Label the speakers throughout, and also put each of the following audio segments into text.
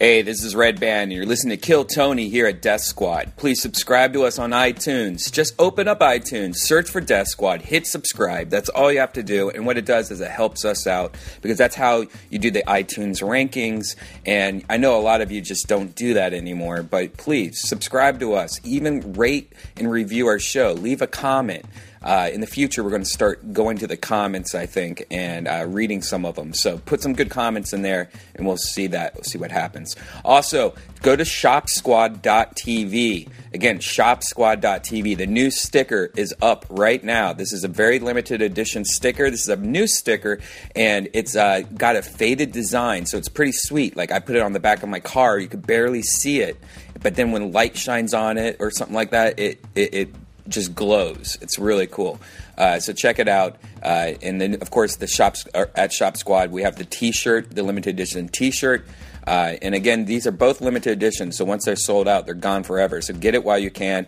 Speaker 1: Hey, this is Red Band, and you're listening to Kill Tony here at Death Squad. Please subscribe to us on iTunes. Just open up iTunes, search for Death Squad, hit subscribe. That's all you have to do. And what it does is it helps us out because that's how you do the iTunes rankings. And I know a lot of you just don't do that anymore, but please subscribe to us. Even rate and review our show. Leave a comment. Uh, in the future, we're going to start going to the comments, I think, and uh, reading some of them. So put some good comments in there, and we'll see that, see what happens. Also, go to shopsquad.tv. Again, shopsquad.tv. The new sticker is up right now. This is a very limited edition sticker. This is a new sticker, and it's uh, got a faded design, so it's pretty sweet. Like I put it on the back of my car, you could barely see it, but then when light shines on it or something like that, it it, it just glows. It's really cool. Uh, so check it out. Uh, and then, of course, the shops or at Shop Squad, we have the T-shirt, the limited edition T-shirt. Uh, and again, these are both limited editions, so once they're sold out, they're gone forever. So get it while you can.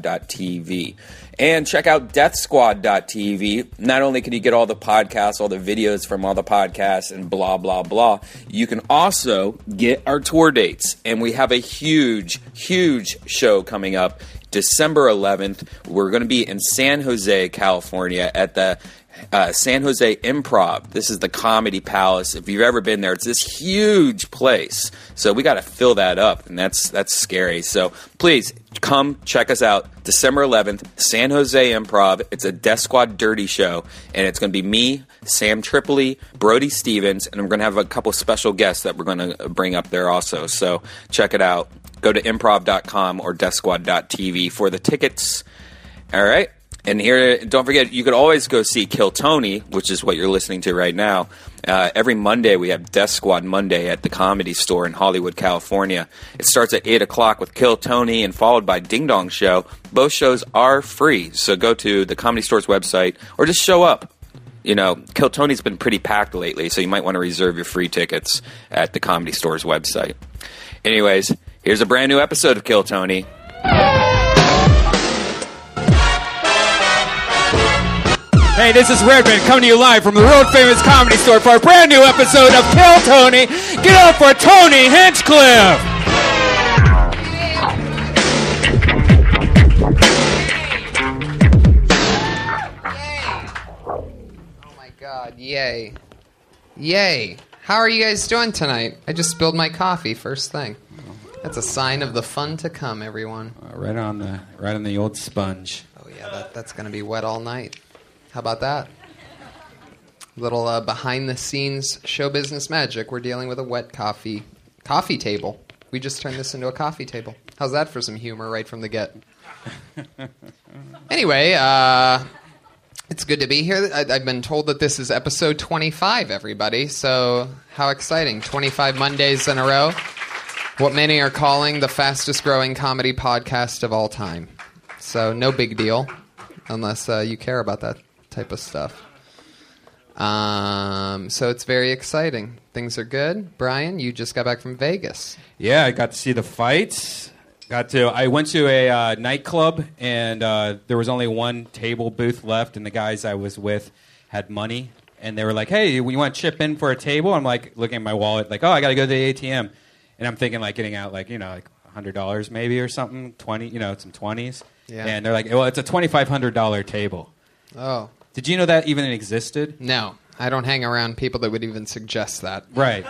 Speaker 1: ShopSquad.tv. And check out DeathSquad.tv. Not only can you get all the podcasts, all the videos from all the podcasts, and blah, blah, blah, you can also get our tour dates. And we have a huge, huge show coming up December 11th. We're going to be in San Jose, California at the uh, San Jose Improv. This is the Comedy Palace. If you've ever been there, it's this huge place. So we got to fill that up, and that's that's scary. So please come check us out December 11th, San Jose Improv. It's a Death Squad Dirty show, and it's going to be me, Sam Tripoli, Brody Stevens, and I'm going to have a couple special guests that we're going to bring up there also. So check it out. Go to improv.com or deathsquad.tv for the tickets. All right. And here, don't forget, you could always go see Kill Tony, which is what you're listening to right now. Uh, every Monday, we have Death Squad Monday at the Comedy Store in Hollywood, California. It starts at 8 o'clock with Kill Tony and followed by Ding Dong Show. Both shows are free, so go to the Comedy Store's website or just show up. You know, Kill Tony's been pretty packed lately, so you might want to reserve your free tickets at the Comedy Store's website. Anyways, here's a brand new episode of Kill Tony.
Speaker 2: Hey, this is Redman coming to you live from the world famous comedy store for a brand new episode of Kill Tony. Get up for Tony Hinchcliffe!
Speaker 3: Oh my god, yay. Yay. How are you guys doing tonight? I just spilled my coffee first thing. That's a sign of the fun to come, everyone.
Speaker 2: Right on the right on the old sponge.
Speaker 3: Oh yeah, that, that's going to be wet all night. How about that? Little uh, behind the scenes show business magic. We're dealing with a wet coffee coffee table. We just turned this into a coffee table. How's that for some humor right from the get? anyway, uh, it's good to be here. I, I've been told that this is episode 25, everybody. So, how exciting! 25 Mondays in a row. What many are calling the fastest growing comedy podcast of all time. So, no big deal unless uh, you care about that type of stuff. Um, so, it's very exciting. Things are good. Brian, you just got back from Vegas.
Speaker 2: Yeah, I got to see the fights. Got to. I went to a uh, nightclub and uh, there was only one table booth left, and the guys I was with had money, and they were like, "Hey, you want to chip in for a table?" I'm like looking at my wallet, like, "Oh, I got to go to the ATM," and I'm thinking like getting out like you know like hundred dollars maybe or something, twenty, you know, some twenties.
Speaker 3: Yeah.
Speaker 2: And they're like, "Well, it's a twenty five hundred dollar table."
Speaker 3: Oh,
Speaker 2: Did you know that even existed?
Speaker 3: no. I don't hang around people that would even suggest that.
Speaker 2: Right.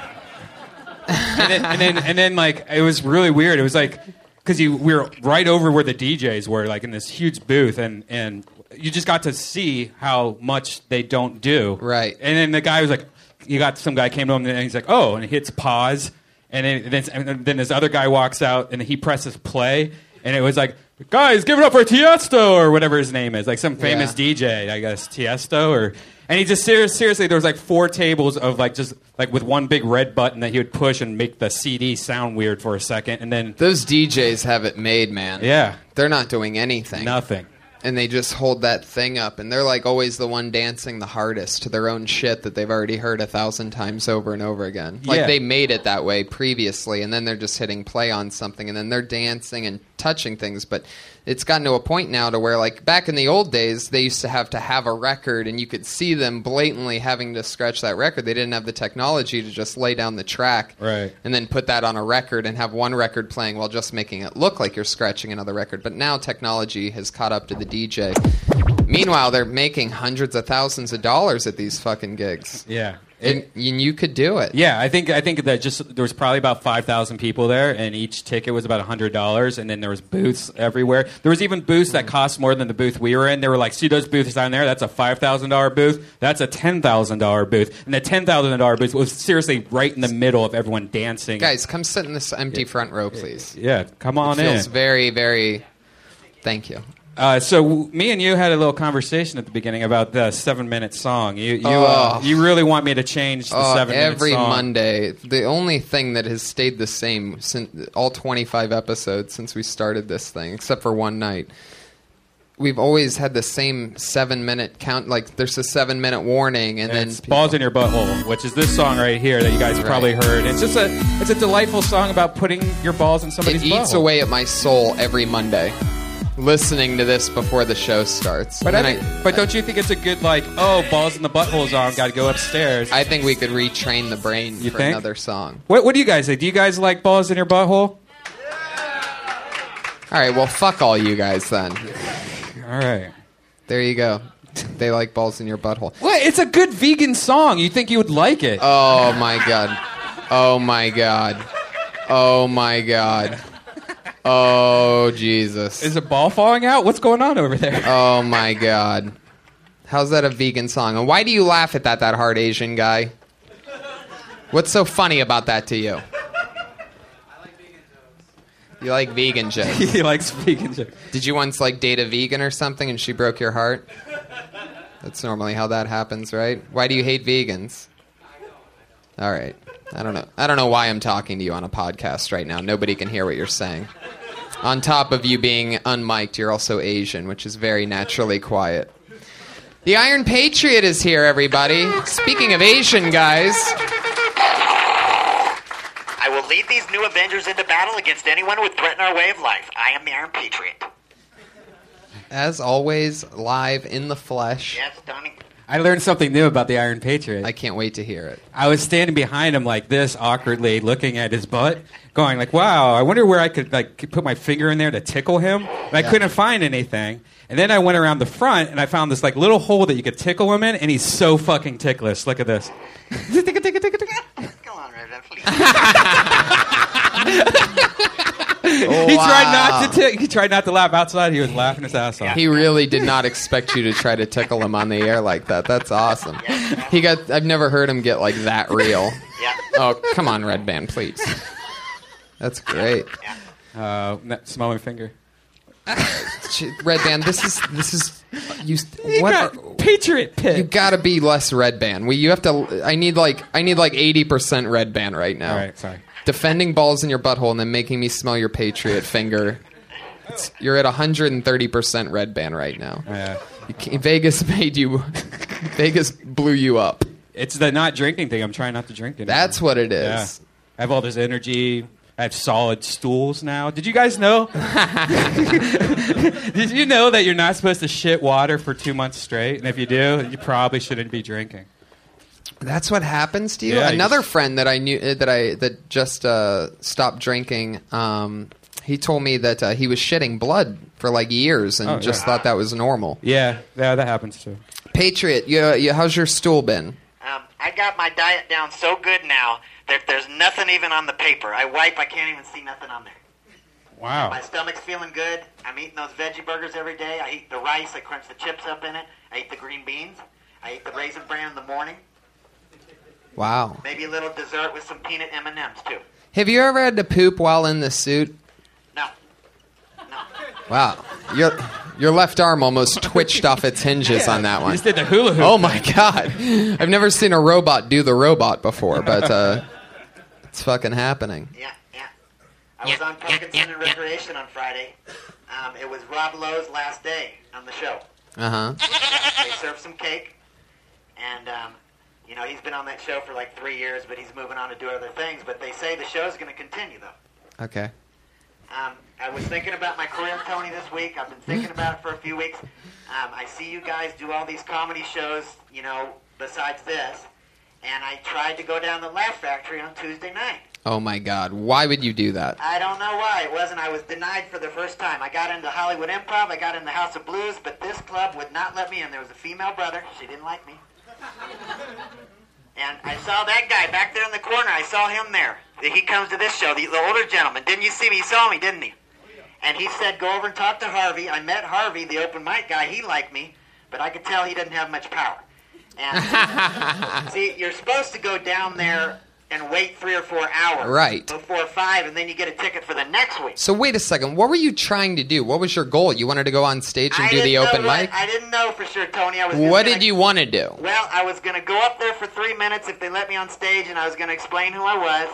Speaker 2: and, then, and then and then like it was really weird. It was like because you we were right over where the DJs were, like in this huge booth, and and you just got to see how much they don't do.
Speaker 3: Right.
Speaker 2: And then the guy was like, you got some guy came to him and he's like, oh, and he hits pause, and then and then, and then this other guy walks out and he presses play, and it was like. Guys, give it up for Tiesto or whatever his name is, like some famous
Speaker 3: Yeah.
Speaker 2: DJ. DJ, I guess Tiesto, or and he just serious, seriously, there was like four tables of like just like with one big red button that he would push and make the CD sound weird for a second, and then
Speaker 3: Those DJs have it made, man.
Speaker 2: yeah,
Speaker 3: They're not doing anything.
Speaker 2: nothing.
Speaker 3: And they just hold that thing up, and they're like always the one dancing the hardest to their own shit that they've already heard a thousand times over and over again. Like
Speaker 2: Yeah.
Speaker 3: they made it that way previously, and then they're just hitting play on something, and then they're dancing and touching things, but it's gotten to a point now to where like back in the old days they used to have to have a record and you could see them blatantly having to scratch that record. They didn't have the technology to just lay down the track
Speaker 2: Right.
Speaker 3: and then put that on a record and have one record playing while just making it look like you're scratching another record. But now technology has caught up to the DJ. Meanwhile, they're making hundreds of thousands of dollars at these fucking gigs.
Speaker 2: Yeah.
Speaker 3: And, and you could do it.
Speaker 2: Yeah, I think I think that just there was probably about five thousand people there, and each ticket was about hundred dollars. And then there was booths everywhere. There was even booths that cost more than the booth we were in. They were like, "See those booths down there? That's a five thousand dollar booth. That's a ten thousand dollar booth." And the ten thousand dollar booth was seriously right in the middle of everyone dancing.
Speaker 3: Guys, come sit in this empty front row, please.
Speaker 2: yeah, come on in.
Speaker 3: Feels very, very. Thank you.
Speaker 2: Uh, so w- me and you had a little conversation at the beginning about the seven-minute song. You you, uh,
Speaker 3: Oh.
Speaker 2: you really want me to change the
Speaker 3: Oh,
Speaker 2: seven-minute
Speaker 3: every
Speaker 2: song.
Speaker 3: Monday, the only thing that has stayed the same since all 25 episodes since we started this thing, except for one night, we've always had the same seven minute count. Like there's a seven minute warning, and,
Speaker 2: And
Speaker 3: then
Speaker 2: it's
Speaker 3: people-
Speaker 2: balls in your butthole, which is this song right here that you guys
Speaker 3: Right.
Speaker 2: probably heard. It's just a it's a delightful song about putting your balls in somebody's
Speaker 3: it eats
Speaker 2: butthole.
Speaker 3: away at my soul every Monday. Listening to this before the show starts,
Speaker 2: But
Speaker 3: And
Speaker 2: I,
Speaker 3: I-
Speaker 2: but don't you think it's a good like oh balls in the butthole's on? Got to go upstairs.
Speaker 3: I think we could retrain the brain
Speaker 2: You
Speaker 3: for
Speaker 2: think?
Speaker 3: another song.
Speaker 2: what what do you guys think? Do you guys like balls in your butthole?
Speaker 3: All right, well, fuck all you guys then.
Speaker 2: All right.
Speaker 3: There you go. They like balls in your butthole.
Speaker 2: What? It's a good vegan song. You think you would like it?
Speaker 3: Oh my god. Oh my god. Oh my god. Oh
Speaker 2: is
Speaker 3: Jesus.
Speaker 2: a ball falling out? What's going on over there?
Speaker 3: Oh my god. How's that a vegan song? And why do you laugh at that, that hard Asian guy? What's so funny about that to you? You like vegan jokes.
Speaker 2: he likes vegan. shit.
Speaker 3: Did you once like date a vegan or something and she broke your heart? That's normally how that happens, right? Why do you hate vegans? All right. I don't know. I don't know why I'm talking to you on a podcast right now. Nobody can hear what you're saying. On top of you being unmiked, you're also Asian, which is very naturally quiet. The Iron Patriot is here, everybody. Speaking of Asian guys,
Speaker 4: I will lead these new Avengers into battle against anyone who would threaten our way of life. I am the Iron Patriot.
Speaker 3: as always, live in the flesh.
Speaker 4: Yes, Donnie.
Speaker 2: I learned something new about the Iron Patriot.
Speaker 3: I can't wait to hear it.
Speaker 2: I was standing behind him like this, awkwardly looking at his butt, going like, "Wow, I wonder where I could like put my finger in there to tickle him." And I
Speaker 3: Yeah.
Speaker 2: couldn't find anything. And then I went around the front and I found this like little hole that you could tickle him in, and he's so fucking ticklish. Look at this. Tickle, tickle, tickle, tickle.
Speaker 4: Go on, Reverend, please.
Speaker 2: He tried not to. Tick- he tried not to laugh outside. He was laughing his ass off.
Speaker 3: Oh, He really did not expect you to try to tickle him on the air like that. That's awesome. He got I've never heard him get like that real.
Speaker 4: Yeah.
Speaker 3: Oh, come on, Red Band, please. That's great.
Speaker 2: Uh, n- smell my finger.
Speaker 3: Gee, Red Band, this is this is you
Speaker 2: He
Speaker 3: what
Speaker 2: got
Speaker 3: are-
Speaker 2: Patriot pit.
Speaker 3: you got to be less Red Band. We you have to I need like I need like 80% Red Band right now.
Speaker 2: All right, sorry.
Speaker 3: Defending balls in your butthole and then making me smell your patriot finger. It's, you're at 130% Red Band right now.
Speaker 2: Yeah.
Speaker 3: You ca- Vegas made you. Vegas blew you up.
Speaker 2: It's the not drinking thing. I'm trying not to drink anymore.
Speaker 3: That's what it
Speaker 2: Yeah.
Speaker 3: is.
Speaker 2: I have all this energy. I have solid stools now. Did you guys know? Did you know that you're not supposed to shit water for two months straight? And if you do, you probably shouldn't be drinking.
Speaker 3: That's what happens to you.
Speaker 2: Yeah, you
Speaker 3: Another
Speaker 2: just-
Speaker 3: friend that I knew uh, that I that just uh, stopped drinking. Um, he told me that uh, he was shitting blood for like years and
Speaker 2: Oh,
Speaker 3: just
Speaker 2: yeah.
Speaker 3: thought that was normal.
Speaker 2: Yeah, yeah, that happens too.
Speaker 3: Patriot, you, you, how's your stool been?
Speaker 4: Um, I got my diet down so good now that there's nothing even on the paper. I wipe, I can't even see nothing on there. My Oh.
Speaker 2: Wow.
Speaker 4: stomach's feeling good. I'm eating those veggie burgers every day. I eat the rice. I crunch the chips up in it. I eat the green beans. I eat the raisin bran in the morning.
Speaker 3: Wow.
Speaker 4: Maybe a little dessert with some peanut M&Ms too.
Speaker 3: Have you ever had to poop while in the suit?
Speaker 4: No, no.
Speaker 3: Wow. Your your left arm almost twitched off its hinges on that
Speaker 2: You
Speaker 3: one.
Speaker 2: just did the hula hoop.
Speaker 3: Oh my god! I've never seen a robot do the robot before, but uh, it's fucking happening.
Speaker 4: Yeah, yeah. I was on Parkinson and Recreation on Friday. Um, it was Rob Lowe's last day on the show.
Speaker 5: Uh-huh.
Speaker 3: Uh huh.
Speaker 4: They served some cake, and um, you know he's been on that show for like three years, but he's moving on to do other things. But they say the show's going to continue though.
Speaker 3: Okay.
Speaker 4: Um, I was thinking about my career, Tony, this week. I've been thinking about it for a few weeks. Um, I see you guys do all these comedy shows, you know, besides this. And I tried to go down the Laugh Factory on Tuesday night.
Speaker 3: Oh my God! Why would you do that?
Speaker 4: I don't know why it wasn't. I was denied for the first time. I got into Hollywood Improv. I got in the House of Blues, but this club would not let me in. There was a female brother. She didn't like me. And I saw that guy back there in the corner. I saw him there. He comes to this show. The, the older gentleman. Didn't you see me? He saw me, didn't he? And he said, "Go over and talk to Harvey." I met Harvey, the open mic guy. He liked me, but I could tell he didn't have much power. And see, you're supposed to go down there and wait three or four hours
Speaker 3: Right.
Speaker 4: before five, and then you get a ticket for the next week.
Speaker 3: So wait a second. What were you trying to do? What was your goal? You wanted to go on stage and
Speaker 4: I
Speaker 3: do
Speaker 4: didn't
Speaker 3: the open
Speaker 4: know that-
Speaker 3: mic.
Speaker 4: I didn't know for sure, Tony. I was. just
Speaker 3: What
Speaker 4: gonna-
Speaker 3: did you want to do?
Speaker 4: Well, I was gonna go up there for three minutes if they let me on stage, and I was gonna explain who I was,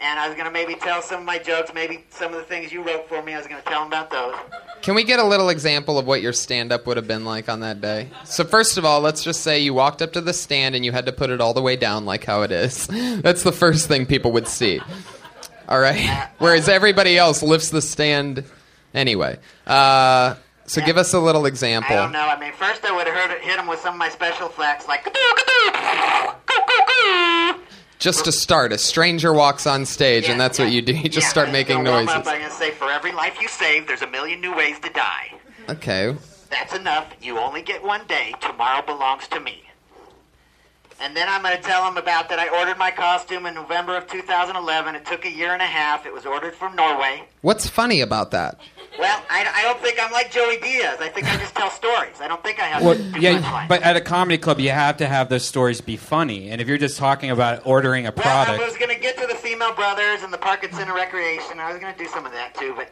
Speaker 4: and I was gonna maybe tell some of my jokes, maybe some of the things you wrote for me. I was gonna tell them about those.
Speaker 3: Can we get a little example of what your stand up would have been like on that day? So, first of all, let's just say you walked up to the stand and you had to put it all the way down, like how it is. That's the first thing people would see. All right? Whereas everybody else lifts the stand anyway. Uh, so, give us a little
Speaker 4: I don't
Speaker 3: example.
Speaker 4: know. I mean, first I would have heard hit them with some of my special flex, like.
Speaker 3: Just to start, a stranger walks on stage and that's what you do. You just
Speaker 4: Yeah,
Speaker 3: start
Speaker 4: I'm
Speaker 3: making
Speaker 4: gonna warm up.
Speaker 3: noises.
Speaker 4: I'm gonna say, for every life you save, there's a million new ways to die.
Speaker 3: Okay.
Speaker 4: That's enough. You only get one day. Tomorrow belongs to me. And then I'm going to tell them about that I ordered my costume in November of 2011. It took a year and a half. It was ordered from Norway.
Speaker 3: What's funny about that?
Speaker 4: Well, I, I don't think I'm like Joey Diaz. I think I just tell stories. I don't think I have.
Speaker 2: Well,
Speaker 4: a good
Speaker 2: yeah,
Speaker 4: punchline.
Speaker 2: but at a comedy club, you have to have those stories be funny. And if you're just talking about ordering a
Speaker 4: well, I
Speaker 2: product,
Speaker 4: was going to get to the female brothers and the Parkinson and Recreation. I was going to do some of that too, but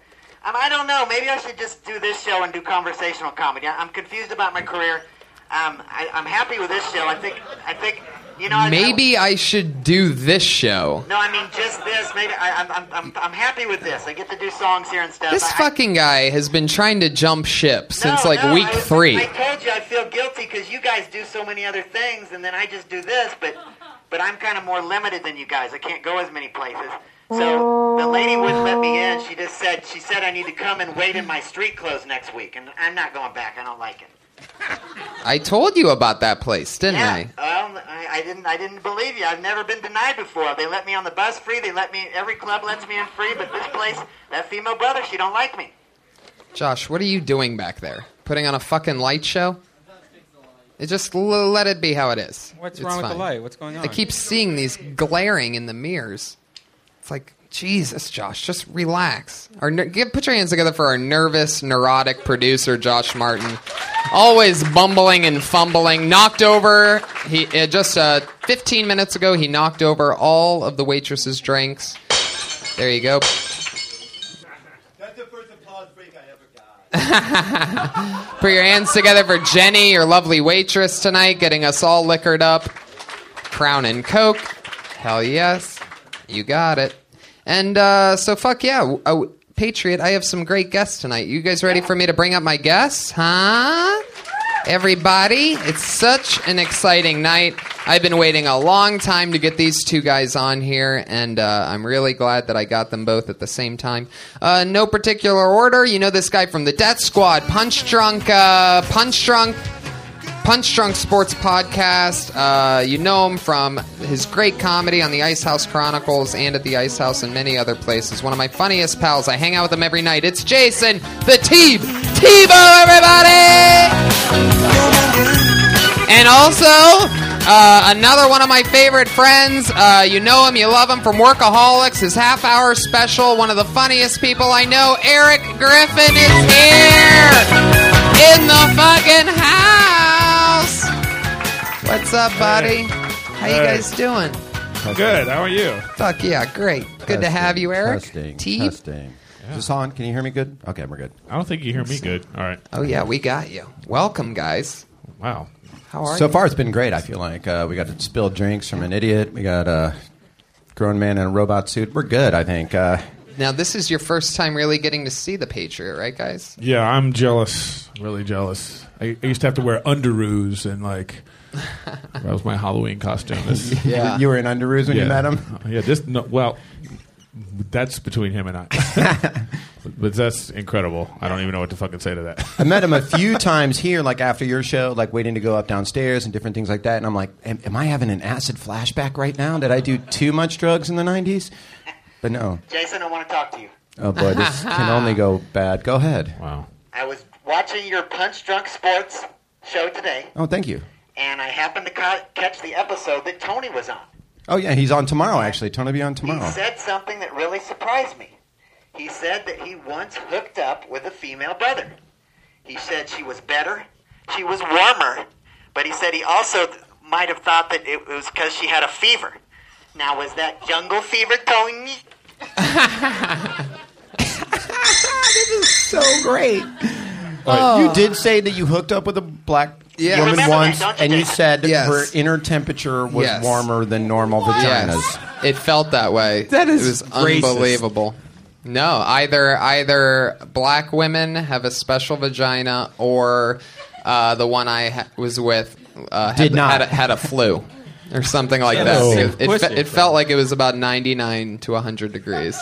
Speaker 4: um, I don't know. Maybe I should just do this show and do conversational comedy. I, I'm confused about my career. Um, I, I'm happy with this show. I think. I think. You know. I- I-
Speaker 3: Maybe I should do this show.
Speaker 4: No, I mean just this. Maybe I, I'm, I'm, I'm, I'm happy with this. I get to do songs here and stuff.
Speaker 3: This
Speaker 4: I- I-
Speaker 3: fucking guy has been trying to jump ship
Speaker 4: No,
Speaker 3: since like
Speaker 4: no,
Speaker 3: week
Speaker 4: I was-
Speaker 3: three.
Speaker 4: I told you I feel guilty because you guys do so many other things, and then I just do this. But, but I'm kind of more limited than you guys. I can't go as many places. So the lady wouldn't let me
Speaker 6: Oh.
Speaker 4: in. She just said she said I need to come and wait in my street clothes next week, and I'm not going back. I don't like it.
Speaker 3: I told you about that place, didn't
Speaker 4: Yeah.
Speaker 3: I?
Speaker 4: Well, I, I didn't. I didn't believe you. I've never been denied before. They let me on the bus free. They let me. Every club lets me in free. But this place, that female brother, she don't like me.
Speaker 3: Josh, what are you doing back there? Putting on a fucking light show? It just l- let it be how it is.
Speaker 2: what's
Speaker 3: It's
Speaker 2: wrong with the
Speaker 3: fine.
Speaker 2: light? What's going on?
Speaker 3: I keep seeing these glaring in the mirrors. It's like Jesus, Josh, just relax. Our ner- give, put your hands together for our nervous, neurotic producer, Josh Martin. Always bumbling and fumbling. Knocked over. He uh, just uh, 15 minutes ago, he knocked over all of the waitress's drinks. There you go.
Speaker 7: That's the first applause break I ever got.
Speaker 3: Put your hands together for Jenny, your lovely waitress tonight, getting us all liquored up. Crown and Coke. Hell yes. You got it. And uh, so, fuck yeah. Oh, Patriot, I have some great guests tonight. You guys ready for me to bring up my guests? Huh? Everybody, it's such an exciting night. I've been waiting a long time to get these two guys on here, and uh, I'm really glad that I got them both at the same time. Uh, no particular order. You know this guy from the Death Squad, Punch Drunk, uh, Punch Drunk. Punch Drunk Sports Podcast. Uh, you know him from his great comedy on the Ice House Chronicles and at the Ice House and many other places. One of my funniest pals. I hang out with him every night. It's Jason, the Teeb. Tebow, everybody! And also, uh, another one of my favorite friends. Uh, you know him, you love him from Workaholics, his half hour special. One of the funniest people I know, Eric Griffin, is here! in the fucking house. What's up, buddy? How you
Speaker 8: Hey.
Speaker 3: guys doing?
Speaker 8: Good. How are you?
Speaker 3: Fuck yeah, great. Good to
Speaker 9: Testing,
Speaker 3: have you, Eric.
Speaker 9: Testing.
Speaker 3: Teeb?
Speaker 9: Testing. Is this on? Can you hear me good? Okay, we're good.
Speaker 8: I don't think you hear me good. All right.
Speaker 3: Oh yeah, we got you. Welcome, guys.
Speaker 8: Wow.
Speaker 3: How are
Speaker 9: So
Speaker 3: you?
Speaker 9: far, it's been great. I feel like uh, we got to spill drinks from an idiot. We got a grown man in a robot suit. We're good, I think. Uh,
Speaker 3: Now this is your first time really getting to see the Patriot, right, guys?
Speaker 8: Yeah, I'm jealous. Really jealous. I, I used to have to wear underoos and like that was my Halloween costume. This, Uh,
Speaker 3: Yeah.
Speaker 9: you were in underoos when you met him.
Speaker 8: Yeah. This no. Well, that's between him and I. But that's incredible. I don't even know what to fucking say to that.
Speaker 9: I met him a few times here, like after your show, like waiting to go up downstairs and different things like that. And I'm like, am, am I having an acid flashback right now? Did I do too much drugs in the 90s? But no.
Speaker 4: Jason, I want to talk to you.
Speaker 9: Oh boy, this can only go bad. Go ahead.
Speaker 8: Wow.
Speaker 4: I was watching your Punch Drunk Sports show today,
Speaker 9: Oh, thank you.
Speaker 4: and I happened to ca- catch the episode that Tony was on.
Speaker 9: Oh yeah, he's on tomorrow actually. Tony will be on
Speaker 4: He
Speaker 9: tomorrow.
Speaker 4: said something that really surprised me. He said that he once hooked up with a female brother. He said she was better, she was warmer, but he said he also th- might have thought that it was because she had a fever. Now, was that jungle fever, Tony?
Speaker 9: So great. You did say that you hooked up with a black
Speaker 3: Yeah.
Speaker 9: woman
Speaker 4: Remember that,
Speaker 9: once,
Speaker 4: don't you,
Speaker 9: and you
Speaker 4: Jason?
Speaker 9: said
Speaker 3: Yes.
Speaker 9: her inner temperature was
Speaker 3: Yes.
Speaker 9: warmer than normal vaginas.
Speaker 3: Yes, it felt that way.
Speaker 9: That is
Speaker 3: it was
Speaker 9: racist.
Speaker 3: unbelievable. No, either either black women have a special vagina, or uh, the one I ha- was with uh, had,
Speaker 9: Did not.
Speaker 3: had a, had a flu or something like that.
Speaker 8: Oh.
Speaker 3: It, it, fe-
Speaker 2: Pussy.
Speaker 3: it felt like it was about ninety nine to hundred degrees.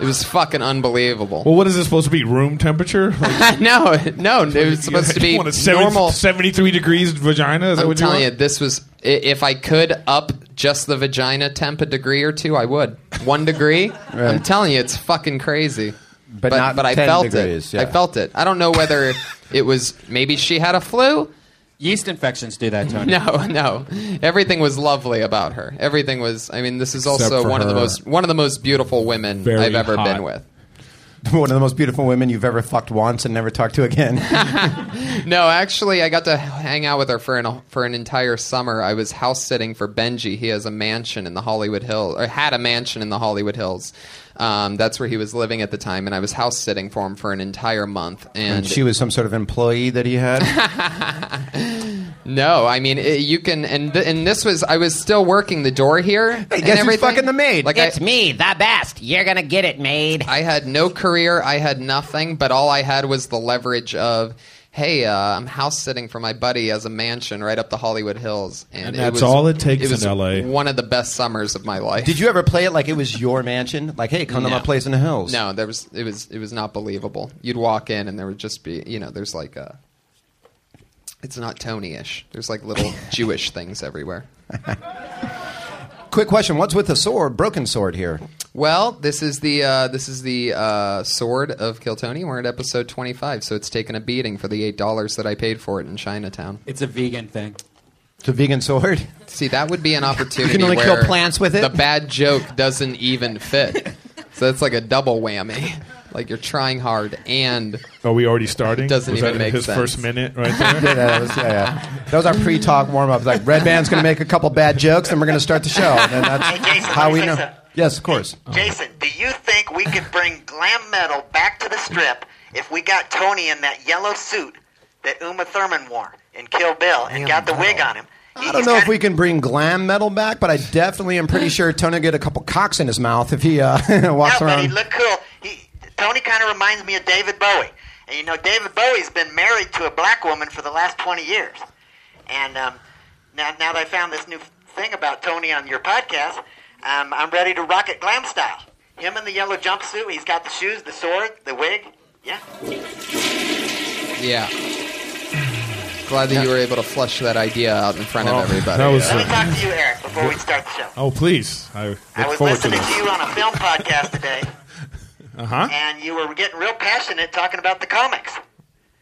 Speaker 3: It was fucking unbelievable.
Speaker 8: Well, what is this supposed to be? Room temperature? Like,
Speaker 3: no, no, it was supposed to
Speaker 8: you
Speaker 3: be
Speaker 8: want a seven-
Speaker 3: normal.
Speaker 8: 73 degrees vagina? Is that
Speaker 3: I'm
Speaker 8: what you
Speaker 3: telling
Speaker 8: want?
Speaker 3: you, this was. i- If I could up just the vagina temp a degree or two, I would. One degree. I'm telling you, it's fucking crazy.
Speaker 9: But not 10 degrees,
Speaker 3: it.
Speaker 9: yeah.
Speaker 3: I felt it. I don't know whether it was maybe she had a flu.
Speaker 2: Yeast infections do that, Tony.
Speaker 3: No, no. Everything was lovely about her. Everything was. I mean, this is
Speaker 8: Except
Speaker 3: also
Speaker 8: for
Speaker 3: one of the
Speaker 8: her.
Speaker 3: most one of the most beautiful women
Speaker 8: Very
Speaker 3: I've ever
Speaker 8: hot.
Speaker 3: been with.
Speaker 9: One of the most beautiful women you've ever fucked once and never talked to again.
Speaker 3: No, actually, I got to hang out with her for an for an entire summer. I was house sitting for Benji. He has a mansion in the Hollywood Hills, or had a mansion in the Hollywood Hills. Um, that's where he was living at the time, and I was house sitting for him for an entire month. And,
Speaker 9: and she was some sort of employee that he had.
Speaker 3: no, I mean it, you can, and th- and this was I was still working the door here. and
Speaker 9: guess who's
Speaker 3: everything.
Speaker 9: fucking the maid?
Speaker 3: Like I,
Speaker 10: It's me, the best. You're gonna get it, maid.
Speaker 3: I had no career. I had nothing, but all I had was the leverage of, hey, uh, I'm house sitting for my buddy he has a mansion right up the Hollywood Hills, and,
Speaker 8: And that's all it takes
Speaker 3: It was
Speaker 8: in LA.
Speaker 3: One of the best summers of my life.
Speaker 9: Did you ever play it like it was your mansion? Like, hey, come to my
Speaker 3: No.
Speaker 9: place in the hills.
Speaker 3: No, there was it was it was not believable. You'd walk in and there would just be you know there's like a. It's not Tony-ish. There's like little Jewish things everywhere.
Speaker 9: Quick question: What's with the sword? Broken sword here.
Speaker 3: Well, this is the uh, this is the uh, sword of Kill Tony. We're at episode 25, so it's taken a beating for the eight dollars that I paid for it in Chinatown.
Speaker 2: It's a vegan thing.
Speaker 9: It's a vegan sword.
Speaker 3: See, that would be an opportunity.
Speaker 9: only
Speaker 3: where
Speaker 9: kill plants with it?
Speaker 3: The bad joke doesn't even fit. so that's like a double whammy. Like you're trying hard and
Speaker 8: Are Oh, we already starting?
Speaker 3: Doesn't
Speaker 8: Was
Speaker 3: even
Speaker 8: that
Speaker 3: make
Speaker 8: his
Speaker 3: sense.
Speaker 8: first minute right there?
Speaker 9: Yeah, that was, yeah, yeah. That was our pre-talk warm-up. Like, Red Band's going to make a couple bad jokes, and we're going to start the show. And that's
Speaker 4: Hey, Jason,
Speaker 9: how
Speaker 4: let me
Speaker 9: we
Speaker 4: say
Speaker 9: know.
Speaker 4: something.
Speaker 9: Yes, of course.
Speaker 4: Jason, do you think we could bring glam metal back to the strip if we got Tony in that yellow suit that Uma Thurman wore in Kill Bill and got the wig on him?
Speaker 9: I don't know if we can bring glam metal back, but I definitely am pretty sure Tony get a couple cocks in his mouth if he uh,
Speaker 4: No,
Speaker 9: walks
Speaker 4: but he
Speaker 9: around.
Speaker 4: looked cool. He, Tony kind of reminds me of David Bowie, and you know David Bowie's been married to a black woman for the last twenty years. And um, now, now that I found this new thing about Tony on your podcast, um, I'm ready to rock it glam style. Him in the yellow jumpsuit. He's got the shoes, the sword, the wig. Yeah.
Speaker 3: yeah. Glad that you were able to flush that idea out in front
Speaker 8: Oh,
Speaker 3: of everybody.
Speaker 8: that was-
Speaker 4: Let me talk to you, Eric, before we start the show.
Speaker 8: Oh, please. I look
Speaker 4: I was
Speaker 8: forward to
Speaker 4: listening
Speaker 8: this.
Speaker 4: to, you on a film podcast today,
Speaker 8: Uh-huh.
Speaker 4: and you were getting real passionate talking about the comics,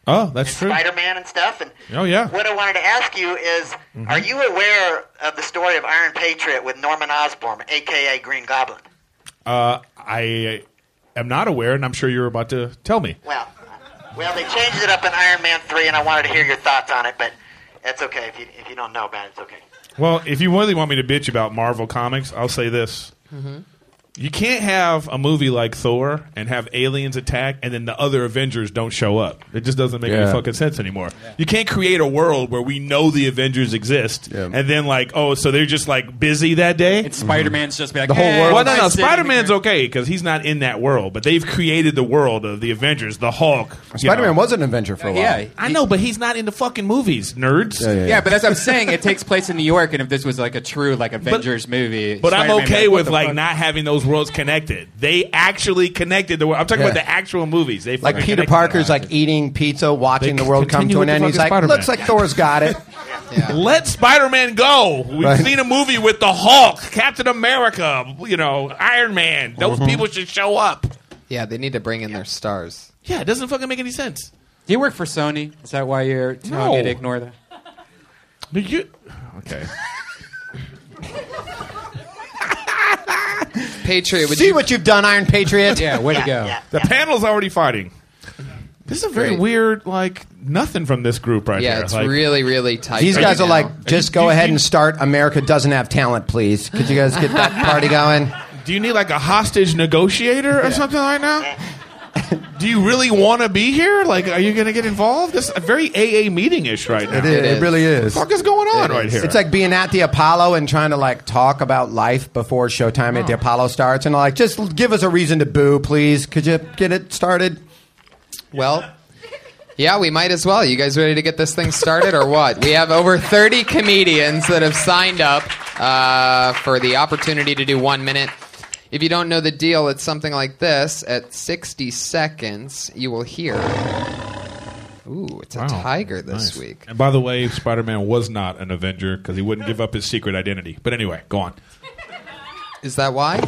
Speaker 8: Oh, that's true.
Speaker 4: Spider Man, and stuff. And
Speaker 8: Oh, yeah. Mm-hmm.
Speaker 4: what I wanted to ask you is, are you aware of the story of Iron Patriot with Norman Osborn, aka Green Goblin?
Speaker 8: Uh, I am not aware, and I'm sure you're about to tell me.
Speaker 4: Well, well, they changed it up in Iron Man three, and I wanted to hear your thoughts on it, but that's okay if you if you don't know about it, it's okay.
Speaker 8: Well, if you really want me to bitch about Marvel comics, I'll say this. You can't have a movie like Thor and have aliens attack and then the other Avengers don't show up. It just doesn't make any
Speaker 9: Yeah.
Speaker 8: fucking sense anymore. You can't create a world where we know the Avengers exist
Speaker 9: Yeah.
Speaker 8: and then like, oh, so they're just like busy that day.
Speaker 2: It's Spider Man's just be like
Speaker 9: The whole
Speaker 2: "Hey,
Speaker 9: world-
Speaker 8: well, no, no.
Speaker 2: I'm sitting
Speaker 8: Spider Man's
Speaker 2: here."
Speaker 8: okay because he's not in that world, but they've created the world of the Avengers, the Hulk. you
Speaker 9: Spider-Man
Speaker 8: know.
Speaker 9: was an adventure for a while.
Speaker 2: Yeah,
Speaker 8: I know, but he's not in the fucking movies, nerds.
Speaker 9: yeah,
Speaker 2: yeah, but that's what I'm saying. It takes place in New York, and if this was like a true like Avengers movie,
Speaker 8: But I'm
Speaker 2: Spider-Man would
Speaker 8: okay
Speaker 2: be what
Speaker 8: with
Speaker 2: the
Speaker 8: like
Speaker 2: fuck?
Speaker 8: not having those worlds connected. They actually connected the world. I'm talking
Speaker 9: Yeah.
Speaker 8: about the actual movies. They
Speaker 9: Like
Speaker 8: fucking
Speaker 9: Peter
Speaker 8: connected them.
Speaker 9: Parker's like eating pizza, watching
Speaker 8: They
Speaker 9: the world come
Speaker 8: continue
Speaker 9: to
Speaker 8: with
Speaker 9: an
Speaker 8: the
Speaker 9: end. He's
Speaker 8: fucking
Speaker 9: like,
Speaker 8: Spider-Man.
Speaker 9: looks like Thor's got it.
Speaker 8: Let Spider-Man go. We've
Speaker 9: Right.
Speaker 8: seen a movie with the Hulk, Captain America, you know, Iron Man. Those
Speaker 9: Mm-hmm.
Speaker 8: people should show up.
Speaker 3: Yeah, they need to bring in their stars.
Speaker 8: Yeah, it doesn't fucking make any sense.
Speaker 2: Do you work for Sony? Is that why you're telling me to
Speaker 8: No.
Speaker 2: ignore that?
Speaker 8: Do you? Okay.
Speaker 3: Patriot, would
Speaker 9: See
Speaker 3: you
Speaker 9: what you've done, Iron Patriot.
Speaker 2: Yeah, way to go.
Speaker 4: yeah.
Speaker 8: The panel's already fighting. This is a very
Speaker 3: Great.
Speaker 8: weird, like nothing from this group right
Speaker 3: Yeah,
Speaker 8: here.
Speaker 3: it's
Speaker 8: Like,
Speaker 3: really, really tight.
Speaker 9: These
Speaker 3: right
Speaker 9: guys are
Speaker 3: now.
Speaker 9: like, just
Speaker 8: you-
Speaker 9: go ahead
Speaker 8: you-
Speaker 9: and start. America doesn't have talent, please. Could you guys get that party going?
Speaker 8: Do you need like a hostage negotiator or something right now? Do you really want to be here? Like, are you going to get involved? This is a very AA meeting ish right now.
Speaker 3: It is.
Speaker 9: really is.
Speaker 8: What the fuck is going on right here?
Speaker 9: It's like being at the Apollo and trying to like talk about life before showtime at the Apollo starts, and like just give us a reason to boo, please. Could you get it started?
Speaker 3: well, yeah, we might as well. You guys ready to get this thing started or what? We have over 30 comedians that have signed up uh, for the opportunity to do one minute. If you don't know the deal, it's something like this. At 60 seconds, you will hear. Ooh, it's a
Speaker 8: Wow.
Speaker 3: tiger this
Speaker 8: Nice.
Speaker 3: week.
Speaker 8: And by the way, Spider Man was not an Avenger because he wouldn't give up his secret identity. But anyway, go on.
Speaker 3: Is that why?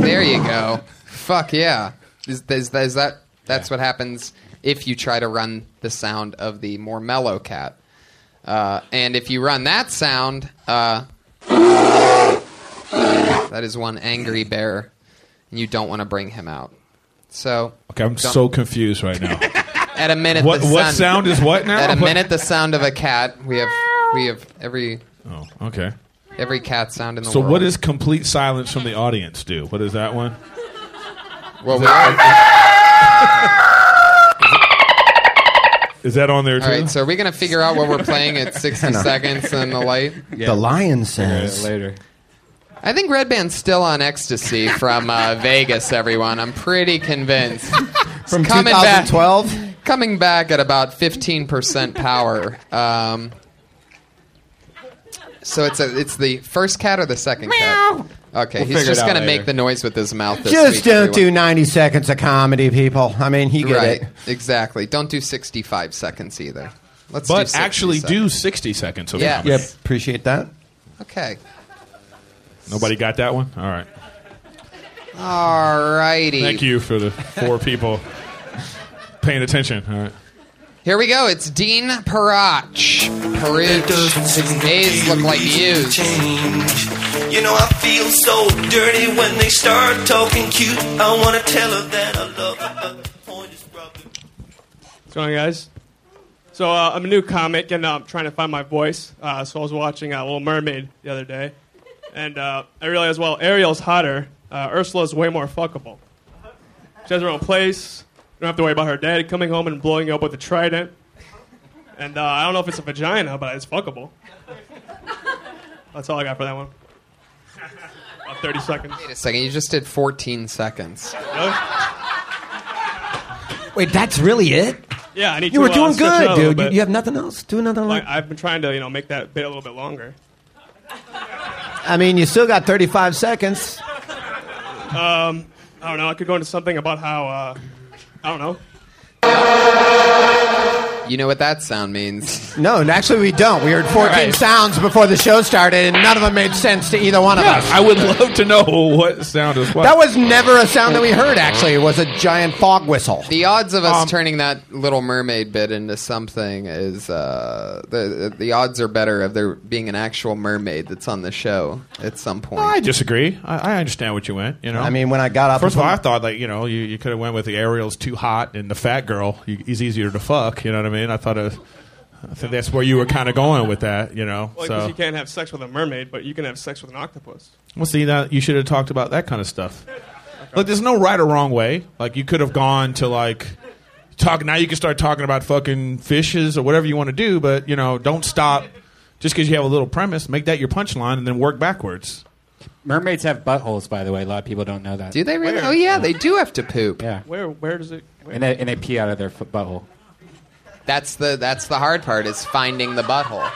Speaker 3: there you go. Fuck yeah. Is, is, is that that's what happens if you try to run the sound of the more mellow cat, uh, and if you run that sound, uh, that is one angry bear, and you don't want to bring him out. So
Speaker 8: Okay, I'm so confused right now.
Speaker 3: at a minute,
Speaker 8: what
Speaker 3: the
Speaker 8: what
Speaker 3: sound,
Speaker 8: sound is what now?
Speaker 3: At a
Speaker 8: What-
Speaker 3: minute, the sound of a cat. We have we have every
Speaker 8: Oh, okay.
Speaker 3: every cat sound in the
Speaker 8: So
Speaker 3: world.
Speaker 8: what does complete silence from the audience do? What is that one?
Speaker 3: Well, we-
Speaker 8: Is that on there too?
Speaker 3: All right, so are we going to figure out what we're playing at 60
Speaker 9: No.
Speaker 3: seconds and the light?
Speaker 9: The lion says.
Speaker 2: Later.
Speaker 3: I think Red Band's still on ecstasy from uh, Vegas, everyone. I'm pretty convinced.
Speaker 9: From
Speaker 3: coming back.
Speaker 9: 2012,
Speaker 3: Coming back at about 15% power. Um, so it's a, it's the first cat or the second cat? Okay, he's
Speaker 2: figure it
Speaker 3: just
Speaker 2: out
Speaker 3: going to
Speaker 2: later.
Speaker 3: make the noise with his mouth this
Speaker 9: just
Speaker 3: week,
Speaker 9: don't do
Speaker 3: everyone.
Speaker 9: 90 seconds of comedy, people. I mean, he get
Speaker 3: Right,
Speaker 9: it.
Speaker 3: exactly. Don't do 65 seconds either. Let's do
Speaker 8: but
Speaker 3: 60
Speaker 8: actually,
Speaker 3: seconds.
Speaker 8: do 60 seconds of
Speaker 3: Yeah.
Speaker 8: comedy.
Speaker 9: Yep, appreciate that.
Speaker 3: Okay.
Speaker 8: Nobody got that one? All right.
Speaker 3: All righty.
Speaker 8: Thank you for the four people paying attention. All right.
Speaker 3: Here we go. It's Dean Parach. Parach. His days look like Muse.
Speaker 6: You know, I feel so dirty when they start talking cute. I want to tell her that I love her, but the point is probably.
Speaker 11: What's going on, guys? So uh, I'm a new comic, and uh, I'm trying to find my voice. Uh, so I was watching uh, Little Mermaid the other day, and uh, I realized, well, Ariel's hotter. Uh, Ursula's way more fuckable. She has her own place. You don't have to worry about her dad coming home and blowing you up with a trident. And uh, I don't know if it's a vagina, but it's fuckable. That's all I got for that one. About 30 seconds.
Speaker 3: Wait a second. You just did 14 seconds.
Speaker 11: Really?
Speaker 9: Wait, that's really it?
Speaker 11: Yeah, I need
Speaker 9: You
Speaker 11: to,
Speaker 9: were
Speaker 11: uh,
Speaker 9: doing
Speaker 11: stretch it out a
Speaker 9: good,
Speaker 11: little
Speaker 9: dude. You,
Speaker 11: bit.
Speaker 9: you have nothing else? Do another
Speaker 11: Like,
Speaker 9: one?
Speaker 11: I've been trying to, you know, make that bit a little bit longer.
Speaker 9: I mean, you still got 35 seconds.
Speaker 11: Um, I don't know. I could go into something about how uh, I don't know.
Speaker 3: You know what that sound means.
Speaker 9: No, and actually, we don't. We heard 14
Speaker 3: Right.
Speaker 9: sounds before the show started, and none of them made sense to either one of us.
Speaker 8: I would love to know what sound is what.
Speaker 9: That was never a sound that we heard, actually. It was a giant fog whistle.
Speaker 3: The odds of
Speaker 11: Um,
Speaker 3: us turning that Little Mermaid bit into something is uh, the the odds are better of there being an actual mermaid that's on the show at some point.
Speaker 8: I disagree. I, I understand what you went. You know,
Speaker 9: I mean, when I got up.
Speaker 8: First of all, I thought like you know you, you could have went with the Ariel's too hot and the fat girl you, is easier to fuck. You know what I mean? I thought it was, I think that's where you were kind of going with that. You know,
Speaker 11: Well, 'cause
Speaker 8: so
Speaker 11: you can't have sex with a mermaid, but you can have sex with an octopus.
Speaker 8: well, see that you should have talked about that kind of stuff. Look, there's no right or wrong way. Like you could have gone to like talk. Now you can start talking about fucking fishes or whatever you want to do, but you know, don't stop just because you have a little premise. Make that your punchline and then work backwards.
Speaker 2: Mermaids have buttholes, by the way. A lot of people don't know that.
Speaker 3: do they really? Oh yeah, they do have to poop.
Speaker 2: Yeah.
Speaker 11: Where where does it? Where?
Speaker 2: And they, and they pee out of their foot butthole.
Speaker 3: That's the that's the hard part is finding the butthole.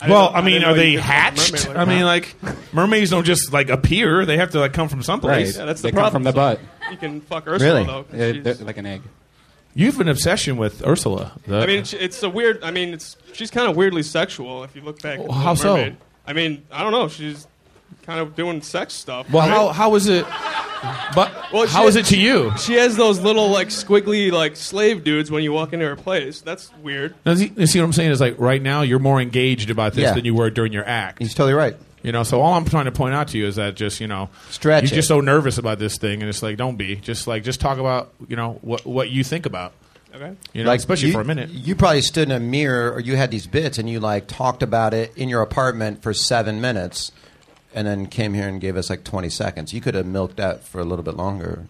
Speaker 11: didn't
Speaker 8: well,
Speaker 11: know-
Speaker 8: I
Speaker 11: didn't
Speaker 8: mean,
Speaker 11: know
Speaker 8: are
Speaker 11: you
Speaker 8: they
Speaker 11: could become a
Speaker 8: hatched?
Speaker 11: mermaid
Speaker 8: I mean,
Speaker 11: that.
Speaker 8: like mermaids don't just like appear; they have to like come from someplace.
Speaker 2: Right. Yeah, that's the They come problem. from the butt.
Speaker 11: You can fuck Ursula, Really? though, 'cause
Speaker 2: Yeah,
Speaker 11: she's-
Speaker 2: they're like an egg.
Speaker 8: You have an obsession with Ursula. The-
Speaker 11: I mean, it's, it's a weird. I mean, it's she's kind of weirdly sexual if you look back. at
Speaker 8: Oh, how
Speaker 11: Little
Speaker 8: so?
Speaker 11: Mermaid. I mean, I don't know. She's kind of doing sex stuff.
Speaker 8: well,
Speaker 11: right?
Speaker 8: how how is it? But
Speaker 11: Well,
Speaker 8: how
Speaker 11: she-
Speaker 8: is it to
Speaker 11: she-
Speaker 8: you?
Speaker 11: She has those little like squiggly like slave dudes when you walk into her place. That's weird.
Speaker 8: No, see, you see what I'm saying is like right now you're more engaged about this
Speaker 11: Yeah.
Speaker 8: than you were during your act. He's
Speaker 9: totally right.
Speaker 8: You know, so all I'm trying to point out to you is that just you know,
Speaker 9: Stretch
Speaker 8: You're
Speaker 9: it.
Speaker 8: just so nervous about this thing, and it's like don't be. Just like just talk about you know what what you think about.
Speaker 11: Okay.
Speaker 8: You know, especially for a minute.
Speaker 9: You probably stood in a mirror or you had these bits and you like talked about it in your apartment for seven minutes and then came here and gave us like 20 seconds. You could have milked that for a little bit longer.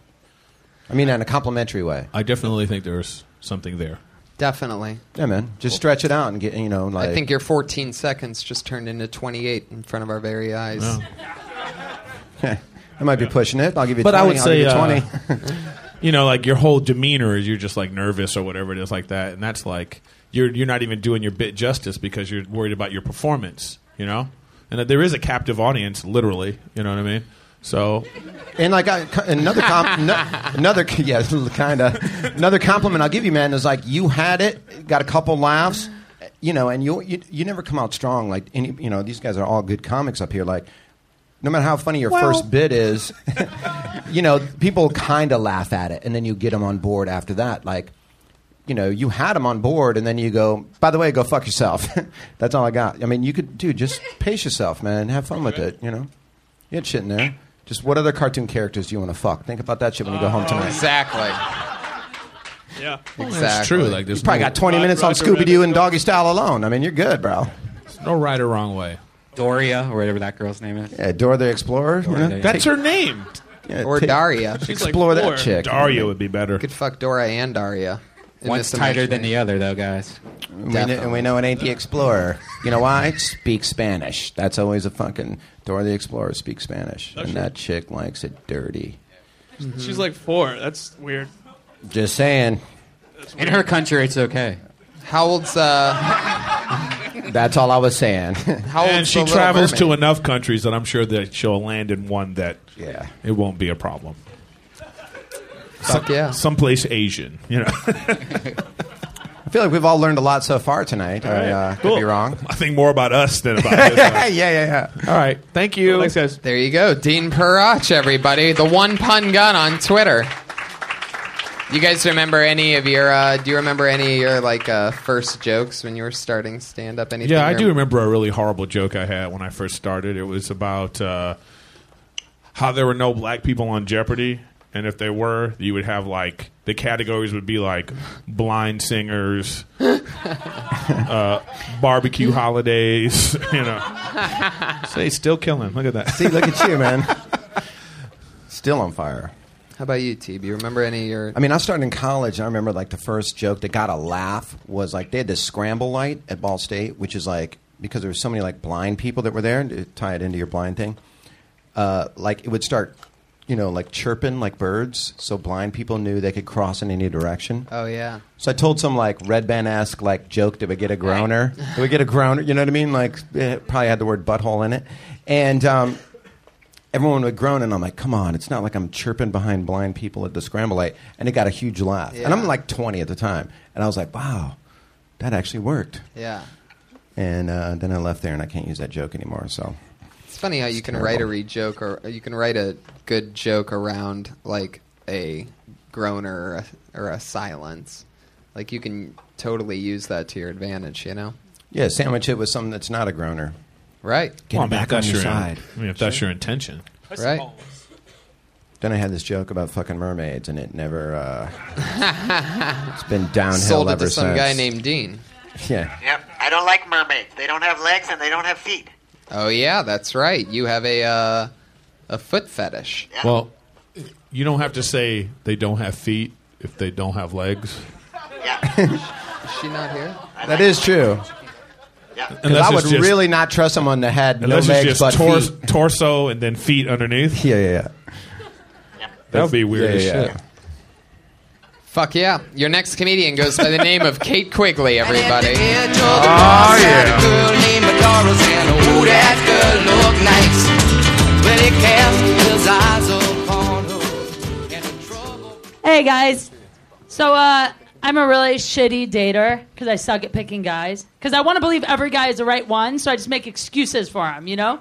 Speaker 9: I mean, in a complimentary way.
Speaker 8: I definitely think there's something there.
Speaker 3: Definitely.
Speaker 9: Yeah, man. Just stretch it out and get, you know, like.
Speaker 3: I think your 14 seconds just turned into 28 in front of our very eyes.
Speaker 9: I might be pushing it. I'll give you
Speaker 8: but
Speaker 9: 20.
Speaker 8: I would
Speaker 9: will
Speaker 8: say
Speaker 9: give you
Speaker 8: uh,
Speaker 9: 20.
Speaker 8: you know, like your whole demeanor is you're just like nervous or whatever it is like that, and that's like you're you're not even doing your bit justice because you're worried about your performance, you know, and that there is a captive audience, literally, you know what I mean. So
Speaker 9: And like I, another com- no, another yeah, kind of another compliment I'll give you, man, is like you had it, got a couple laughs, you know, and you you, you never come out strong. Like any, you know, these guys are all good comics up here. Like no matter how funny your
Speaker 5: Well-
Speaker 9: first bit is, you know, people kind of laugh at it, and then you get them on board after that. Like you know, you had them on board, and then you go, by the way, go fuck yourself. That's all I got. I mean, you could, dude, just pace yourself, man. Have fun with it, you know? You had shit in there. Just what other cartoon characters do you want to fuck? Think about that shit when you go home tonight.
Speaker 3: Exactly.
Speaker 11: Yeah.
Speaker 8: That's true. Like
Speaker 9: You
Speaker 8: there's
Speaker 9: probably
Speaker 8: no-
Speaker 9: got 20 minutes on
Speaker 8: Roger
Speaker 9: Scooby Doo
Speaker 8: Rabbit.
Speaker 9: and Doggy Style alone. I mean, you're good, bro.
Speaker 8: There's no right or wrong way.
Speaker 2: Doria, or whatever that girl's name is.
Speaker 9: Yeah, Dora the Explorer. you know?
Speaker 8: That's her name.
Speaker 9: Yeah,
Speaker 3: or
Speaker 9: take-
Speaker 3: Daria.
Speaker 9: Explore that chick.
Speaker 8: Daria would be better.
Speaker 3: Could fuck Dora and Daria. in
Speaker 2: One's
Speaker 3: this
Speaker 2: tighter than
Speaker 3: imagination.
Speaker 2: the other, though, guys.
Speaker 9: We kn- and we know it ain't the Explorer. You know why? Speak Spanish. That's always a fucking Dora the Explorer speaks Spanish, and that chick likes it dirty.
Speaker 8: Mm-hmm.
Speaker 11: She's like four. That's weird.
Speaker 9: Just saying.
Speaker 2: In her country, it's okay.
Speaker 3: How old's uh?
Speaker 9: That's all I was saying.
Speaker 3: How
Speaker 8: and
Speaker 3: old's
Speaker 8: she
Speaker 3: the Little
Speaker 8: travels to
Speaker 3: Mermaid?
Speaker 8: enough countries that I'm sure that she'll land in one that
Speaker 9: yeah,
Speaker 8: it won't be a problem.
Speaker 3: Fuck yeah.
Speaker 8: someplace Asian, you know.
Speaker 9: I feel like we've all learned a lot so far tonight. I uh, could be wrong.
Speaker 8: I think more about us than about this.
Speaker 9: yeah, yeah, yeah.
Speaker 8: All right. Thank you.
Speaker 11: Thanks, guys.
Speaker 3: There you go, Dean Perach, everybody, the one pun gun on Twitter. You guys remember any of your? Uh, do you remember any of your like uh, first jokes when you were starting stand up? Anything?
Speaker 8: Yeah, I
Speaker 3: you
Speaker 8: do remember a really horrible joke I had when I first started. It was about uh, how there were no black people on Jeopardy, and if there were, you would have like the categories would be like blind singers, uh, barbecue holidays. You know, so they still kill him. Look at that.
Speaker 9: See, look at you, man. Still on fire.
Speaker 3: How about you, T? Do you remember any of your?
Speaker 9: I mean, I started in college, and I remember like the first joke that got a laugh was like they had this scramble light at Ball State, which is like because there were so many like blind people that were there. and To tie it into your blind thing, uh, like it would start, you know, like chirping like birds, so blind people knew they could cross in any direction.
Speaker 3: oh yeah.
Speaker 9: So I told some like red band esque like joke that would get a groaner. It would get a groaner. You know what I mean? Like it probably had the word butthole in it, and um, everyone would groan. And I'm like, come on, it's not like I'm chirping behind blind people at the scramble light. And it got a huge laugh. And I'm
Speaker 3: Yeah.
Speaker 9: like 20 at the time, and I was like, wow, that actually worked.
Speaker 3: Yeah.
Speaker 9: And uh, then I left there, and I can't use that joke anymore. So
Speaker 3: It's funny how you can
Speaker 9: terrible.
Speaker 3: write a re joke or you can write a good joke around like a groaner or a, or a silence. Like you can totally use that to your advantage, you know?
Speaker 9: yeah, sandwich it with something that's not a groaner.
Speaker 3: Right.
Speaker 9: Get
Speaker 8: Well, I
Speaker 9: it
Speaker 8: mean,
Speaker 9: back
Speaker 8: if
Speaker 9: on
Speaker 8: that's
Speaker 9: your
Speaker 8: your-
Speaker 9: side.
Speaker 8: I mean, if that's your intention.
Speaker 3: Right.
Speaker 9: Then I had this joke about fucking mermaids, and it never. Uh, it's been downhill
Speaker 3: Sold it
Speaker 9: ever
Speaker 3: to some
Speaker 9: since.
Speaker 3: guy named Dean.
Speaker 9: Yeah.
Speaker 4: Yep. I don't like mermaids. They don't have legs and they don't have feet.
Speaker 3: Oh yeah, that's right. You have a uh, a foot fetish.
Speaker 8: Well, you don't have to say they don't have feet if they don't have legs.
Speaker 3: Is she not here?
Speaker 9: That is true. Because
Speaker 8: Unless
Speaker 9: I would
Speaker 8: it's just-
Speaker 9: really not trust someone that had no
Speaker 8: Unless
Speaker 9: legs
Speaker 8: it's
Speaker 9: but
Speaker 8: just tor-
Speaker 9: feet.
Speaker 8: torso and then feet underneath.
Speaker 9: Yeah, yeah, yeah.
Speaker 8: That would be weird
Speaker 9: Yeah,
Speaker 8: as
Speaker 9: yeah,
Speaker 8: shit.
Speaker 3: Fuck yeah. Your "Oh,
Speaker 6: Ah,
Speaker 3: next comedian goes by the name of Kate Quigley, everybody.
Speaker 12: Oh, yeah.
Speaker 5: Pandora's and oh, that girl look nice. Well, he cast his eyes upon her.
Speaker 12: Hey guys. So uh, I'm a really shitty dater because I suck at picking guys. Because I want to believe every guy is the right one, so I just make excuses for him, you know?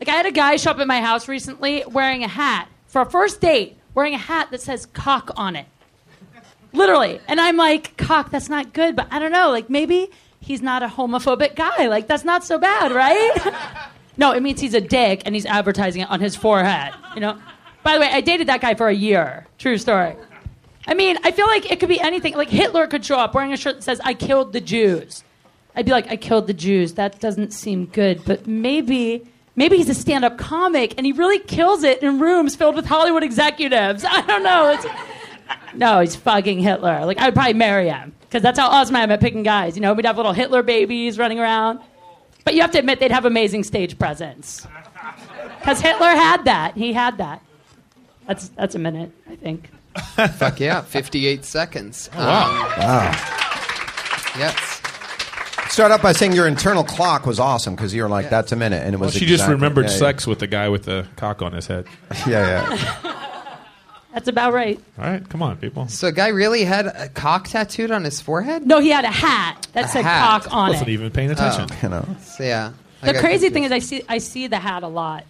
Speaker 12: Like I had a guy show up at my house recently wearing a hat for a first date, wearing a hat that says cock on it. Literally. And I'm like, cock, that's not good, but I don't know. Like maybe he's not a homophobic guy. Like that's not so bad, right? no, it means he's a dick and he's advertising it on his forehead, you know? By the way, I dated that guy for a year. True story. I mean, I feel like it could be anything. Like Hitler could show up wearing a shirt that says, I killed the Jews. I'd be like, I killed the Jews. That doesn't seem good, but maybe maybe he's a stand-up comic and he really kills it in rooms filled with Hollywood executives. I don't know. It's, no, he's fucking Hitler. Like I would probably marry him because that's how awesome I am at picking guys. You know, we'd have little Hitler babies running around. But you have to admit they'd have amazing stage presence because Hitler had that. He had that. That's that's a minute, I think.
Speaker 3: Fuck yeah, 58 seconds. Um,
Speaker 9: Wow.
Speaker 3: yes.
Speaker 9: Start out by saying your internal clock was awesome because you were like, that's a minute. And it
Speaker 8: Well,
Speaker 9: was
Speaker 8: she just
Speaker 9: exactly-
Speaker 8: remembered
Speaker 9: yeah, yeah.
Speaker 8: sex with the guy with the cock on his head.
Speaker 9: yeah, yeah.
Speaker 12: That's about right.
Speaker 8: All right, come on, people.
Speaker 3: So, a guy really had a cock tattooed on his forehead?
Speaker 12: No, he had a hat that
Speaker 3: A
Speaker 12: said
Speaker 3: hat.
Speaker 12: cock on
Speaker 3: Wasn't
Speaker 12: it.
Speaker 3: even paying attention.
Speaker 9: You know.
Speaker 3: So, yeah.
Speaker 12: The crazy thing is, I see I see the hat a lot.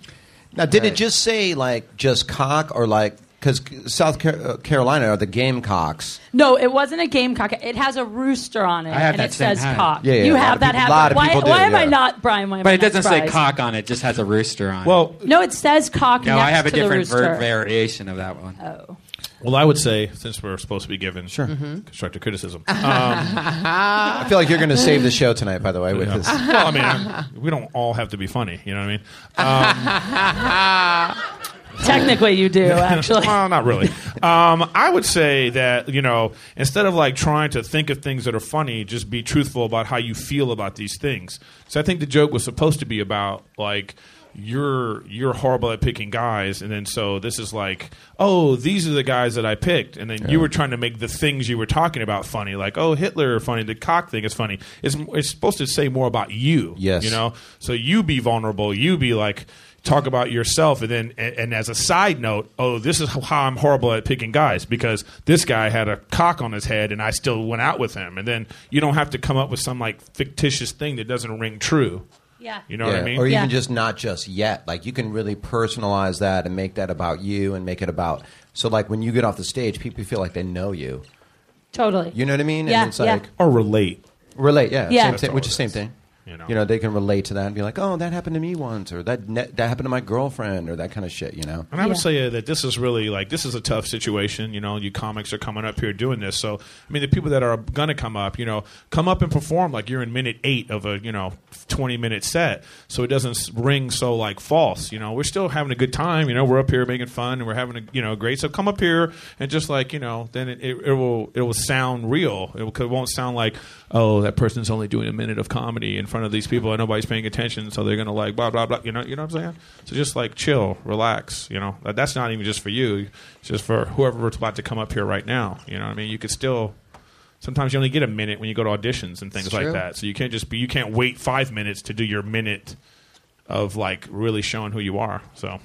Speaker 9: Now, did it just say like just cock or like because South Car- uh, Carolina are the Gamecocks?
Speaker 12: No, it wasn't a gamecock. It has a rooster on it,
Speaker 9: I have
Speaker 12: and
Speaker 9: that
Speaker 12: it
Speaker 9: same
Speaker 12: says
Speaker 9: hat.
Speaker 12: cock.
Speaker 9: Yeah, yeah,
Speaker 12: you
Speaker 9: a lot
Speaker 12: have
Speaker 9: of
Speaker 12: that
Speaker 9: people-
Speaker 12: hat.
Speaker 9: lot of
Speaker 12: why
Speaker 9: people do,
Speaker 12: why am I
Speaker 9: yeah.
Speaker 12: not Brian? Why am I
Speaker 2: But it
Speaker 12: not
Speaker 2: doesn't say
Speaker 12: surprised?
Speaker 2: cock on it; just has a rooster on.
Speaker 8: Well,
Speaker 12: No, it says cock.
Speaker 2: it. no,
Speaker 12: next
Speaker 2: I have a
Speaker 12: to the
Speaker 2: different
Speaker 12: rooster.
Speaker 2: ver- variation of that one.
Speaker 12: Oh.
Speaker 8: Well, I would say since we're supposed to be given sure.
Speaker 12: Mm-hmm.
Speaker 8: constructive criticism,
Speaker 3: Uh-huh.
Speaker 8: um,
Speaker 9: I feel like you're going to save the show tonight. By the way, with
Speaker 8: Yeah.
Speaker 9: this.
Speaker 8: well, I mean, I'm- we don't all have to be funny. You know what Um, I mean? Um,
Speaker 12: Technically, you do, actually.
Speaker 8: well, not really. Um, I would say that you know, instead of like trying to think of things that are funny, just be truthful about how you feel about these things. So I think the joke was supposed to be about like. You're you're horrible at picking guys, and then so this is like, oh, these are the guys that I picked, and then you were trying to make the things you were talking about funny, like oh, Hitler funny, the cock thing is funny. It's it's supposed to say more about you,
Speaker 9: Yes.
Speaker 8: you know, so you be vulnerable. You be like, talk about yourself. And then, and, and as a side note, oh, this is how I'm horrible at picking guys because this guy had a cock on his head and I still went out with him. And then you don't have to come up with some like fictitious thing that doesn't ring true.
Speaker 12: Yeah.
Speaker 8: You know what I
Speaker 9: Yeah,
Speaker 8: mean?
Speaker 9: Or even just not just yet. Like you can really personalize that and make that about you and make it about. So like when you get off the stage, people feel like they know you.
Speaker 12: Totally.
Speaker 9: You know what I mean?
Speaker 12: Yeah,
Speaker 9: and it's
Speaker 12: yeah.
Speaker 9: like
Speaker 8: or relate.
Speaker 9: Relate, yeah.
Speaker 12: Yeah.
Speaker 9: Same thing, which is same thing. You know. they can relate to that and be like, "Oh, that happened to me once," or "That ne- that happened to my girlfriend," or that kind of shit. You know.
Speaker 8: And I would say uh, that this is really like this is a tough situation. You know, you comics are coming up here doing this, so I mean the people that are going to come up, you know, come up and perform like you're in minute eight of a you know twenty minute set, so it doesn't s- ring so like false. You know, we're still having a good time. You know, we're up here making fun and we're having a you know great. So come up here and just like you know, then it, it, it will it will sound real. It, will, it won't sound like oh that person's only doing a minute of comedy in front of these people and nobody's paying attention, so they're going to like blah blah blah. You know, you know what I'm saying? So just like chill, relax. You know, That- that's not even just for you. It's just for whoever's about to come up here right now. You know, what I mean, you could still. Sometimes you only get a minute when you go to auditions and things
Speaker 13: It's
Speaker 8: like
Speaker 13: true.
Speaker 8: that. So you can't just be you can't wait five minutes to do your minute of like really showing who you are. So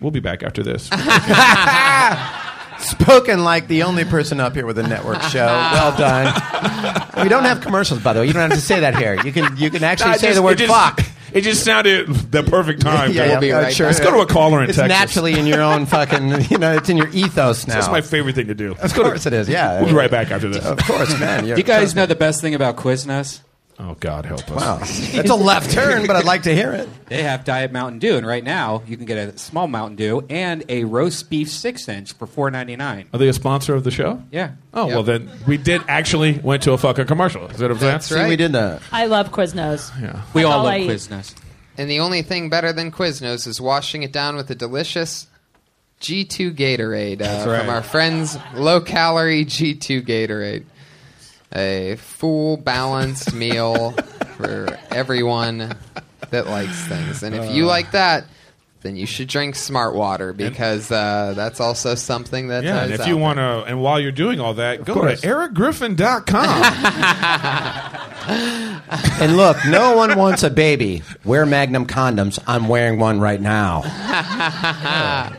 Speaker 8: we'll be back after this.
Speaker 9: Spoken like the only person up here with a network show. Well done. we don't have commercials, by the way. You don't have to say that here. You can you can actually
Speaker 8: No, it
Speaker 9: say
Speaker 8: just-
Speaker 9: the
Speaker 8: it
Speaker 9: word
Speaker 8: just-
Speaker 9: "fuck."
Speaker 8: It just sounded the perfect time.
Speaker 9: Yeah, yeah, yeah, sure.
Speaker 8: Let's go to a caller in
Speaker 9: it's
Speaker 8: Texas.
Speaker 9: naturally in your own fucking. You know, it's in your ethos now.
Speaker 8: That's my favorite thing to do. Let's
Speaker 9: go. Of course it is. Yeah.
Speaker 8: We'll be right back after this.
Speaker 9: Of course, man.
Speaker 2: Do
Speaker 9: You're-
Speaker 2: you guys know the best thing about Quiznos?
Speaker 8: Oh God, help us!
Speaker 9: Wow, that's a left turn, but I'd like to hear it.
Speaker 2: They have Diet Mountain Dew, and right now you can get a small Mountain Dew and a roast beef six inch for four ninety nine.
Speaker 8: Are they a sponsor of the show?
Speaker 2: Yeah.
Speaker 8: Oh well, then we did actually went to a fucking commercial. Is that what I'm saying?
Speaker 3: That's See, right. we did
Speaker 9: that.
Speaker 12: I love Quiznos.
Speaker 8: Yeah.
Speaker 2: We
Speaker 12: That's
Speaker 2: all love
Speaker 12: I eat.
Speaker 2: Quiznos.
Speaker 3: And the only thing better than Quiznos is washing it down with a delicious G2 Gatorade uh,
Speaker 2: right.
Speaker 3: from our friends Low Calorie G2 Gatorade. A full balanced meal for everyone that likes things. And if you
Speaker 14: Uh.
Speaker 3: like that, then you should drink smart water because uh, that's also something that
Speaker 8: Yeah, and
Speaker 3: is
Speaker 8: if you
Speaker 3: out
Speaker 8: want to, and while you're doing all that, go
Speaker 3: course.
Speaker 8: to ericgriffin.com.
Speaker 3: there.
Speaker 9: And look, no one wants a baby. Wear Magnum condoms. I'm wearing one right now.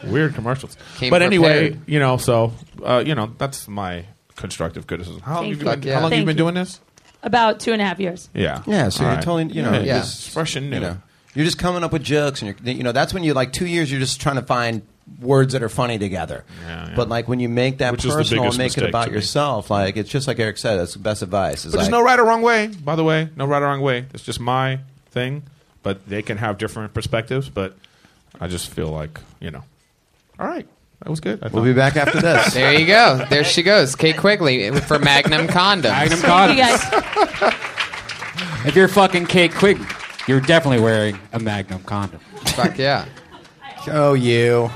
Speaker 8: Weird commercials.
Speaker 9: Came
Speaker 8: but anyway,
Speaker 9: prepared.
Speaker 8: you know, so uh, you know, that's my constructive criticism. How long
Speaker 12: Thank
Speaker 8: you been,
Speaker 12: you.
Speaker 8: how long
Speaker 12: Thank
Speaker 8: you been
Speaker 12: you.
Speaker 8: doing this?
Speaker 12: About two and a half years.
Speaker 8: Yeah.
Speaker 9: Yeah. So
Speaker 8: All
Speaker 9: you're
Speaker 8: right.
Speaker 9: totally, you know,
Speaker 8: Yeah, yeah.
Speaker 9: Just,
Speaker 8: fresh and new.
Speaker 9: You know, you're just coming up with jokes, and you're, you know, that's when you like two years. You're just trying to find words that are funny together.
Speaker 8: Yeah, yeah.
Speaker 9: But like when you make that
Speaker 8: Which is the
Speaker 9: personal and
Speaker 8: biggest
Speaker 9: make it
Speaker 8: mistake
Speaker 9: about
Speaker 8: to me.
Speaker 9: yourself, like it's just like Eric said. That's the best advice. It's
Speaker 8: But there's
Speaker 9: like-
Speaker 8: no right or wrong way. By the way, no right or wrong way. It's just my thing. But they can have different perspectives. But I just feel like you know. All right, that was good. I
Speaker 9: We'll
Speaker 8: thought.
Speaker 9: be back after this.
Speaker 3: There you go. There she goes. Kate Quigley for Magnum Condoms.
Speaker 2: Magnum Thank you, condoms. If you're fucking Kate Quick, you're definitely wearing a Magnum condom.
Speaker 3: Fuck yeah.
Speaker 9: Oh, you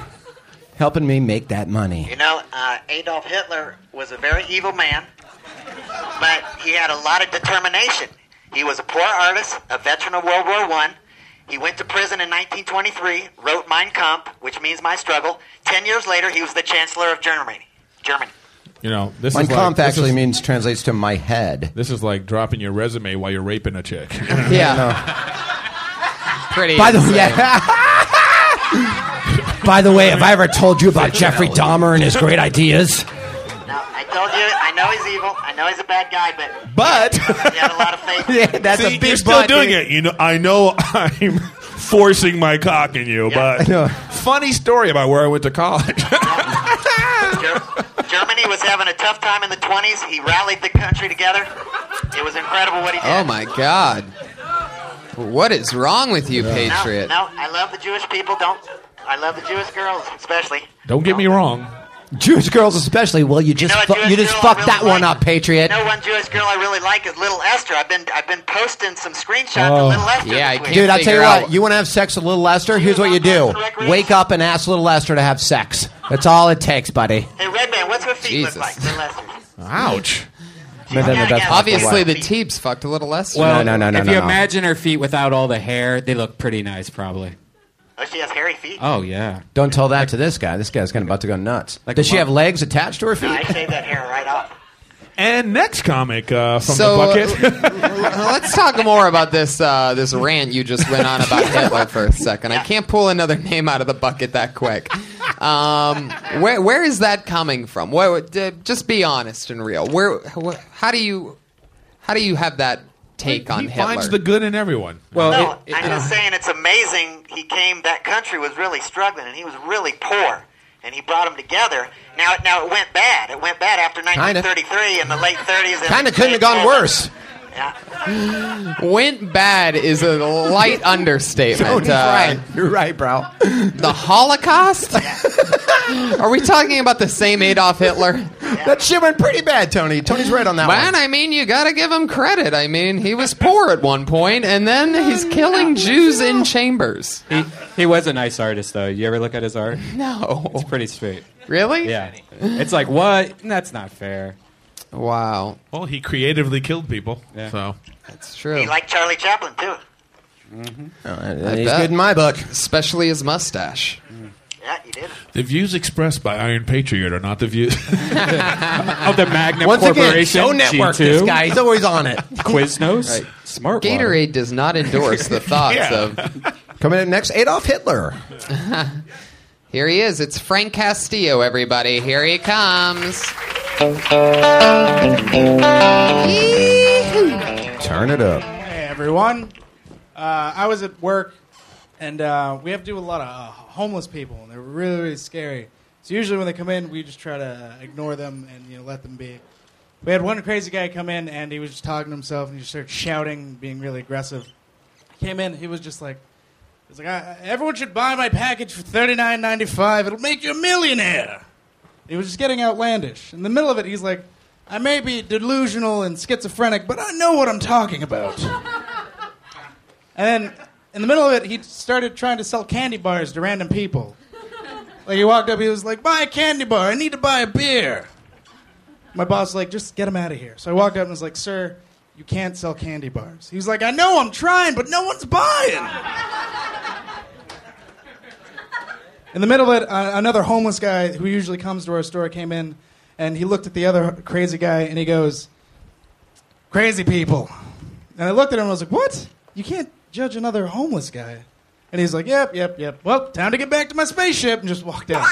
Speaker 9: helping me make that money.
Speaker 4: You know, uh, Adolf Hitler was a very evil man, but he had a lot of determination. He was a poor artist, a veteran of World War One. He went to prison in 1923, wrote Mein Kampf, which means my struggle. Ten years later, he was the Chancellor of Germany. Germany.
Speaker 8: You know, this
Speaker 9: Mein
Speaker 8: is like-
Speaker 9: Kampf
Speaker 8: this
Speaker 9: actually
Speaker 8: is-
Speaker 9: means translates to my head.
Speaker 8: This is like dropping your resume while you're raping a chick.
Speaker 3: Yeah. Pretty.
Speaker 9: By the way,
Speaker 3: insane.
Speaker 9: yeah. By the way, have I ever told you about Jeffrey Dahmer and his great ideas?
Speaker 4: Now, I told you, I know he's evil. I know he's a bad guy, but
Speaker 9: But
Speaker 4: he had a lot of faith.
Speaker 9: that's
Speaker 8: See, you're still doing it. You know, I know I'm forcing my cock in you, but
Speaker 9: know.
Speaker 8: funny story about where I went to college.
Speaker 4: Ger- Germany was having a tough time in the 20s. He rallied the country together. It was incredible what he did.
Speaker 3: Oh my God. What is wrong with you, Patriot?
Speaker 4: No, no, I love the Jewish people. Don't. I love the Jewish girls, especially.
Speaker 8: Don't get me wrong.
Speaker 9: Jewish girls especially. Well, you just
Speaker 4: know, a
Speaker 9: fu-
Speaker 4: Jewish
Speaker 9: you just
Speaker 4: girl I
Speaker 9: fucked
Speaker 4: really
Speaker 9: that one
Speaker 4: like-
Speaker 9: up, Patriot.
Speaker 4: You know, one Jewish girl I really like is Little Esther. I've been I've been posting some screenshots
Speaker 9: Oh.
Speaker 8: Oh.
Speaker 4: of Little Esther.
Speaker 3: Yeah, I
Speaker 4: this week.
Speaker 9: Dude, I'll tell you
Speaker 3: figure
Speaker 9: what.
Speaker 3: out-
Speaker 9: You want to have sex with Little Lester? Here's what you do:
Speaker 4: Recreation.
Speaker 9: wake up and ask Little Lester to have sex. That's all it takes, buddy.
Speaker 4: Hey, Redman, what's her feet
Speaker 3: Jesus.
Speaker 4: look like? Little Esther.
Speaker 8: Ouch.
Speaker 9: No, no, no, that's
Speaker 3: Obviously,
Speaker 9: fucking
Speaker 3: the Teebs fucked a little less.
Speaker 9: Well- No, no, no,
Speaker 2: if
Speaker 9: no,
Speaker 2: you
Speaker 9: no.
Speaker 2: imagine her feet without all the hair, they look pretty nice, probably.
Speaker 4: Oh, she has hairy feet.
Speaker 2: Oh yeah.
Speaker 9: wild. Don't tell that to this guy. This guy's gonna about to go nuts.
Speaker 2: Like
Speaker 9: Does
Speaker 2: a
Speaker 9: she have
Speaker 2: monk.
Speaker 9: legs attached to her feet?
Speaker 4: I shaved that hair right off.
Speaker 8: And next comic uh, from
Speaker 3: So,
Speaker 8: the bucket.
Speaker 3: Let's talk more about this uh, this rant you just went on about Hitler for a second. I can't pull another name out of the bucket that quick. Um, where where is that coming from? Where, uh, just be honest and real. Where wh- how do you how do you have that take on
Speaker 8: he
Speaker 3: Hitler?
Speaker 8: finds the good in everyone.
Speaker 2: Well,
Speaker 4: No,
Speaker 2: it- it-
Speaker 4: I'm just saying it's amazing. He came. That country was really struggling, and he was really poor, and he brought them together. Now, now it went bad. It went bad after 1933 in the late 30s. and
Speaker 9: Kinda
Speaker 4: the
Speaker 9: couldn't have gone
Speaker 4: late
Speaker 9: worse.
Speaker 4: 40s. Yeah.
Speaker 3: Went bad is a light understatement. Uh,
Speaker 9: You're right, bro.
Speaker 3: the Holocaust? Are we talking about the same Adolf Hitler?
Speaker 9: that shit went pretty bad, Tony. Tony's right on that
Speaker 3: Man,
Speaker 9: one.
Speaker 3: I mean, you gotta give him credit. I mean, he was poor at one point, and then he's killing Jews in chambers.
Speaker 2: he, he was a nice artist, though. You ever look at his art?
Speaker 3: No.
Speaker 2: It's pretty sweet.
Speaker 3: Really?
Speaker 2: Yeah. It's like what? That's not fair.
Speaker 3: Wow.
Speaker 8: Well, he creatively killed people.
Speaker 2: Yeah.
Speaker 8: So
Speaker 3: That's true.
Speaker 4: He liked Charlie Chaplin too.
Speaker 9: Uh, He's
Speaker 3: bet.
Speaker 9: good in my book.
Speaker 3: Especially his mustache.
Speaker 4: Yeah, you did.
Speaker 8: the views expressed by Iron Patriot are not the views.
Speaker 2: Of the Magnum
Speaker 9: Once again,
Speaker 2: Corporation,
Speaker 9: show network.
Speaker 2: G2,
Speaker 9: This guy, he's always on it.
Speaker 2: Quiznos, Smart
Speaker 3: Gatorade does not endorse the thoughts
Speaker 8: Yeah.
Speaker 3: of.
Speaker 9: Coming up next, Adolf Hitler.
Speaker 3: Here he is. It's Frank Castillo, everybody. Here he comes.
Speaker 9: Turn it up.
Speaker 13: Hey everyone, uh, I was at work, and uh, we have to do a lot of uh, homeless people, and they're really really scary. So usually when they come in, we just try to uh, ignore them and you know let them be. We had one crazy guy come in, and he was just talking to himself, and he just started shouting, being really aggressive. Came in, he was just like, "He's like, I, everyone should buy my package for thirty nine ninety five. It'll make you a millionaire." He was just getting outlandish. In the middle of it, he's like, I may be delusional and schizophrenic, but I know what I'm talking about. and then in the middle of it, he started trying to sell candy bars to random people. Like he walked up, he was like, Buy a candy bar, I need to buy a beer. My boss was like, just get him out of here. So I walked up and was like, Sir, you can't sell candy bars. He was like, I know I'm trying, but no one's buying. In the middle of it, uh, another homeless guy who usually comes to our store came in, and he looked at the other crazy guy and he goes, "Crazy people." And I looked at him and I was like, what? You can't judge another homeless guy. And he's like, yep, yep, yep. Well, time to get back to my spaceship and just walked out.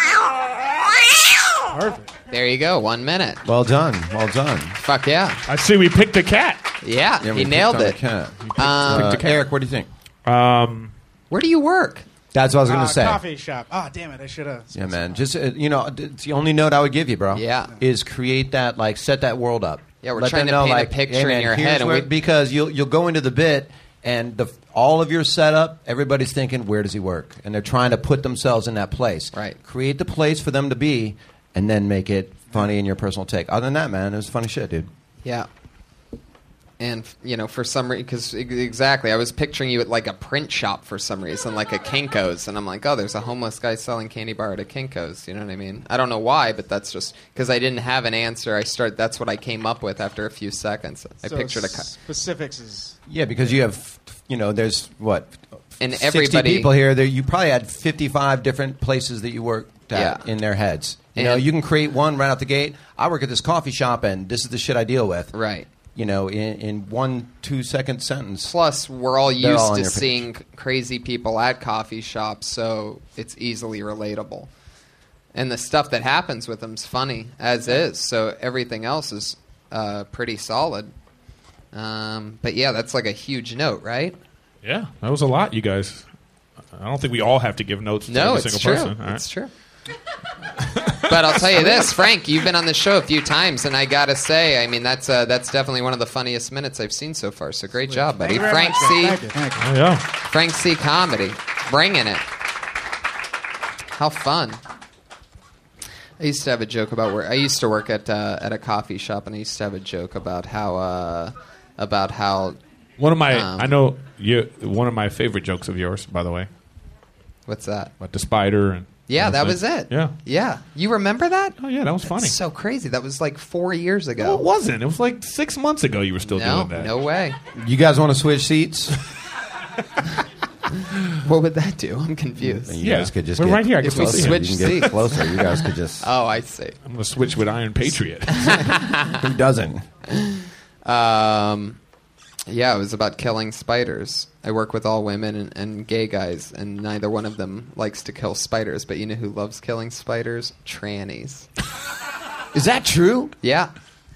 Speaker 13: Perfect.
Speaker 3: There you go. One minute.
Speaker 9: Well done. Well done.
Speaker 3: Fuck yeah.
Speaker 8: I see we picked a cat.
Speaker 3: Yeah, he nailed it. Um,
Speaker 9: Eric, what do you think?
Speaker 8: Um,
Speaker 3: Where do you work?
Speaker 9: That's what I was going
Speaker 13: Uh,
Speaker 9: to say.
Speaker 13: Coffee shop. Oh, damn it. I should have.
Speaker 9: Yeah, man. Just uh, you know, d- it's the only note I would give you, bro.
Speaker 3: Yeah,
Speaker 9: is create that like set that world up.
Speaker 3: Yeah, we're
Speaker 9: Let
Speaker 3: trying
Speaker 9: them
Speaker 3: to
Speaker 9: know,
Speaker 3: paint a
Speaker 9: like,
Speaker 3: picture
Speaker 9: hey,
Speaker 3: in
Speaker 9: man,
Speaker 3: your
Speaker 9: here's
Speaker 3: head and
Speaker 9: where-
Speaker 3: we-
Speaker 9: because you'll you'll go into the bit and the all of your setup. Everybody's thinking, where does he work? And they're trying to put themselves in that place. Right. Create the place for them to be, and then make it funny in your personal take. Other than that, man, it was funny shit, dude.
Speaker 3: Yeah. And f- you know, for some reason, because exactly, I was picturing you at like a print shop for some reason, like a Kinkos, and I'm like, oh, there's a homeless guy selling candy bar at a Kinkos. You know what I mean? I don't know why, but that's just because I didn't have an answer. I start. That's what I came up with after a few seconds. I
Speaker 13: So
Speaker 3: pictured a.
Speaker 13: s-
Speaker 3: Co-
Speaker 13: Specifics is.
Speaker 9: Yeah, because you have, you know, there's what,
Speaker 3: And
Speaker 9: 60
Speaker 3: everybody-
Speaker 9: people here. There, you probably had 55 different places that you worked at in their heads. You know,
Speaker 3: And-
Speaker 9: you can create one right out the gate. I work at this coffee shop, and this is the shit I deal with.
Speaker 3: Right.
Speaker 9: You know, in, in one two second sentence.
Speaker 3: Plus, we're all
Speaker 9: They're
Speaker 3: used
Speaker 9: all
Speaker 3: to
Speaker 9: in your picture.
Speaker 3: seeing c- crazy people at coffee shops, so it's easily relatable. And the stuff that happens with them's funny as is, so everything else is uh, pretty solid. Um, but yeah, that's like a huge note, right?
Speaker 8: Yeah, that was a lot, you guys. I don't think we all have to give notes to every
Speaker 3: No, it's
Speaker 8: single
Speaker 3: true.
Speaker 8: person. All right.
Speaker 3: It's true. But I'll tell you this, Frank, you've been on the show a few times, and I gotta say, I mean, that's uh, that's definitely one of the funniest minutes I've seen so far. So great
Speaker 5: Oh,
Speaker 3: job, buddy,
Speaker 13: Thank you very
Speaker 3: Frank
Speaker 13: much,
Speaker 3: C.
Speaker 13: man. Thank you, thank you.
Speaker 8: Oh, yeah.
Speaker 3: Frank C. Comedy, bringing it. How fun! I used to have a joke about where I used to work at uh, at a coffee shop, and I used to have a joke about how uh, about how
Speaker 8: One of my,
Speaker 3: um,
Speaker 8: I know you. One of my favorite jokes of yours, by the way.
Speaker 3: What's that?
Speaker 8: About the spider and.
Speaker 3: Yeah, that
Speaker 8: everything.
Speaker 3: was it.
Speaker 8: Yeah.
Speaker 3: yeah. You remember that?
Speaker 8: Oh yeah, that was funny.
Speaker 3: so crazy. That was like four years ago.
Speaker 8: No, it wasn't. It was like six months ago. You were still
Speaker 3: No,
Speaker 8: doing that.
Speaker 3: no way.
Speaker 9: You guys want to switch seats?
Speaker 3: What would that do? I'm confused.
Speaker 9: You guys could just
Speaker 8: We're
Speaker 9: get
Speaker 8: right here. I can
Speaker 3: If we
Speaker 8: still see him.
Speaker 3: switch
Speaker 9: you can get
Speaker 3: seats.
Speaker 9: closer. You guys could just.
Speaker 3: Oh, I see.
Speaker 8: I'm gonna switch with Iron Patriot.
Speaker 9: Who doesn't?
Speaker 3: Um, yeah, it was about killing spiders. I work with all women and, and gay guys, and neither one of them likes to kill spiders. But you know who loves killing spiders? Trannies.
Speaker 9: Is that true?
Speaker 3: Yeah.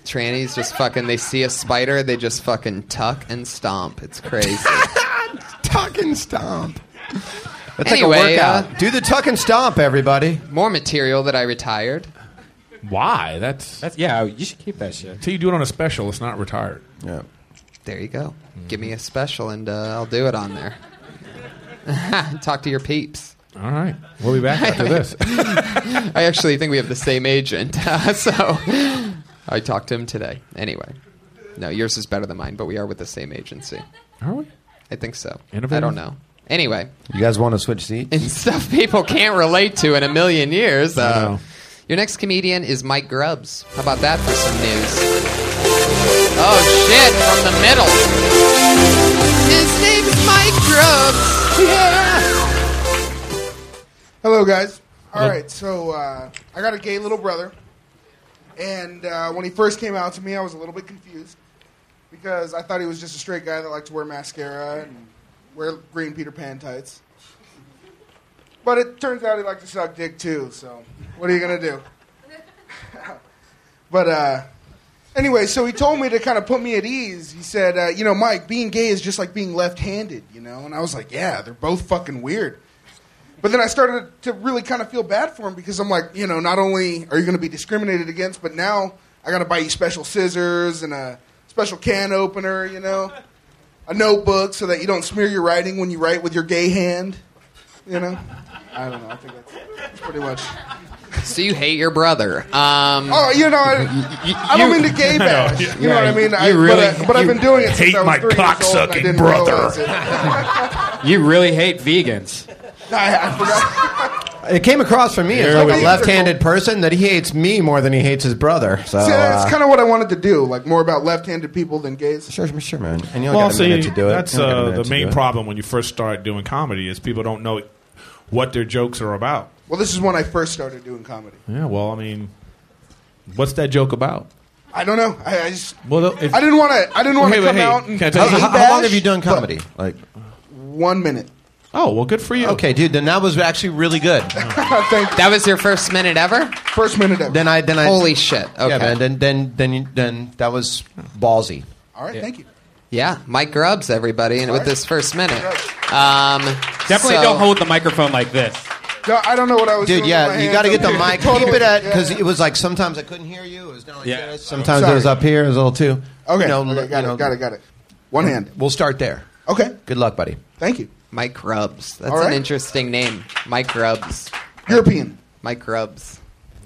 Speaker 3: Trannies just fucking, they see a spider, they just fucking tuck and stomp. It's crazy.
Speaker 9: tuck and stomp. That's like a
Speaker 3: Anyway,
Speaker 9: workout.
Speaker 3: uh,
Speaker 9: Do the tuck and stomp, everybody.
Speaker 3: More material that I retired.
Speaker 8: Why? That's
Speaker 2: that's yeah. You should keep that shit.
Speaker 8: Until you do it on a special, it's not retired. Mm-hmm.
Speaker 9: Yeah.
Speaker 3: There you go. Give me a special, and uh, I'll do it on there. Talk to your peeps.
Speaker 8: All right, we'll be back after this.
Speaker 3: I actually think we have the same agent. so I talked to him today. Anyway, no, yours is better than mine, but we are with the same agency.
Speaker 8: Are we?
Speaker 3: I think so. I
Speaker 9: Innovative?
Speaker 3: don't know. Anyway,
Speaker 9: You guys want to switch seats?
Speaker 3: and stuff people can't relate to in a million years. Uh, your next comedian is Mike Grubbs. How about that for some news? Oh shit, from the middle. His name is Mike Grubbs. Yeah.
Speaker 14: Hello, guys. All
Speaker 3: Hello.
Speaker 14: right, so uh, I got a gay little brother, and uh, when he first came out to me, I was a little bit confused because I thought he was just a straight guy that liked to wear mascara and wear green Peter Pan tights. But it turns out he liked to suck dick too. So what are you gonna do? but uh, anyway, so he told me to kind of put me at ease. He said, uh, "You know, Mike, being gay is just like being left-handed, you know." And I was like, "Yeah, they're both fucking weird." But then I started to really kind of feel bad for him because I'm like, you know, not only are you going to be discriminated against, but now I got to buy you special scissors and a special can opener, you know, a notebook so that you don't smear your writing when you write with your gay hand, you know. I don't know. I think that's, that's pretty much.
Speaker 3: So you hate your brother? Um,
Speaker 14: Oh, you know, I, I don't mean to gay bash.
Speaker 3: No,
Speaker 14: you know what I mean?
Speaker 3: you
Speaker 14: I,
Speaker 2: really-
Speaker 14: but, I, but I've
Speaker 2: you
Speaker 14: been doing it since
Speaker 2: hate
Speaker 14: I was
Speaker 2: my
Speaker 14: three years old and I
Speaker 2: cocksucking
Speaker 14: didn't
Speaker 2: brother.
Speaker 14: realize it.
Speaker 2: You really hate vegans.
Speaker 14: I, I forgot.
Speaker 9: It came across for me as
Speaker 14: Here
Speaker 9: like
Speaker 14: we
Speaker 9: a
Speaker 14: go.
Speaker 9: left-handed person that he hates me more than he hates his brother. So
Speaker 14: See, that's
Speaker 9: uh,
Speaker 14: kind of what I wanted to do, like more about left-handed people than gays.
Speaker 9: Sure, sure, man. And you only
Speaker 8: well,
Speaker 9: got a
Speaker 8: see,
Speaker 9: minute to do it.
Speaker 8: that's
Speaker 9: You only got a
Speaker 8: uh,
Speaker 9: minute
Speaker 8: the
Speaker 9: to
Speaker 8: main
Speaker 9: do it.
Speaker 8: problem when you first start doing comedy is people don't know what their jokes are about.
Speaker 14: Well, this is when I first started doing comedy.
Speaker 8: Yeah, well, I mean, what's that joke about?
Speaker 14: I don't know. I, I just
Speaker 8: Well, if,
Speaker 14: I didn't want to. I didn't want to
Speaker 8: Wait, wait,
Speaker 14: come
Speaker 8: hey,
Speaker 14: out and
Speaker 8: can I tell
Speaker 9: How,
Speaker 8: you something?
Speaker 9: how- how long have you done comedy? Like
Speaker 14: one minute.
Speaker 8: Oh well, good for you.
Speaker 9: Okay, dude. Then that was actually really good.
Speaker 3: That was your first minute ever.
Speaker 14: First minute ever.
Speaker 9: Then I then I
Speaker 3: Holy shit. Okay.
Speaker 9: Yeah, man. Then then then you, then that was ballsy.
Speaker 14: All right, thank you.
Speaker 3: Yeah, Mike Grubbs, everybody, and with this first minute. Um,
Speaker 2: Definitely
Speaker 3: so-
Speaker 2: don't hold the microphone like this.
Speaker 14: No, I don't know what I was.
Speaker 9: Dude,
Speaker 14: doing with
Speaker 9: yeah,
Speaker 14: my
Speaker 9: you
Speaker 14: hands.
Speaker 9: got to get the
Speaker 14: I'm
Speaker 9: mic.
Speaker 14: totally-
Speaker 9: Keep it at
Speaker 14: yeah.
Speaker 9: because it was like sometimes I couldn't hear you. It was down like this. Sometimes
Speaker 14: Sorry.
Speaker 9: it was up here. It was a little too.
Speaker 14: Okay,
Speaker 9: you know,
Speaker 14: okay, got
Speaker 9: you know.
Speaker 14: it, got it, got it. One hand.
Speaker 9: We'll start there.
Speaker 14: Okay.
Speaker 9: Good luck, buddy.
Speaker 14: Thank you.
Speaker 3: Mike Grubbs. That's
Speaker 14: All
Speaker 3: an
Speaker 14: right.
Speaker 3: interesting name. Mike Grubbs.
Speaker 14: European.
Speaker 3: Mike Grubbs.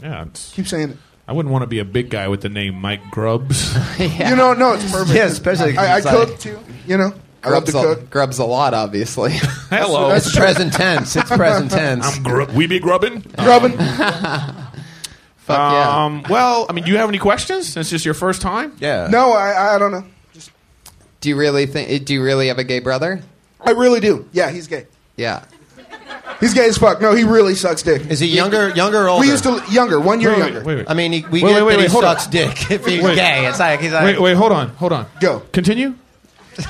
Speaker 8: Yeah, it's,
Speaker 14: keep saying it.
Speaker 8: I wouldn't want to be a big guy with the name Mike Grubbs.
Speaker 14: You know, no, it's perfect.
Speaker 8: Yeah, especially 'cause
Speaker 14: I, I
Speaker 8: it's like-
Speaker 14: cook too. You know, I love
Speaker 3: Grubbs
Speaker 14: to
Speaker 3: a,
Speaker 14: cook.
Speaker 3: Grubbs a lot, obviously.
Speaker 8: Hello.
Speaker 9: It's present tense. It's present tense.
Speaker 8: I'm grub. We be grubbing.
Speaker 14: Grubbing.
Speaker 3: yeah.
Speaker 8: Um, well, I mean, do you have any questions? Since it's your first time.
Speaker 9: Yeah.
Speaker 14: No, I, I don't know.
Speaker 3: Do you really think? Do you really have a gay brother?
Speaker 14: I really do. Yeah, he's gay.
Speaker 3: Yeah.
Speaker 14: He's gay as fuck. No, he really sucks dick.
Speaker 9: Is he younger, younger or older?
Speaker 14: We used to younger, one year
Speaker 8: Wait, wait,
Speaker 14: younger.
Speaker 8: wait, wait.
Speaker 9: I mean, he, we
Speaker 8: Wait,
Speaker 9: get
Speaker 8: wait, wait,
Speaker 9: that he
Speaker 8: wait, hold on.
Speaker 9: sucks dick if he's
Speaker 8: Wait.
Speaker 9: gay. It's like he's like.
Speaker 8: Wait, wait, hold on, hold on.
Speaker 14: Go.
Speaker 8: Continue.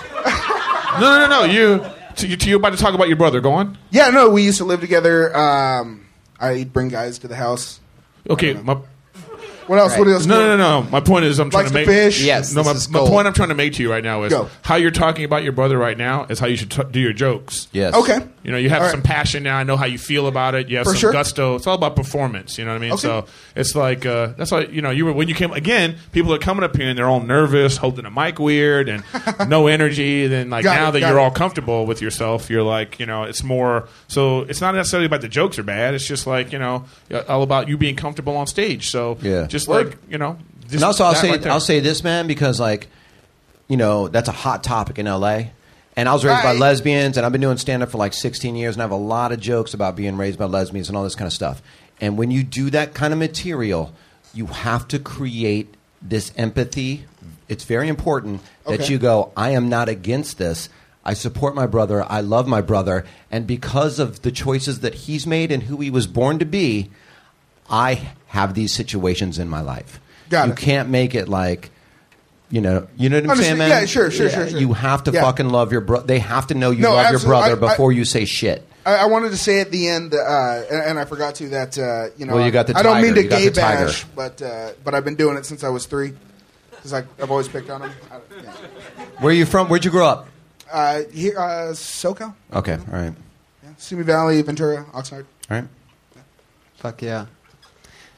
Speaker 8: No, no, no, no. You, to, you, to, you're about to talk about your brother. Go on.
Speaker 14: Yeah, no, we used to live together. Um, I'd bring guys to the house.
Speaker 8: Okay. My,
Speaker 14: What else? What
Speaker 8: No,
Speaker 14: else?
Speaker 8: no, no, no. My point is, I'm trying
Speaker 14: Likes
Speaker 8: to
Speaker 14: to
Speaker 8: make.
Speaker 14: fish.
Speaker 3: Yes,
Speaker 8: No, my,
Speaker 3: this is
Speaker 8: my
Speaker 3: gold.
Speaker 8: point I'm trying to make to you right now is
Speaker 14: Go.
Speaker 8: how you're talking about your brother right now is how you should t- do your jokes.
Speaker 9: Yes.
Speaker 14: Okay.
Speaker 8: You know, you have
Speaker 14: All right.
Speaker 8: some passion now. I know how you feel about it. You have
Speaker 14: For
Speaker 8: some
Speaker 14: sure.
Speaker 8: gusto. It's all about performance. You know what I mean?
Speaker 14: Okay.
Speaker 8: So it's like uh, that's why you know you were when you came again. People are coming up here and they're all nervous, holding a mic weird, and no energy. Then like
Speaker 14: Got
Speaker 8: now
Speaker 14: it,
Speaker 8: that
Speaker 14: got
Speaker 8: you're
Speaker 14: it.
Speaker 8: all comfortable with yourself, you're like you know it's more. So it's not necessarily about the jokes are bad. It's just like you know uh, all about you being comfortable on stage. So
Speaker 9: Yeah.
Speaker 8: just
Speaker 14: Word.
Speaker 8: like you know.
Speaker 9: and also, I'll say I'll
Speaker 8: say.
Speaker 9: say this, man, because like, you know, that's a hot topic in L.A. And I was raised by
Speaker 14: Right.
Speaker 9: lesbians, and I've been doing stand up for like 16 years, and I have a lot of jokes about being raised by lesbians and all this kind of stuff. And when you do that kind of material, you have to create this empathy. It's very important that
Speaker 14: Okay.
Speaker 9: you go, I am not against this. I support my brother. I love my brother. And because of the choices that he's made and who he was born to be, I have these situations in my life.
Speaker 14: Got
Speaker 9: you
Speaker 14: it.
Speaker 9: can't make it like, you know, you know what I'm saying,
Speaker 14: Understand-
Speaker 9: man.
Speaker 14: yeah, sure, sure, sure, sure.
Speaker 9: You have to
Speaker 14: Yeah.
Speaker 9: fucking love your brother. They have to know you
Speaker 14: No,
Speaker 9: love your
Speaker 14: absolutely.
Speaker 9: brother
Speaker 14: I- I-
Speaker 9: before you say shit.
Speaker 14: I, I wanted to say at the end, uh, and, and I forgot to that. Uh, you know,
Speaker 9: Well, you got the
Speaker 14: I don't
Speaker 9: tiger.
Speaker 14: mean to
Speaker 9: You got
Speaker 14: gay
Speaker 9: the tiger.
Speaker 14: bash, but uh, but I've been doing it since I was three. Because I've always picked on him. I, yeah.
Speaker 9: Where you from? Where'd you grow up?
Speaker 14: uh, here, uh, SoCal,
Speaker 9: Okay, all right,
Speaker 14: yeah. Simi Valley, Ventura, Oxnard.
Speaker 9: all right.
Speaker 3: Fuck yeah.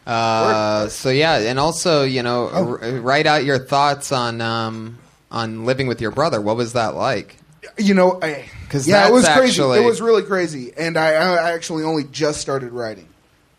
Speaker 3: Uh, so yeah, and also you know,
Speaker 14: Oh.
Speaker 3: r- eh, write out your thoughts on um, on living with your brother. What was that like?
Speaker 14: You know, I,
Speaker 3: 'Cause
Speaker 14: yeah, it
Speaker 3: that's
Speaker 14: was
Speaker 3: actually-
Speaker 14: crazy. It was really crazy, and I, I I actually only just started writing.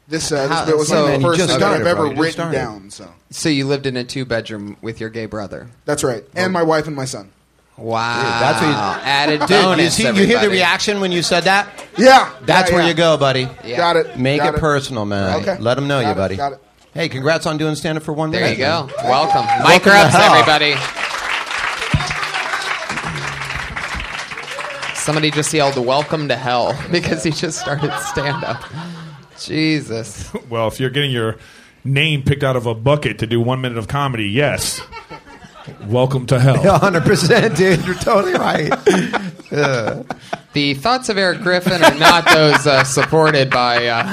Speaker 14: This uh,
Speaker 3: How-
Speaker 14: this bit was
Speaker 3: so-
Speaker 14: like
Speaker 3: Man,
Speaker 14: the
Speaker 3: you
Speaker 14: first
Speaker 9: just
Speaker 14: thing
Speaker 9: started,
Speaker 14: I've ever
Speaker 9: bro. You just
Speaker 14: written
Speaker 9: started.
Speaker 14: down. So
Speaker 3: So you lived in a two bedroom with your gay brother.
Speaker 14: that's right, and my wife and my son.
Speaker 3: Wow,
Speaker 9: that's what you-
Speaker 3: added
Speaker 9: Dude, you,
Speaker 3: bonus.
Speaker 9: see, you hear the
Speaker 3: everybody.
Speaker 9: reaction when you said that?
Speaker 14: Yeah,
Speaker 9: That's
Speaker 14: yeah,
Speaker 9: where
Speaker 14: yeah.
Speaker 9: you go, buddy.
Speaker 3: Yeah.
Speaker 14: Got it.
Speaker 9: Make
Speaker 14: Got
Speaker 9: it, personal, man.
Speaker 14: Okay.
Speaker 9: Let them know
Speaker 14: Got
Speaker 9: you,
Speaker 14: it,
Speaker 9: buddy.
Speaker 14: got it.
Speaker 9: Hey, congrats on doing stand up for one
Speaker 3: There
Speaker 9: minute.
Speaker 3: you go.
Speaker 9: man.
Speaker 3: Welcome, Mike
Speaker 9: Welcome
Speaker 3: Grubbs,
Speaker 9: to hell.
Speaker 3: everybody. Somebody just yelled "Welcome to Hell" because he just started stand up. Jesus.
Speaker 8: Well, if you're getting your name picked out of a bucket to do one minute of comedy, yes. Welcome to hell.
Speaker 9: Yeah, 100%, dude. You're totally right. Yeah.
Speaker 3: The thoughts of Eric Griffin are not those uh, supported by uh,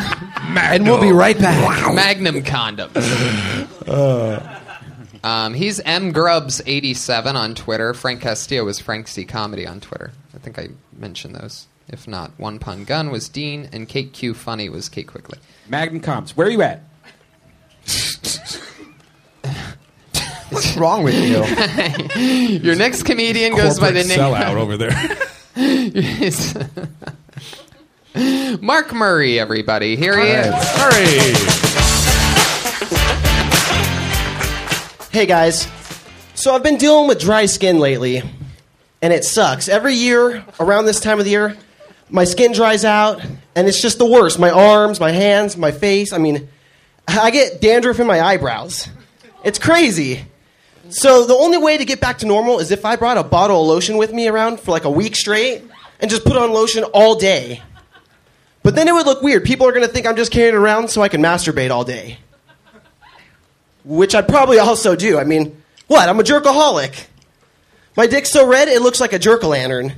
Speaker 9: And we'll be right back. Uh.
Speaker 3: Magnum condoms. Um, he's M Grubbs87 on Twitter. Frank Castillo was Frank C Comedy on Twitter. I think I mentioned those. If not, One Pun Gun was Dean, and Kate Q Funny was Kate Quickly.
Speaker 2: Magnum comps. Where are you at?
Speaker 9: What's wrong with you?
Speaker 3: Your next comedian goes by the
Speaker 8: Corporate
Speaker 3: name.
Speaker 8: sellout over there.
Speaker 3: Yes. Mark Murray, everybody. Here he is.
Speaker 8: Hurry!
Speaker 15: Hey guys. So I've been dealing with dry skin lately, and it sucks. Every year, around this time of the year, my skin dries out, and it's just the worst. My arms, my hands, my face. I mean, I get dandruff in my eyebrows. It's crazy. So the only way to get back to normal is if I brought a bottle of lotion with me around for like a week straight and just put on lotion all day. But then it would look weird. People are going to think I'm just carrying it around so I can masturbate all day. which I probably also do. I mean, what? I'm a jerkaholic. My dick's so red it looks like a jerk lantern,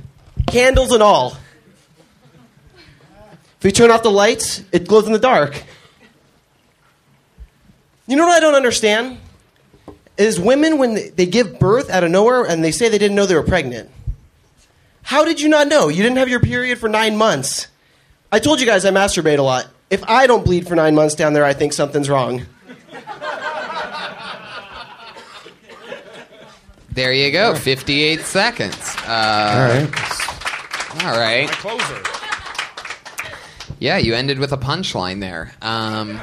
Speaker 15: candles and all. If you turn off the lights, it glows in the dark. You know what I don't understand? Is women when they- they give birth out of nowhere and they say they didn't know they were pregnant. How did you not know? You didn't have your period for nine months. I told you guys I masturbate a lot. If I don't bleed for nine months down there, I think something's wrong.
Speaker 3: There you go. 58 seconds. Uh, all right. All right.
Speaker 8: closer.
Speaker 3: Yeah, you ended with a punchline there. Um,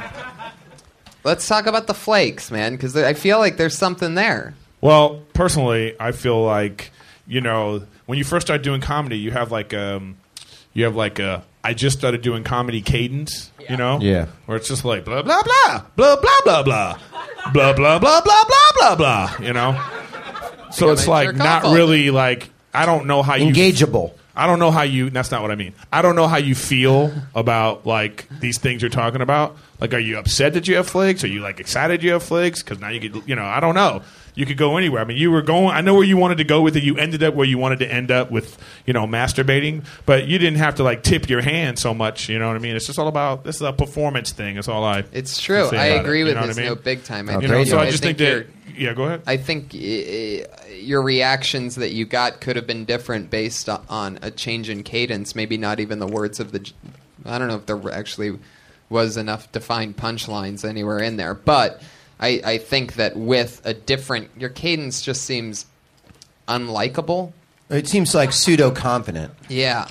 Speaker 3: let's talk about the flakes, man, because I feel like there's something there.
Speaker 8: Well, personally, I feel like you know when you first start doing comedy, you have like um, you have like a I just started doing comedy cadence, you know,
Speaker 9: Yeah.
Speaker 8: where it's just like blah blah blah blah blah blah blah blah blah blah blah blah blah blah, you know. So it's like not really like I don't know how you
Speaker 9: engageable.
Speaker 8: I don't know how you. That's not what I mean. I don't know how you feel about like these things you're talking about. Like, are you upset that you have flakes? Are you like excited you have flakes? Because now you could, you know, I don't know. You could go anywhere. I mean, you were going. I know where you wanted to go with it. You ended up where you wanted to end up with, you know, masturbating. But you didn't have to like tip your hand so much. You know what I mean? It's just all about this is a performance thing. It's all I.
Speaker 3: It's true.
Speaker 8: can say
Speaker 3: I
Speaker 8: about
Speaker 3: agree
Speaker 8: it,
Speaker 3: with
Speaker 8: you know what
Speaker 3: this
Speaker 8: I mean?
Speaker 3: note big time.
Speaker 8: you know, so I just think, that. Yeah, go ahead.
Speaker 3: I think uh, your reactions that you got could have been different based on a change in cadence. Maybe not even the words of the. j- I don't know if there were actually was enough defined punchlines anywhere in there, but I, I think that with a different, your cadence just seems unlikable.
Speaker 9: It seems like pseudo confident.
Speaker 3: Yeah.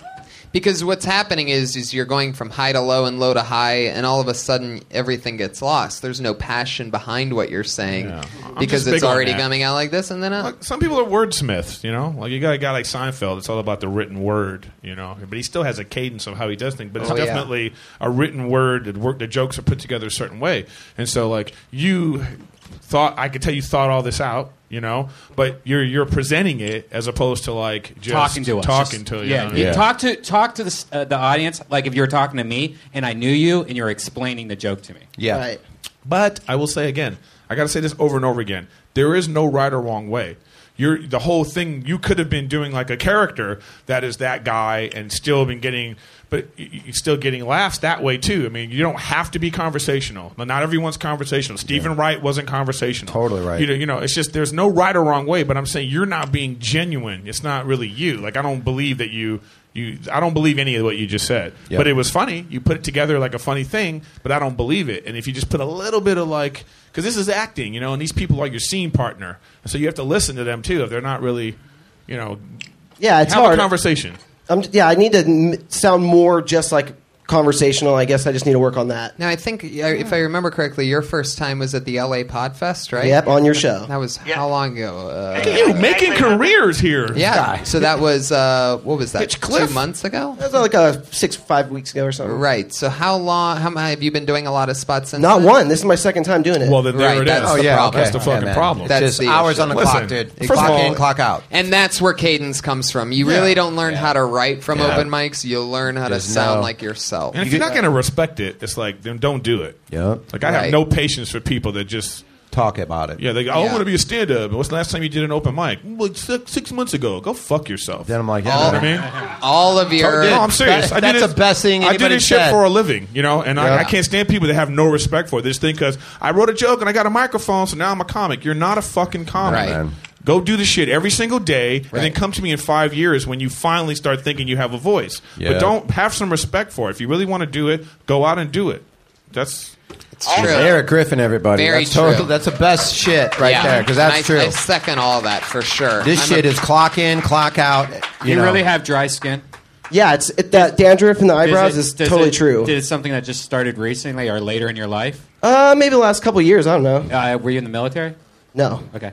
Speaker 3: Because what's happening is is you're going from high to low and low to high and all of a sudden everything gets lost. There's no passion behind what you're saying because
Speaker 8: just
Speaker 3: it's
Speaker 8: big on
Speaker 3: already
Speaker 8: that.
Speaker 3: coming out like this and then uh, up.
Speaker 8: some people are wordsmiths, you know. Like you got a guy like Seinfeld; it's all about the written word, you know. But he still has a cadence of how he does things. But it's
Speaker 3: Oh, yeah.
Speaker 8: definitely a written word. The, work, the jokes are put together a certain way, and so like you thought, I could tell you thought all this out, you know. But you're you're presenting it as opposed to like just
Speaker 2: talking to us,
Speaker 8: talking
Speaker 2: Just-
Speaker 8: to you.
Speaker 2: yeah.
Speaker 8: know?
Speaker 2: you talk to talk to the, s- uh, the audience like if you were talking to me and I knew you and you're explaining the joke to me.
Speaker 8: Yeah. But I will say again, I got to say this over and over again. There is no right or wrong way. You're the whole thing. You could have been doing like a character that is that guy and still been getting, but y- y- you're still getting laughs that way too. I mean, you don't have to be conversational. Not everyone's conversational. Stephen Wright wasn't conversational. Totally
Speaker 9: right.
Speaker 8: You know, you know, it's just there's no right or wrong way. But I'm saying you're not being genuine. It's not really you. Like I don't believe that you. You, I don't believe any of what you just said,
Speaker 9: Yeah.
Speaker 8: but it was funny. You put it together like a funny thing, but I don't believe it. And if you just put a little bit of like, because this is acting, you know, and these people are your scene partner, so you have to listen to them too if they're not really, you know,
Speaker 15: Yeah, it's
Speaker 8: have
Speaker 15: hard.
Speaker 8: a conversation.
Speaker 15: I'm, yeah, I need to m- sound more just like conversational. I guess I just need to work on that.
Speaker 3: Now I think yeah, if I remember correctly, your first time was at the LA Podfest, right?
Speaker 15: Yep, on your show.
Speaker 3: That was how long ago? Uh,
Speaker 8: Look at you making careers here.
Speaker 3: Yeah. So that was uh, what was that?
Speaker 15: Cliff.
Speaker 3: Two months ago.
Speaker 15: That was like a six, five weeks ago or something.
Speaker 3: Right. So how long? How mu- have you been doing a lot of spots since?
Speaker 15: Not
Speaker 3: then?
Speaker 15: one. This is my second time doing it.
Speaker 8: Well, then there
Speaker 3: Right,
Speaker 8: it is. Oh,
Speaker 3: Oh, that's the
Speaker 8: That's
Speaker 3: problem.
Speaker 8: the fucking problem.
Speaker 3: That's the issue.
Speaker 9: out.
Speaker 3: And that's where cadence comes from. You
Speaker 9: Yeah.
Speaker 3: really don't learn how to write from
Speaker 8: Yeah.
Speaker 3: open mics. You learn how to
Speaker 8: There's
Speaker 3: sound
Speaker 8: no-
Speaker 3: like yourself.
Speaker 8: And if you're not going to respect it, it's like then don't do it.
Speaker 9: Yeah.
Speaker 8: Like I have
Speaker 3: Right.
Speaker 8: no patience for people that just
Speaker 9: talk about it.
Speaker 8: Yeah, they go, I
Speaker 3: Yeah.
Speaker 8: want to be a stand up. What's the last time you did an open mic? Well, six, six months ago. Go fuck yourself. Then
Speaker 9: I'm like,
Speaker 8: yeah, you know what I mean?
Speaker 3: all of your
Speaker 8: Oh, no, I'm serious. I did this- I did this shit for a living, you know, and I,
Speaker 3: Yeah.
Speaker 8: I can't stand people that have no respect for this thing because I wrote a joke and I got a microphone, so now I'm a comic. You're not a fucking comic.
Speaker 3: Right. Man.
Speaker 8: Go do the shit every single day, and then
Speaker 3: Right.
Speaker 8: come to me in five years when you finally start thinking you have a voice.
Speaker 9: Yeah.
Speaker 8: But don't have some respect for it. If you really want to do it, go out and do it. That's
Speaker 3: it's
Speaker 9: It's Eric Griffin, everybody.
Speaker 8: Very
Speaker 9: that's total-
Speaker 8: true.
Speaker 9: that's the best shit right
Speaker 3: Yeah.
Speaker 9: there because
Speaker 3: And I,
Speaker 9: that's
Speaker 3: I
Speaker 9: true.
Speaker 3: second all that for sure.
Speaker 9: this
Speaker 3: I'm a-
Speaker 9: shit is clock in, clock out. You, know.
Speaker 2: have dry skin?
Speaker 15: Yeah, it's it, that dandruff and the eyebrows
Speaker 2: Does it-
Speaker 15: is
Speaker 2: does
Speaker 15: totally
Speaker 2: it-
Speaker 15: true.
Speaker 2: Did it something that just started recently or later in your life?
Speaker 15: Uh, maybe the last couple years. I don't know.
Speaker 2: Uh, were you in the military?
Speaker 15: No.
Speaker 2: Okay.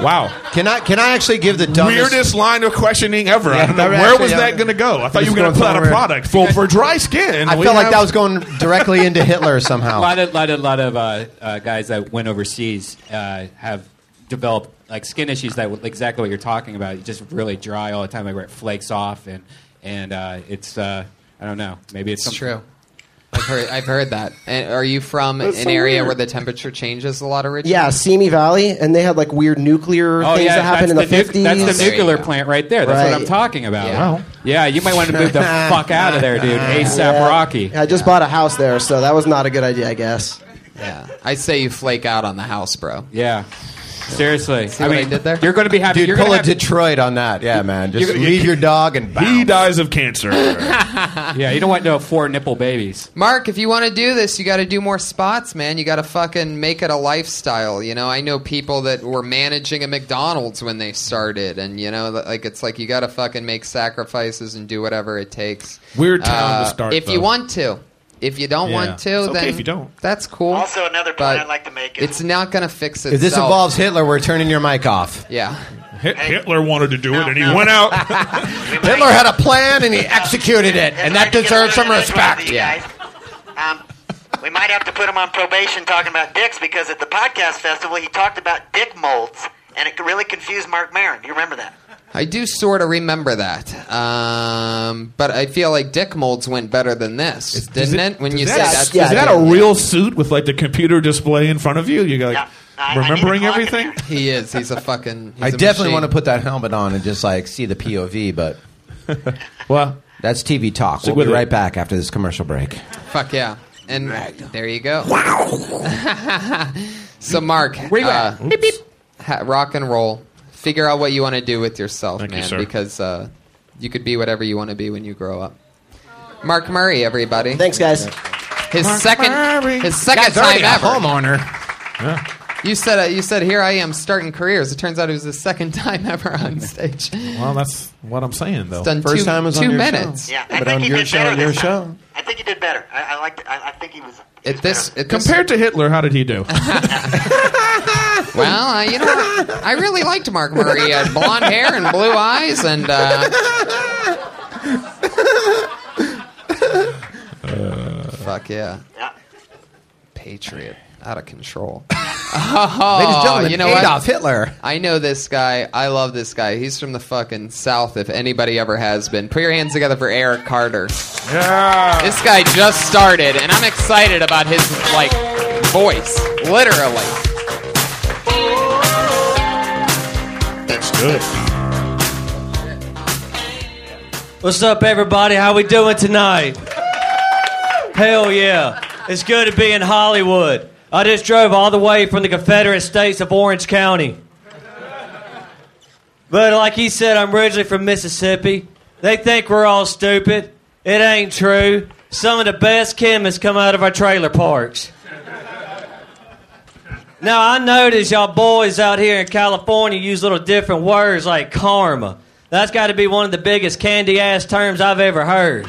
Speaker 8: Wow.
Speaker 9: Can I can I actually give the dumbest
Speaker 8: weirdest line of questioning ever.
Speaker 9: Yeah,
Speaker 8: I don't know
Speaker 9: that-
Speaker 8: where
Speaker 9: actually,
Speaker 8: was
Speaker 9: yeah.
Speaker 8: that going to go. I thought you were
Speaker 9: It's
Speaker 8: going to
Speaker 9: going
Speaker 8: put out a
Speaker 9: somewhere.
Speaker 8: product for, for dry skin.
Speaker 9: I
Speaker 8: We
Speaker 9: felt like
Speaker 8: have-
Speaker 9: that was going directly into Hitler's
Speaker 2: A
Speaker 9: somehow.
Speaker 2: lot of lot of lot of uh, uh, guys that went overseas uh, have developed like skin issues that exactly what you're talking about. It's just really dry all the time, like where it flakes off and and uh, it's uh, I don't know. Maybe it's,
Speaker 3: It's
Speaker 2: some-
Speaker 3: true. I've heard, I've heard that. And are you from
Speaker 15: That's
Speaker 3: an
Speaker 15: so
Speaker 3: area
Speaker 15: weird.
Speaker 3: where the temperature changes a lot, Richard?
Speaker 15: Yeah, Simi Valley, and they had like weird nuclear
Speaker 2: Oh
Speaker 15: things
Speaker 2: yeah,
Speaker 15: that happened in
Speaker 2: that's
Speaker 15: the
Speaker 2: nu-
Speaker 15: fifties.
Speaker 2: That's the nuclear plant right there. That's what I'm
Speaker 15: Right.
Speaker 2: talking about.
Speaker 15: Yeah. Wow.
Speaker 2: Yeah, you might want to move the fuck out of there, dude. ASAP
Speaker 15: Yeah.
Speaker 2: Rocky.
Speaker 15: I just bought a house there, so that was not a good idea, I guess.
Speaker 3: Yeah. I'd say you flake out on the house, bro.
Speaker 2: Yeah. Seriously.
Speaker 3: See what I did there? You're
Speaker 2: going to be happy.
Speaker 9: Dude,
Speaker 2: you're
Speaker 9: pull
Speaker 2: gonna
Speaker 9: a
Speaker 2: have-
Speaker 9: Detroit on that. Yeah, man. Just
Speaker 2: You're gonna-
Speaker 9: leave your dog and bounce. He
Speaker 8: dies of cancer.
Speaker 2: yeah, you don't want no four nipple babies.
Speaker 3: Mark, if you want to do this, you got to do more spots, man. You got to fucking make it a lifestyle. You know, I know people that were managing a McDonald's when they started, and you know, like it's like you got to fucking make sacrifices and do whatever it takes.
Speaker 8: Weird town to
Speaker 3: Uh,
Speaker 8: start,
Speaker 3: If you
Speaker 8: though.
Speaker 3: want to, if you don't
Speaker 8: Yeah.
Speaker 3: want to,
Speaker 8: It's okay
Speaker 3: then
Speaker 8: if you don't.
Speaker 3: That's cool. Also, another point I'd like to make is it's not going to fix itself.
Speaker 9: If this involves Hitler, we're turning your mic off.
Speaker 3: yeah.
Speaker 8: Hit- Hitler wanted to do it, and he went out.
Speaker 9: Hitler had a plan and he executed it, and that deserves some respect.
Speaker 3: Yeah.
Speaker 4: Um, We might have to put him on probation talking about dicks because at the podcast festival he talked about dick molds and it really confused Mark Maron. You remember that?
Speaker 3: I do sort of remember that, um, but I feel like dick molds went better than this, didn't it? When you
Speaker 8: Is
Speaker 3: say
Speaker 8: that-
Speaker 3: that's
Speaker 8: is that a real suit with like the computer display in front of you? You're like remembering everything.
Speaker 3: He is. He's a fucking.
Speaker 9: I definitely want to put that helmet on and just like see the POV, but
Speaker 8: well,
Speaker 9: that's TV talk.
Speaker 3: Stick
Speaker 9: We'll be
Speaker 3: with it.
Speaker 9: right back after this commercial break.
Speaker 3: to. Fuck yeah! And there you go. Wow. so Mark, uh, ha- rock and roll. Figure out what you want to do with yourself,
Speaker 8: you,
Speaker 3: man,
Speaker 8: sir.
Speaker 3: because uh, you could be whatever you want to be when you grow up. Mark Murray, everybody.
Speaker 15: Thanks, guys.
Speaker 3: His
Speaker 15: Mark
Speaker 3: second,
Speaker 15: Murray.
Speaker 3: his second
Speaker 15: That's already
Speaker 3: time
Speaker 15: a
Speaker 3: ever.
Speaker 15: homeowner.
Speaker 3: You said uh, you said here I am starting careers. It turns out it was the second time ever on stage.
Speaker 8: Well, that's what I'm saying, though.
Speaker 3: It's done two, two minutes.
Speaker 4: Yeah, I think he did better this
Speaker 8: Oh.
Speaker 4: time. I think he did better. I, I liked. I, I think he was.
Speaker 3: At this, at this-
Speaker 8: Compared to Hitler, how did he do?
Speaker 3: well, uh, you know, I really liked Mark Murray. He had blonde hair and blue eyes, and uh, fuck yeah, patriot out of control. Oh,
Speaker 9: Ladies and gentlemen,
Speaker 3: you know what?
Speaker 9: Adolf Hitler.
Speaker 3: I know this guy. I love this guy. He's from the fucking South, if anybody ever has been. Put your hands together for Eric Carter.
Speaker 8: Yeah.
Speaker 3: This guy just started, and I'm excited about his, like, voice. Literally.
Speaker 8: That's good.
Speaker 16: What's up, everybody? How we doing tonight? Hell yeah! It's good to be in Hollywood. I just drove all the way from the Confederate States of Orange County. But like he said, I'm originally from Mississippi. They think we're all stupid. It ain't true. Some of the best chemists come out of our trailer parks. Now I notice y'all boys out here in California use little different words like karma. That's got to be one of the biggest candy ass terms I've ever heard.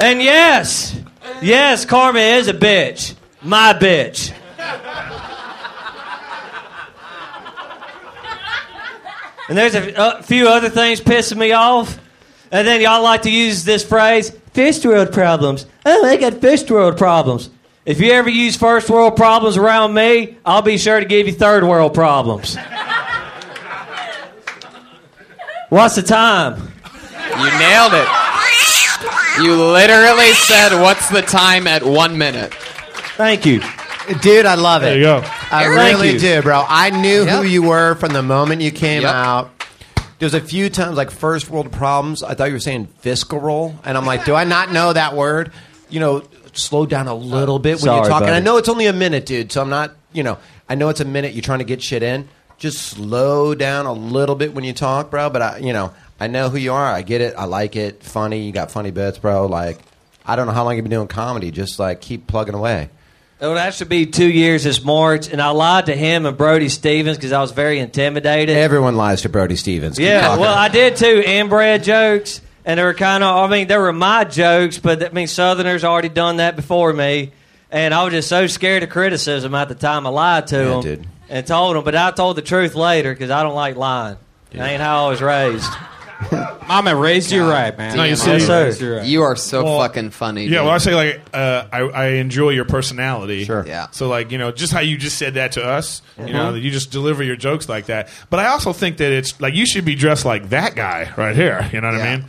Speaker 16: And yes, yes, karma is a bitch. My bitch. And there's a uh, few other things pissing me off. And then y'all like to use this phrase, first world problems. Oh, I got first world problems. If you ever use first world problems around me, I'll be sure to give you third world problems. What's the time?
Speaker 3: You nailed it. You literally said, "What's the time?" at one minute.
Speaker 16: Thank you,
Speaker 9: dude. I love it.
Speaker 3: There you go.
Speaker 9: I
Speaker 3: Eric,
Speaker 9: really
Speaker 3: thank you.
Speaker 9: do, bro. I knew
Speaker 3: Yep.
Speaker 9: who you were from the moment you came
Speaker 3: Yep.
Speaker 9: out. There was a few times, like first world problems. I thought you were saying fiscal, and I'm like, do I not know that word? You know, slow down a little bit when you
Speaker 16: sorry,
Speaker 9: talk. And I
Speaker 16: buddy.
Speaker 9: know it's only a minute, dude. So I'm not, you know, I know it's a minute. You're trying to get shit in. Just slow down a little bit when you talk, bro. But I, you know, I know who you are. I get it. I like it. Funny. You got funny bits, bro. Like, I don't know how long you've been doing comedy. Just like keep plugging away.
Speaker 16: It would actually Oh, be two years this March, and I lied to him and Brody Stevens because I was very intimidated.
Speaker 9: Everyone lies to Brody Stevens. Keep
Speaker 16: Yeah,
Speaker 9: talking.
Speaker 16: well, I did too. Inbred jokes, and they were kind of, I mean, they were my jokes, but I mean, Southerners already done that before me. And I was just so scared of criticism at the time I lied to
Speaker 9: Yeah,
Speaker 16: him
Speaker 9: dude.
Speaker 16: and told him, but I told the truth later because I don't like lying. That ain't how I was raised.
Speaker 2: Mama raised you right, man.
Speaker 3: Damn,
Speaker 2: Yes, sir.
Speaker 3: you are so
Speaker 8: Well,
Speaker 3: fucking funny.
Speaker 8: Yeah,
Speaker 3: dude.
Speaker 8: well, I say like uh, I, I enjoy your personality. Sure.
Speaker 3: Yeah.
Speaker 8: So like you know, just how you just said that to us,
Speaker 16: Mm-hmm.
Speaker 8: you know,
Speaker 3: Mhm.
Speaker 8: that you just deliver your jokes like that. But I also think that it's like you should be dressed like that guy right here. You know what I mean?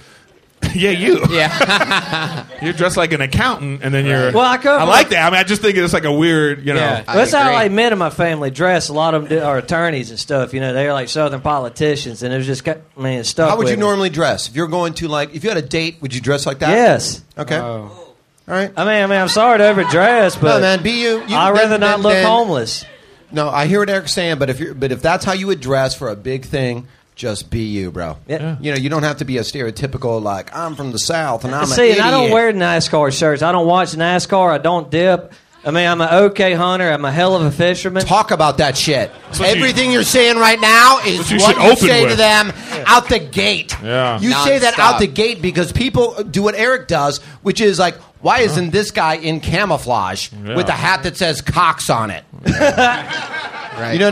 Speaker 8: yeah, you.
Speaker 3: Yeah.
Speaker 8: you're dressed like an accountant, and then you're.
Speaker 16: Well, I come from-
Speaker 8: like that. I mean, I just think it's like a weird, you know.
Speaker 16: Yeah. that's how like men in my family dress. A lot of them do, are attorneys and stuff. You know, they're like Southern politicians, and it was just ki- man it stuck.
Speaker 9: How would
Speaker 16: with
Speaker 9: you
Speaker 16: me.
Speaker 9: normally dress if you're going to like if you had a date? Would you dress like that?
Speaker 16: Yes. Uh,
Speaker 9: Okay. All right.
Speaker 16: I mean, I mean, I'm sorry to overdress, but
Speaker 9: no, man, be you. you
Speaker 16: I'd rather not look homeless.
Speaker 9: No, I hear what Eric's saying, but if you're, but if that's how you would dress for a big thing, just be you, bro.
Speaker 16: Yeah.
Speaker 9: You know, you don't have to be a stereotypical like I'm from the South and I'm an
Speaker 16: See, and I don't
Speaker 9: idiot.
Speaker 16: wear NASCAR shirts. I don't watch NASCAR. I don't dip. I mean, I'm an okay hunter. I'm a hell of a fisherman.
Speaker 9: Talk about that shit.
Speaker 15: Everything
Speaker 9: you, are saying right now is
Speaker 15: what you, say to them
Speaker 9: out the gate.
Speaker 15: Yeah.
Speaker 9: You say that out the gate because people do what Eric does, which is like, why isn't this guy in camouflage with a hat that says Cox on it? You know what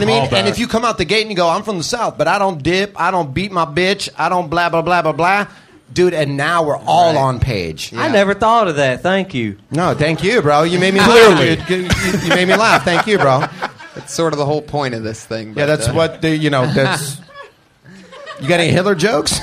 Speaker 9: I mean? And if you come out the gate and you go, I'm from the South, but I don't dip, I don't beat my bitch, I don't blah, blah, blah, blah, blah. Dude, and now we're all on page.
Speaker 16: I never thought of that. Thank you.
Speaker 9: No, thank you, bro. You made me
Speaker 16: Clearly.
Speaker 9: laugh. dude. You, you made me laugh. Thank you, bro.
Speaker 3: That's sort of the whole point of this thing. uh,
Speaker 9: Yeah, that's what the you know. That's you got any Hitler jokes?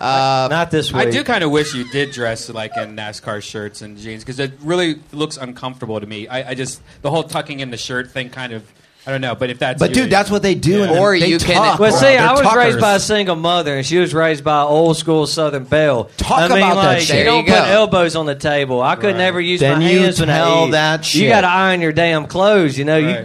Speaker 16: not this
Speaker 2: Uh, I
Speaker 16: week.
Speaker 2: do kind of wish you did dress like in NASCAR shirts and jeans because it really looks uncomfortable to me. I, I just the whole tucking in the shirt thing kind of I don't know. But if that's
Speaker 9: But
Speaker 2: you,
Speaker 9: dude, that's what they do.
Speaker 2: Yeah.
Speaker 9: And
Speaker 2: Or
Speaker 9: they
Speaker 2: you can-
Speaker 9: talk,
Speaker 16: Well,
Speaker 9: bro.
Speaker 16: see,
Speaker 9: They're
Speaker 16: I was raised
Speaker 9: tuckers.
Speaker 16: by a single mother, and she was raised by old school Southern belle.
Speaker 9: Talk
Speaker 16: I mean,
Speaker 9: about that
Speaker 16: like,
Speaker 9: shit.
Speaker 16: You
Speaker 9: There
Speaker 16: don't
Speaker 9: you
Speaker 16: put
Speaker 9: go.
Speaker 16: elbows on the table. I could never use
Speaker 9: Then
Speaker 16: my
Speaker 9: you
Speaker 16: hands when I
Speaker 9: tell
Speaker 16: eat.
Speaker 9: that
Speaker 16: You
Speaker 9: shit.
Speaker 16: got to iron your damn clothes. You know you.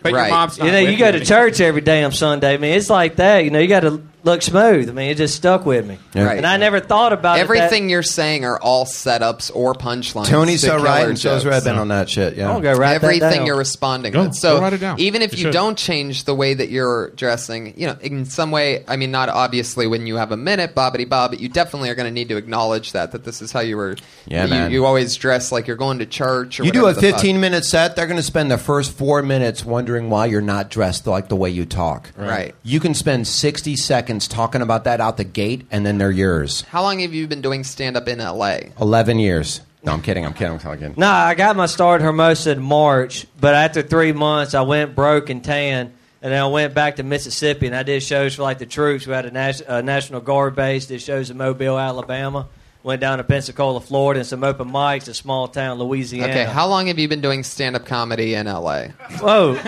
Speaker 2: But your Right. mom's not
Speaker 16: You know, you
Speaker 2: with
Speaker 16: go
Speaker 2: you
Speaker 16: to
Speaker 2: anymore.
Speaker 16: church every damn Sunday. I mean, it's like that. You know, you got to look smooth. I mean, it just stuck with me.
Speaker 3: Yeah. Right.
Speaker 16: And I never thought about it that-
Speaker 3: Everything you're saying are all setups or punchlines.
Speaker 9: Tony's
Speaker 3: to
Speaker 9: so right,
Speaker 3: killer
Speaker 9: and shows
Speaker 3: jokes.
Speaker 9: red been on that shit. Yeah,
Speaker 3: I'll go
Speaker 9: right.
Speaker 3: write that Everything down. you're responding
Speaker 9: Go,
Speaker 3: with. So
Speaker 9: go write it down.
Speaker 3: even if
Speaker 9: You
Speaker 3: you
Speaker 9: should.
Speaker 3: don't change the way that you're dressing, you know, in some way, I mean, not obviously when you have a minute, bobbity bob, but you definitely are going to need to acknowledge that that this is how you were.
Speaker 9: Yeah,
Speaker 3: you,
Speaker 9: man.
Speaker 3: you always dress like you're going to church. Or
Speaker 9: You do a
Speaker 3: whatever the fuck.
Speaker 9: 15 minute set, they're going to spend the first four minutes wondering why you're not dressed like the way you talk.
Speaker 3: Right.
Speaker 9: You can spend 60 seconds talking about that out the gate, and then they're yours.
Speaker 3: How long have you been doing stand up in L.A.?
Speaker 9: 11 years. No, I'm kidding. I'm kidding. I'm kidding.
Speaker 16: No, I got my start at Hermosa in March, but after three months, I went broke and tan, and then I went back to Mississippi and I did shows for like the troops. We had a, nas- a National Guard base, did shows in Mobile, Alabama. Went down to Pensacola, Florida, and some open mics in small town Louisiana.
Speaker 3: Okay, how long have you been doing stand up comedy in L.A.?
Speaker 16: Whoa.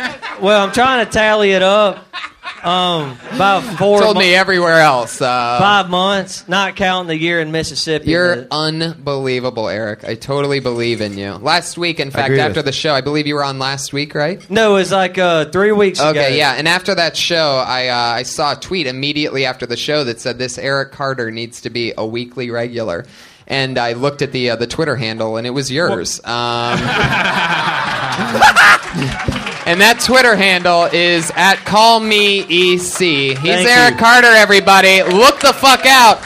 Speaker 16: Well, I'm trying to tally it up. Um, about four.
Speaker 3: Told
Speaker 16: mon-
Speaker 3: me everywhere else. Uh,
Speaker 16: Five months, not counting the year in Mississippi.
Speaker 3: You're unbelievable, Eric. I totally believe in you. Last week, in fact,
Speaker 16: agree
Speaker 3: after
Speaker 16: with-
Speaker 3: the show, I believe you were on last week, right?
Speaker 16: No, it was like uh, three weeks ago.
Speaker 3: Okay, yeah. And after that show, I uh, I saw a tweet immediately after the show that said this Eric Carter needs to be a weekly regular. And I looked at the uh, the Twitter handle, and it was yours. Um, and that Twitter handle is at Call Me EC. He's
Speaker 16: Thank
Speaker 3: Eric
Speaker 16: you.
Speaker 3: Carter, everybody. Look the fuck out.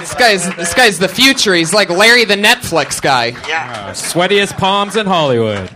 Speaker 3: This guy's this guy's the future. He's like Larry the Netflix guy.
Speaker 2: Uh, sweatiest palms in Hollywood.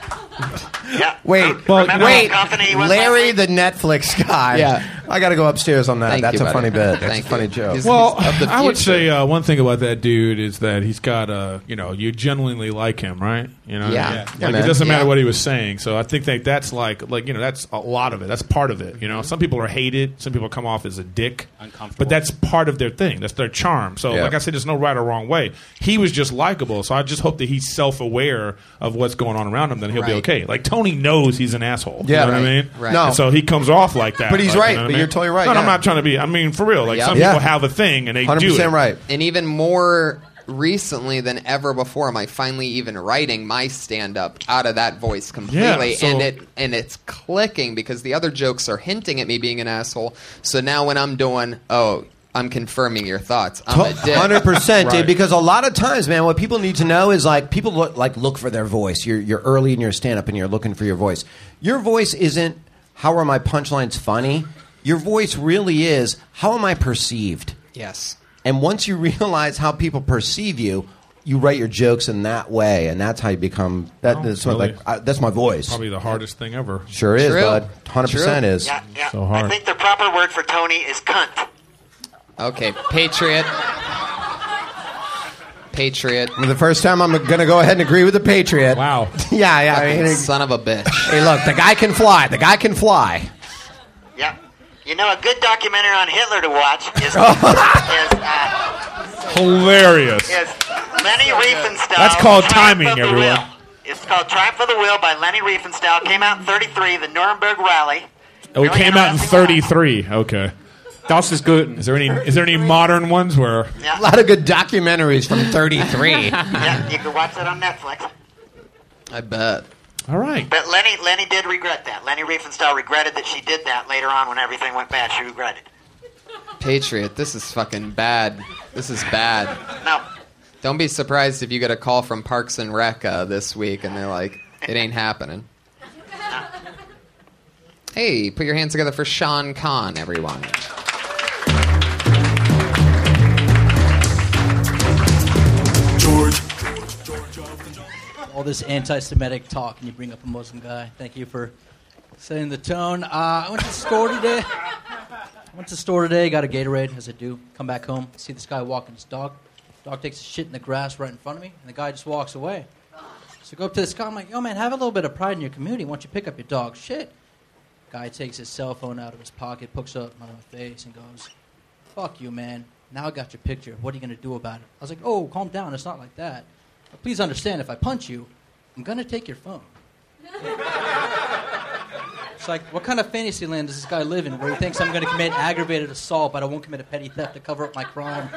Speaker 9: Wait,
Speaker 2: Well, Remember how
Speaker 9: wait,
Speaker 2: confident he was
Speaker 9: Larry the Netflix guy.
Speaker 8: Yeah.
Speaker 9: I got to go upstairs on that.
Speaker 8: Thank
Speaker 9: That's
Speaker 8: you,
Speaker 9: a
Speaker 8: buddy.
Speaker 9: funny bit. That's
Speaker 8: Thank
Speaker 9: a funny
Speaker 8: you.
Speaker 9: joke.
Speaker 8: well, I would say uh, one thing about that dude is that he's got a you know you genuinely like him, right? You know,
Speaker 9: Yeah. Yeah. Yeah,
Speaker 8: Like,
Speaker 9: man.
Speaker 8: it doesn't matter
Speaker 9: Yeah.
Speaker 8: what he was saying. So I think that that's like like you know that's a lot of it. That's part of it. You know, some people are hated, some people come off as a dick, uncomfortable, but that's part of their thing. That's their charm. So
Speaker 9: Yeah.
Speaker 8: like I said, there's no right or wrong way. He was just likable. So I just hope that he's self aware of what's going on around him. Then he'll be
Speaker 9: Right.
Speaker 8: okay. Like Tony knows he's an asshole.
Speaker 9: Yeah,
Speaker 8: you know what I
Speaker 9: right.
Speaker 8: mean.
Speaker 9: Right. No.
Speaker 8: And so he comes off like that.
Speaker 9: But he's
Speaker 8: like, you
Speaker 9: right.
Speaker 8: know what I
Speaker 9: But
Speaker 8: mean?
Speaker 9: you're totally right.
Speaker 8: No, no, I'm
Speaker 9: Yeah.
Speaker 8: not trying to be. I mean, for real. Like
Speaker 9: Yep.
Speaker 8: some
Speaker 9: Yeah.
Speaker 8: people have a thing and they do it.
Speaker 9: 100% right.
Speaker 3: And even more recently than ever before, am I finally even writing my stand up out of that voice completely?
Speaker 8: Yeah, so-
Speaker 3: And it and it's clicking because the other jokes are hinting at me being an asshole. So now when I'm doing, oh, I'm confirming your thoughts. I'm a dick.
Speaker 9: Hundred percent, dude. Because a lot of times, man, what people need to know is like people look, like look for their voice. You're you're early in your stand up and you're looking for your voice. Your voice isn't how are my punchlines funny. Your voice really is how am I perceived.
Speaker 3: Yes.
Speaker 9: And once you realize how people perceive you, you write your jokes in that way, and that's how you become. That,
Speaker 8: Oh,
Speaker 9: that's what,
Speaker 8: really?
Speaker 9: like I, that's my voice.
Speaker 8: Probably the hardest thing ever.
Speaker 9: Sure is, True. bud. 100% True. is.
Speaker 4: Yeah, yeah.
Speaker 9: So hard.
Speaker 4: I think the proper word for Tony is cunt.
Speaker 3: Okay, patriot. Patriot.
Speaker 9: The first time I'm going to go ahead and agree with the Patriot.
Speaker 8: Wow.
Speaker 9: yeah, yeah. I mean,
Speaker 3: Son of a bitch.
Speaker 9: hey, look, the guy can fly. The guy can fly.
Speaker 4: Yeah. You know, a good documentary on Hitler to watch is, is, uh,
Speaker 8: Hilarious.
Speaker 4: is Lenny Riefenstahl.
Speaker 8: That's called timing, everyone.
Speaker 4: It's called Triumph of the Will by Lenny Riefenstahl. Came out in 33, the Nuremberg Rally.
Speaker 8: Oh, it came out in '33. Okay. Das ist gut. Is there any? Is there any modern ones where?
Speaker 4: Yeah.
Speaker 9: A lot of good documentaries from '33.
Speaker 4: yeah, you can watch that on Netflix.
Speaker 9: I bet.
Speaker 8: All right.
Speaker 4: But Lenny, Lenny did regret that. Lenny Riefenstahl regretted that she did that later on when everything went bad. She regretted.
Speaker 3: Patriot, this is fucking bad. This is bad.
Speaker 4: No.
Speaker 3: Don't be surprised if you get a call from Parks and Rec uh, this week and they're like, it ain't happening. Hey, put your hands together for Sean Khan, everyone.
Speaker 17: George. All this anti-Semitic talk, and you bring up a Muslim guy. Thank you for setting the tone. Uh, I went to the store today. I went to the store today. Got a Gatorade, as I do. Come back home, see this guy walking his dog. Dog takes a shit in the grass right in front of me, and the guy just walks away. So I go up to this guy. I'm like, "Yo, man, have a little bit of pride in your community. Why don't you pick up your dog shit?" Guy takes his cell phone out of his pocket, pokes up my face, and goes, "Fuck you, man. Now I got your picture. What are you gonna do about it?" I was like, "Oh, calm down. It's not like that. But please understand. If I punch you, I'm gonna take your phone." It's like, what kind of fantasy land does this guy live in where he thinks I'm going to commit aggravated assault, but I won't commit a petty theft to cover up my crime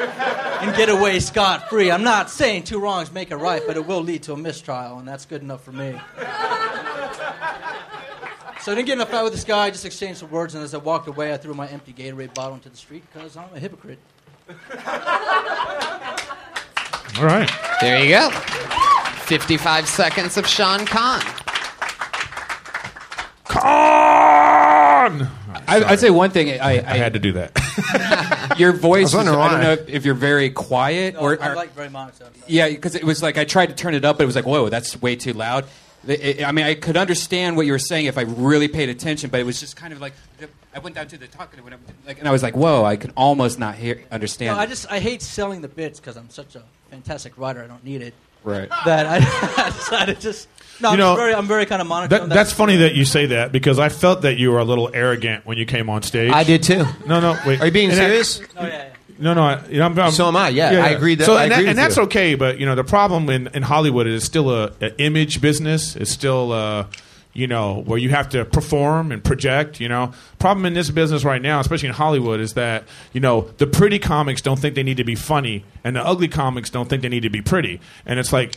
Speaker 17: and get away scot free? I'm not saying two wrongs make a right, but it will lead to a mistrial, and that's good enough for me. So I didn't get in a fight with this guy, I just exchanged some words, and as I walked away, I threw my empty Gatorade bottle into the street because I'm a hypocrite.
Speaker 8: All right.
Speaker 3: There you go. 55 seconds of Sean Khan.
Speaker 8: Khan!
Speaker 2: I, I'd say one thing. I, I, had
Speaker 8: to do that.
Speaker 2: your voice. Is,
Speaker 8: I
Speaker 2: I
Speaker 8: was wondering
Speaker 2: don't
Speaker 8: why.
Speaker 2: know if, if you're very quiet or,
Speaker 17: I
Speaker 2: or-
Speaker 17: like very monotone.
Speaker 2: yeah, because it was like I tried to turn it up, but it was like, whoa, that's way too loud. It- it- I mean, I could understand what you were saying if I really paid attention, but it was just kind of like I went down to the talk and it went up, like, and I was like, whoa, I can almost not hear understand.
Speaker 17: No, I just I hate selling the bits because I'm such a fantastic writer. I don't need it.
Speaker 2: Right.
Speaker 17: That I, I decided just no.
Speaker 8: You
Speaker 17: I'm
Speaker 8: know,
Speaker 17: very I'm very kind of monotone.
Speaker 8: That, that's funny that you say that because I felt that you were a little arrogant when you came on stage.
Speaker 9: I did too.
Speaker 8: No, no, wait.
Speaker 9: Are you being
Speaker 8: And I-
Speaker 9: serious?
Speaker 8: No, no. I, you know, I'm, I'm-
Speaker 9: So am I, yeah. I agree that-
Speaker 8: so,
Speaker 9: I
Speaker 8: and,
Speaker 9: agree with
Speaker 8: and that's
Speaker 9: you.
Speaker 8: okay, but you know, the problem in, in Hollywood is still a, a image business. It's still, uh, you know, where you have to perform and project. You know, problem in this business right now, especially in Hollywood, is that you know the pretty comics don't think they need to be funny, and the ugly comics don't think they need to be pretty. And it's like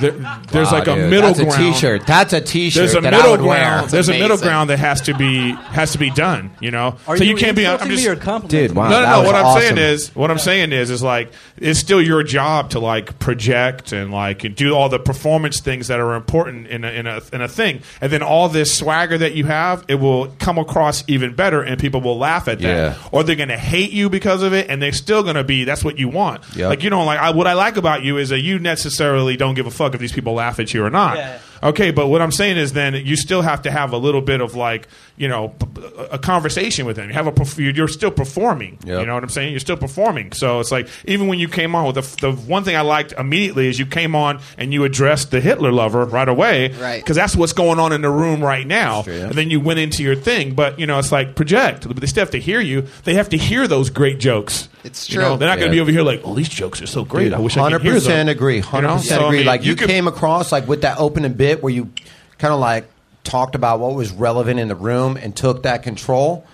Speaker 8: there, there's
Speaker 9: Wow,
Speaker 8: like a
Speaker 9: dude,
Speaker 8: middle
Speaker 9: that's a
Speaker 8: ground.
Speaker 9: t-shirt. That's a t-shirt
Speaker 8: There's a
Speaker 9: that I
Speaker 8: middle
Speaker 9: would wear.
Speaker 8: ground.
Speaker 9: It's
Speaker 8: There's a middle
Speaker 9: amazing.
Speaker 8: ground that has to be has to be done. You know,
Speaker 17: Are
Speaker 8: so
Speaker 17: you
Speaker 8: you can't be. I'm
Speaker 17: insulting me
Speaker 8: just
Speaker 17: or complimenting
Speaker 9: Dude, wow,
Speaker 8: no, no,
Speaker 9: that
Speaker 8: no.
Speaker 9: was
Speaker 8: What I'm saying
Speaker 9: awesome.
Speaker 8: is, what I'm saying is, is like it's still your job to like project and like and do all the performance things that are important in a, in a in a thing, and then all this swagger that you have, it will come across even better, and people will laugh at that,
Speaker 18: Yeah.
Speaker 8: or they're gonna hate you because of it, and they're still gonna be that's what you want.
Speaker 18: Yep.
Speaker 8: Like you know, like I, what I like about you is that you necessarily don't give a fuck if these people laugh at you or not.
Speaker 18: Yeah.
Speaker 8: Okay, but what I'm saying is then you still have to have a little bit of like, you know, p- p- a conversation with them. You have a perf- you're still performing. You know what I'm saying? You're still performing. So it's like even when you came on with the, f- the one thing I liked immediately is you came on and you addressed the Hitler lover right away.
Speaker 3: Right.
Speaker 8: Cuz that's what's going on in the room right now. And then you went into your thing, but you know, it's like project. But they still have to hear you. They have to hear those great jokes. It's You know,
Speaker 9: true.
Speaker 8: they're not going to
Speaker 9: Yeah.
Speaker 8: be over here like, "Oh, these jokes are so great.
Speaker 9: Dude,
Speaker 8: I wish I could hear them."
Speaker 9: agree.
Speaker 8: You know?
Speaker 9: 100%
Speaker 8: So, I
Speaker 9: agree.
Speaker 8: mean,
Speaker 9: like you,
Speaker 8: could-
Speaker 9: came across like with that opening bit where you kind of like talked about what was relevant in the room and took that control.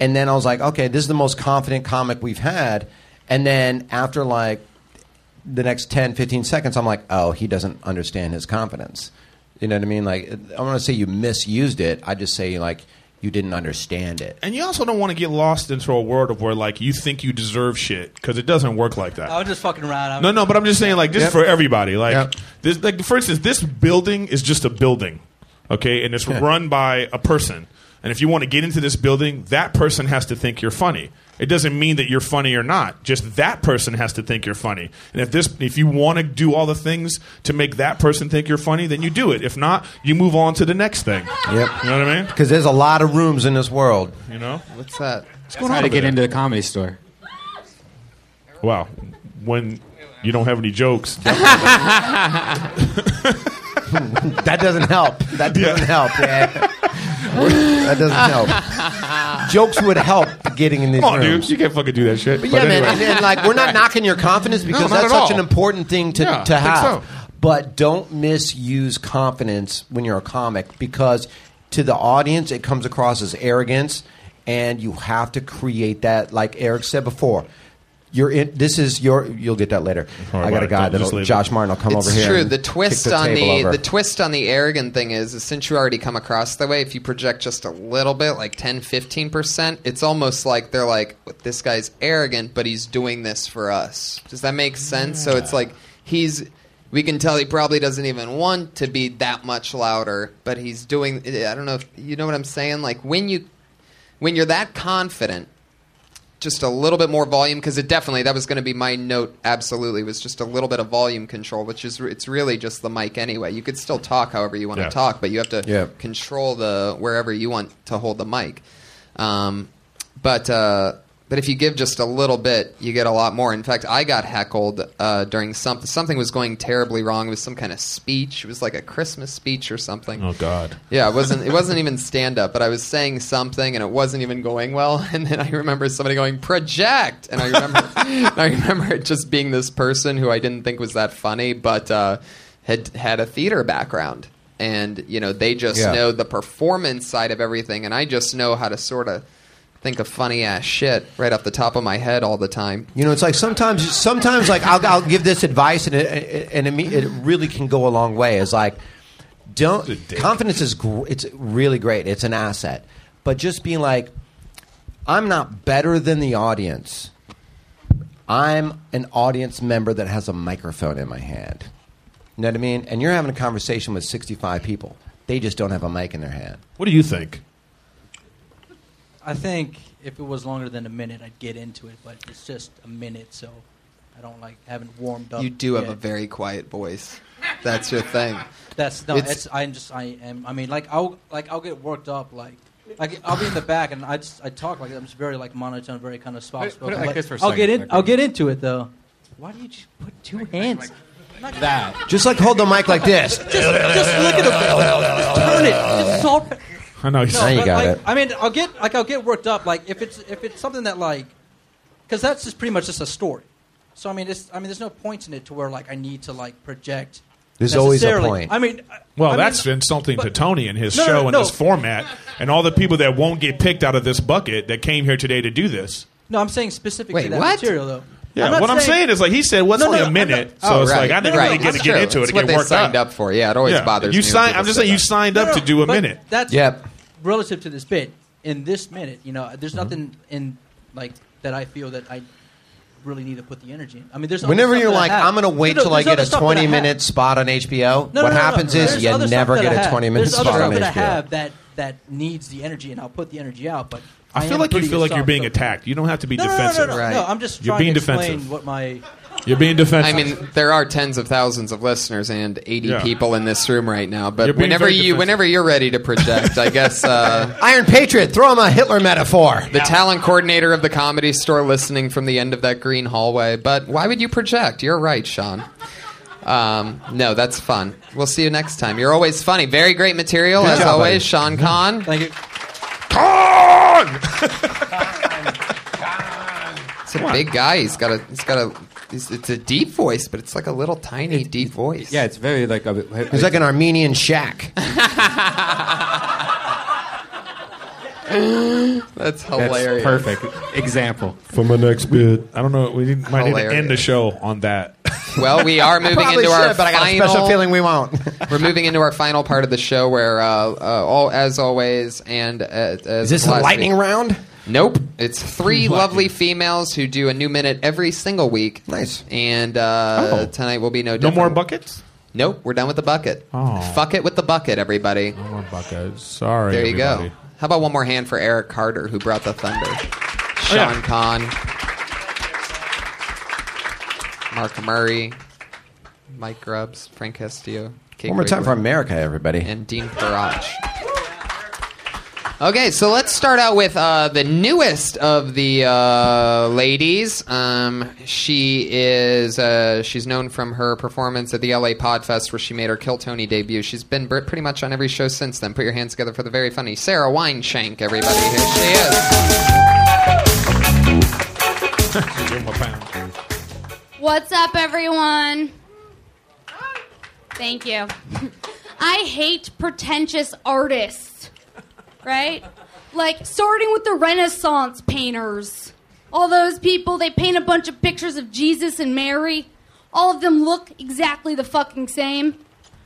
Speaker 9: And then I was like, okay, this is the most confident comic we've had. And then after like the next 10, 15 seconds, I'm like, oh, he doesn't understand his confidence. You know what I mean? Like, I don't want to say you misused it. I just say like you didn't understand it.
Speaker 8: And you also don't want to get lost into a world of where like you think you deserve shit because it doesn't work like that.
Speaker 17: I was just fucking around. I was-
Speaker 8: No, no, but I'm just saying like this
Speaker 17: Yep.
Speaker 8: is for everybody. Like this, like for instance, this building is just a building, okay, and it's run by a person. And if you want to get into this building, that person has to think you're funny. It doesn't mean that you're funny or not. Just that person has to think you're funny. And if this, if you want to do all the things to make that person think you're funny, then you do it. If not, you move on to the next thing.
Speaker 9: Yep.
Speaker 8: You know what I mean?
Speaker 9: Because there's a lot of rooms in this world.
Speaker 8: You know
Speaker 3: what's that?
Speaker 8: What's
Speaker 2: That's how to
Speaker 8: over
Speaker 2: get
Speaker 8: there?
Speaker 2: into the comedy store.
Speaker 8: Wow. When you don't have any jokes.
Speaker 9: that doesn't help. That doesn't help. Yeah. that doesn't help. jokes would help getting in these
Speaker 8: Come on,
Speaker 9: rooms.
Speaker 8: dude. You can't fucking do that shit.
Speaker 9: But yeah, man,
Speaker 8: anyway.
Speaker 9: and, and, like we're not
Speaker 8: Right.
Speaker 9: knocking your confidence
Speaker 8: No,
Speaker 9: because
Speaker 8: not
Speaker 9: that's
Speaker 8: at
Speaker 9: such
Speaker 8: all.
Speaker 9: an important thing to,
Speaker 8: Yeah,
Speaker 9: to
Speaker 8: I think so.
Speaker 9: have. But don't misuse confidence when you're a comic because to the audience it comes across as arrogance, and you have to create that. Like Eric said before, you're in. This is your. You'll get that later. I got a guy that'll Josh Martin will come
Speaker 3: it's
Speaker 9: over here.
Speaker 3: true.
Speaker 9: and
Speaker 3: The
Speaker 9: kick
Speaker 3: twist on
Speaker 9: table
Speaker 3: the
Speaker 9: over.
Speaker 3: the twist on the arrogant thing is, is since you already come across that way, if you project just a little bit, like 10, 15 percent, it's almost like they're like, this guy's arrogant, but he's doing this for us. Does that make sense? So it's like he's. We can tell he probably doesn't even want to be that much louder, but he's doing. I don't know if you know what I'm saying. Like when you, when you're that confident, just a little bit more volume because it definitely that was going to be my note absolutely was just a little bit of volume control which is it's really just the mic anyway you could still talk however you want
Speaker 18: Yeah.
Speaker 3: to talk but you have to
Speaker 18: Yeah.
Speaker 3: control the wherever you want to hold the mic um, but uh, but if you give just a little bit you get a lot more in fact i got heckled uh, during something something was going terribly wrong with some kind of speech it was like a christmas speech or something
Speaker 8: Oh God.
Speaker 3: yeah, it wasn't. It wasn't even stand up, but I was saying something, and it wasn't even going well. And then I remember somebody going project, and I remember, and I remember it just being this person who I didn't think was that funny, but uh, had had a theater background, and you know they just
Speaker 18: Yeah.
Speaker 3: know the performance side of everything, and I just know how to sort of think of funny ass shit right off the top of my head all the time.
Speaker 9: You know, it's like sometimes, sometimes like I'll, I'll give this advice, and it, and it, me- it really can go a long way. Is like, don't confidence is gr- it's really great. It's an asset, but just being like, I'm not better than the audience. I'm an audience member that has a microphone in my hand. You know what I mean? And you're having a conversation with 65 people. They just don't have a mic in their hand.
Speaker 8: What do you think?
Speaker 17: I think if it was longer than a minute, I'd get into it, but it's just a minute, so I don't like haven't warmed up.
Speaker 3: You do have
Speaker 17: yet.
Speaker 3: a very quiet voice. That's your thing.
Speaker 17: That's no.
Speaker 3: It's-
Speaker 17: It's, I'm just. I am. I mean, like I'll like I'll get worked up. Like, like I'll be in the back and I just I talk like I'm just very like monotone, very kind of soft spoken.
Speaker 2: like
Speaker 17: but
Speaker 2: this for a
Speaker 17: I'll get
Speaker 2: second,
Speaker 17: in.
Speaker 2: like-
Speaker 17: I'll get into it though. Why do you just put two hands?
Speaker 9: That. Just like hold the mic like this. just, just
Speaker 17: look at the. Turn it. It's all
Speaker 8: I know.
Speaker 17: No, but, like, I mean, I'll get like I'll get worked up. Like if it's if it's something that like, because that's just pretty much just a story. So I mean, it's, I mean, there's no point in it to where like I need to like project.
Speaker 8: There's always a
Speaker 17: necessarily.
Speaker 8: point.
Speaker 17: I mean, I-
Speaker 8: Well,
Speaker 17: I
Speaker 8: that's
Speaker 17: mean,
Speaker 8: insulting to Tony and his
Speaker 17: No, no,
Speaker 8: show and
Speaker 17: no.
Speaker 8: this format, and all the people that won't get picked out of this bucket that came here today to do this.
Speaker 17: no. I'm saying specific
Speaker 3: Wait,
Speaker 17: to that
Speaker 3: what?
Speaker 17: material though.
Speaker 8: Yeah,
Speaker 17: I'm not
Speaker 8: what I'm saying is like he said, well, it's
Speaker 17: No,
Speaker 8: only
Speaker 17: no,
Speaker 8: a
Speaker 17: I'm
Speaker 8: minute,
Speaker 17: not-
Speaker 8: so
Speaker 17: Oh,
Speaker 8: it's
Speaker 17: right,
Speaker 8: like I didn't
Speaker 17: right.
Speaker 8: really get
Speaker 17: That's
Speaker 8: to get
Speaker 17: true.
Speaker 8: into it.
Speaker 17: It's
Speaker 8: and
Speaker 17: what
Speaker 8: get
Speaker 17: they
Speaker 8: worked
Speaker 17: signed
Speaker 3: up for. Yeah, it always bothers
Speaker 8: you
Speaker 3: me when
Speaker 8: Sign,
Speaker 3: people
Speaker 8: I'm just
Speaker 3: say
Speaker 8: saying you
Speaker 3: that.
Speaker 8: signed up
Speaker 17: No, no,
Speaker 8: to do a
Speaker 17: but
Speaker 8: minute.
Speaker 17: That's relative to this bit. In this minute, you know,
Speaker 8: Mm-hmm.
Speaker 17: there's nothing in like that I feel that I really need to put the energy in. I mean, there's other
Speaker 9: Whenever
Speaker 17: stuff
Speaker 9: you're
Speaker 17: that I
Speaker 9: like,
Speaker 17: have.
Speaker 9: I'm going to wait
Speaker 17: No, no,
Speaker 9: till I
Speaker 17: there's
Speaker 9: get
Speaker 17: other
Speaker 9: a
Speaker 17: stuff that I
Speaker 9: 20
Speaker 17: have.
Speaker 9: minute spot on HBO.
Speaker 17: No, no,
Speaker 9: what
Speaker 17: no, no,
Speaker 9: happens
Speaker 17: no.
Speaker 9: is
Speaker 17: There's
Speaker 9: you
Speaker 17: other stuff
Speaker 9: never
Speaker 17: that I
Speaker 9: get a
Speaker 17: have.
Speaker 9: 20 minute
Speaker 17: There's
Speaker 9: spot
Speaker 17: other
Speaker 9: on
Speaker 17: stuff
Speaker 9: HBO.
Speaker 17: that I have that that needs the energy, and I'll put the energy out. But
Speaker 8: I feel
Speaker 17: am
Speaker 8: like you
Speaker 17: pretty
Speaker 8: feel like you're
Speaker 17: soft,
Speaker 8: being
Speaker 17: so-
Speaker 8: attacked. You don't have to be
Speaker 17: No, no, no, no,
Speaker 8: defensive.
Speaker 17: no, no, no, I'm just
Speaker 8: You're
Speaker 17: trying
Speaker 8: being
Speaker 17: to explain
Speaker 8: defensive.
Speaker 17: what my
Speaker 8: You're being defensive.
Speaker 3: I mean, there are tens of thousands of listeners and 80
Speaker 8: Yeah.
Speaker 3: people in this room right now. But
Speaker 9: You're being
Speaker 3: whenever
Speaker 9: very
Speaker 3: you,
Speaker 9: defensive.
Speaker 3: whenever you're ready to project, I guess uh,
Speaker 9: Iron Patriot, throw him a Hitler metaphor.
Speaker 3: the talent coordinator of the comedy store listening from the end of that green hallway. But why would you project? You're right, Sean. Um, no, that's fun. We'll see you next time. You're always funny. Very great material
Speaker 18: Good
Speaker 3: as
Speaker 18: job, buddy.
Speaker 3: always, Sean Kahn.
Speaker 17: Thank you.
Speaker 3: It's a big guy. He's got a. He's got a. It's, it's a deep voice, but it's like a little tiny deep voice.
Speaker 2: Yeah, it's very like a,
Speaker 9: He's like an Armenian shack.
Speaker 3: That's hilarious.
Speaker 2: perfect example.
Speaker 8: For my next bit, I don't know. We might need to
Speaker 3: Hilarious.
Speaker 8: end the show on that.
Speaker 3: Well, we are moving
Speaker 9: Probably
Speaker 3: into our
Speaker 9: should, but I got a
Speaker 3: final.
Speaker 9: special feeling we won't.
Speaker 3: We're moving into our final part of the show, where uh, uh, all as always, and uh, as
Speaker 9: Is this a
Speaker 3: last
Speaker 9: lightning
Speaker 3: week-
Speaker 9: round?
Speaker 3: Nope. It's three lovely females who do a new minute every single week. Nice. And uh,
Speaker 8: Oh.
Speaker 3: tonight will be no
Speaker 8: No
Speaker 3: different.
Speaker 8: more buckets.
Speaker 3: Nope. We're done with the bucket.
Speaker 8: Oh.
Speaker 3: Fuck it with the bucket, everybody. No
Speaker 8: more buckets. Sorry.
Speaker 3: There you
Speaker 8: everybody.
Speaker 3: go. How about one more hand for Eric Carter, who brought the thunder? Sean
Speaker 8: Oh, yeah.
Speaker 3: Kahn. Mark Murray. Mike Grubbs. Frank Castillo. Kate
Speaker 9: One more time
Speaker 3: Wigwam,
Speaker 9: for America, everybody.
Speaker 3: And Dean Parach. Okay, so let's start out with uh, the newest of the uh, ladies. Um, she is uh, she's known from her performance at the LA Podfest where she made her Kill Tony debut. She's been br- pretty much on every show since then. Put your hands together for the very funny Sarah Wineshank, everybody. Here she is.
Speaker 18: What's up, everyone? Thank you. I hate pretentious artists, right? Like, starting with the Renaissance painters. All those people, they paint a bunch of pictures of Jesus and Mary. All of them look exactly the fucking same.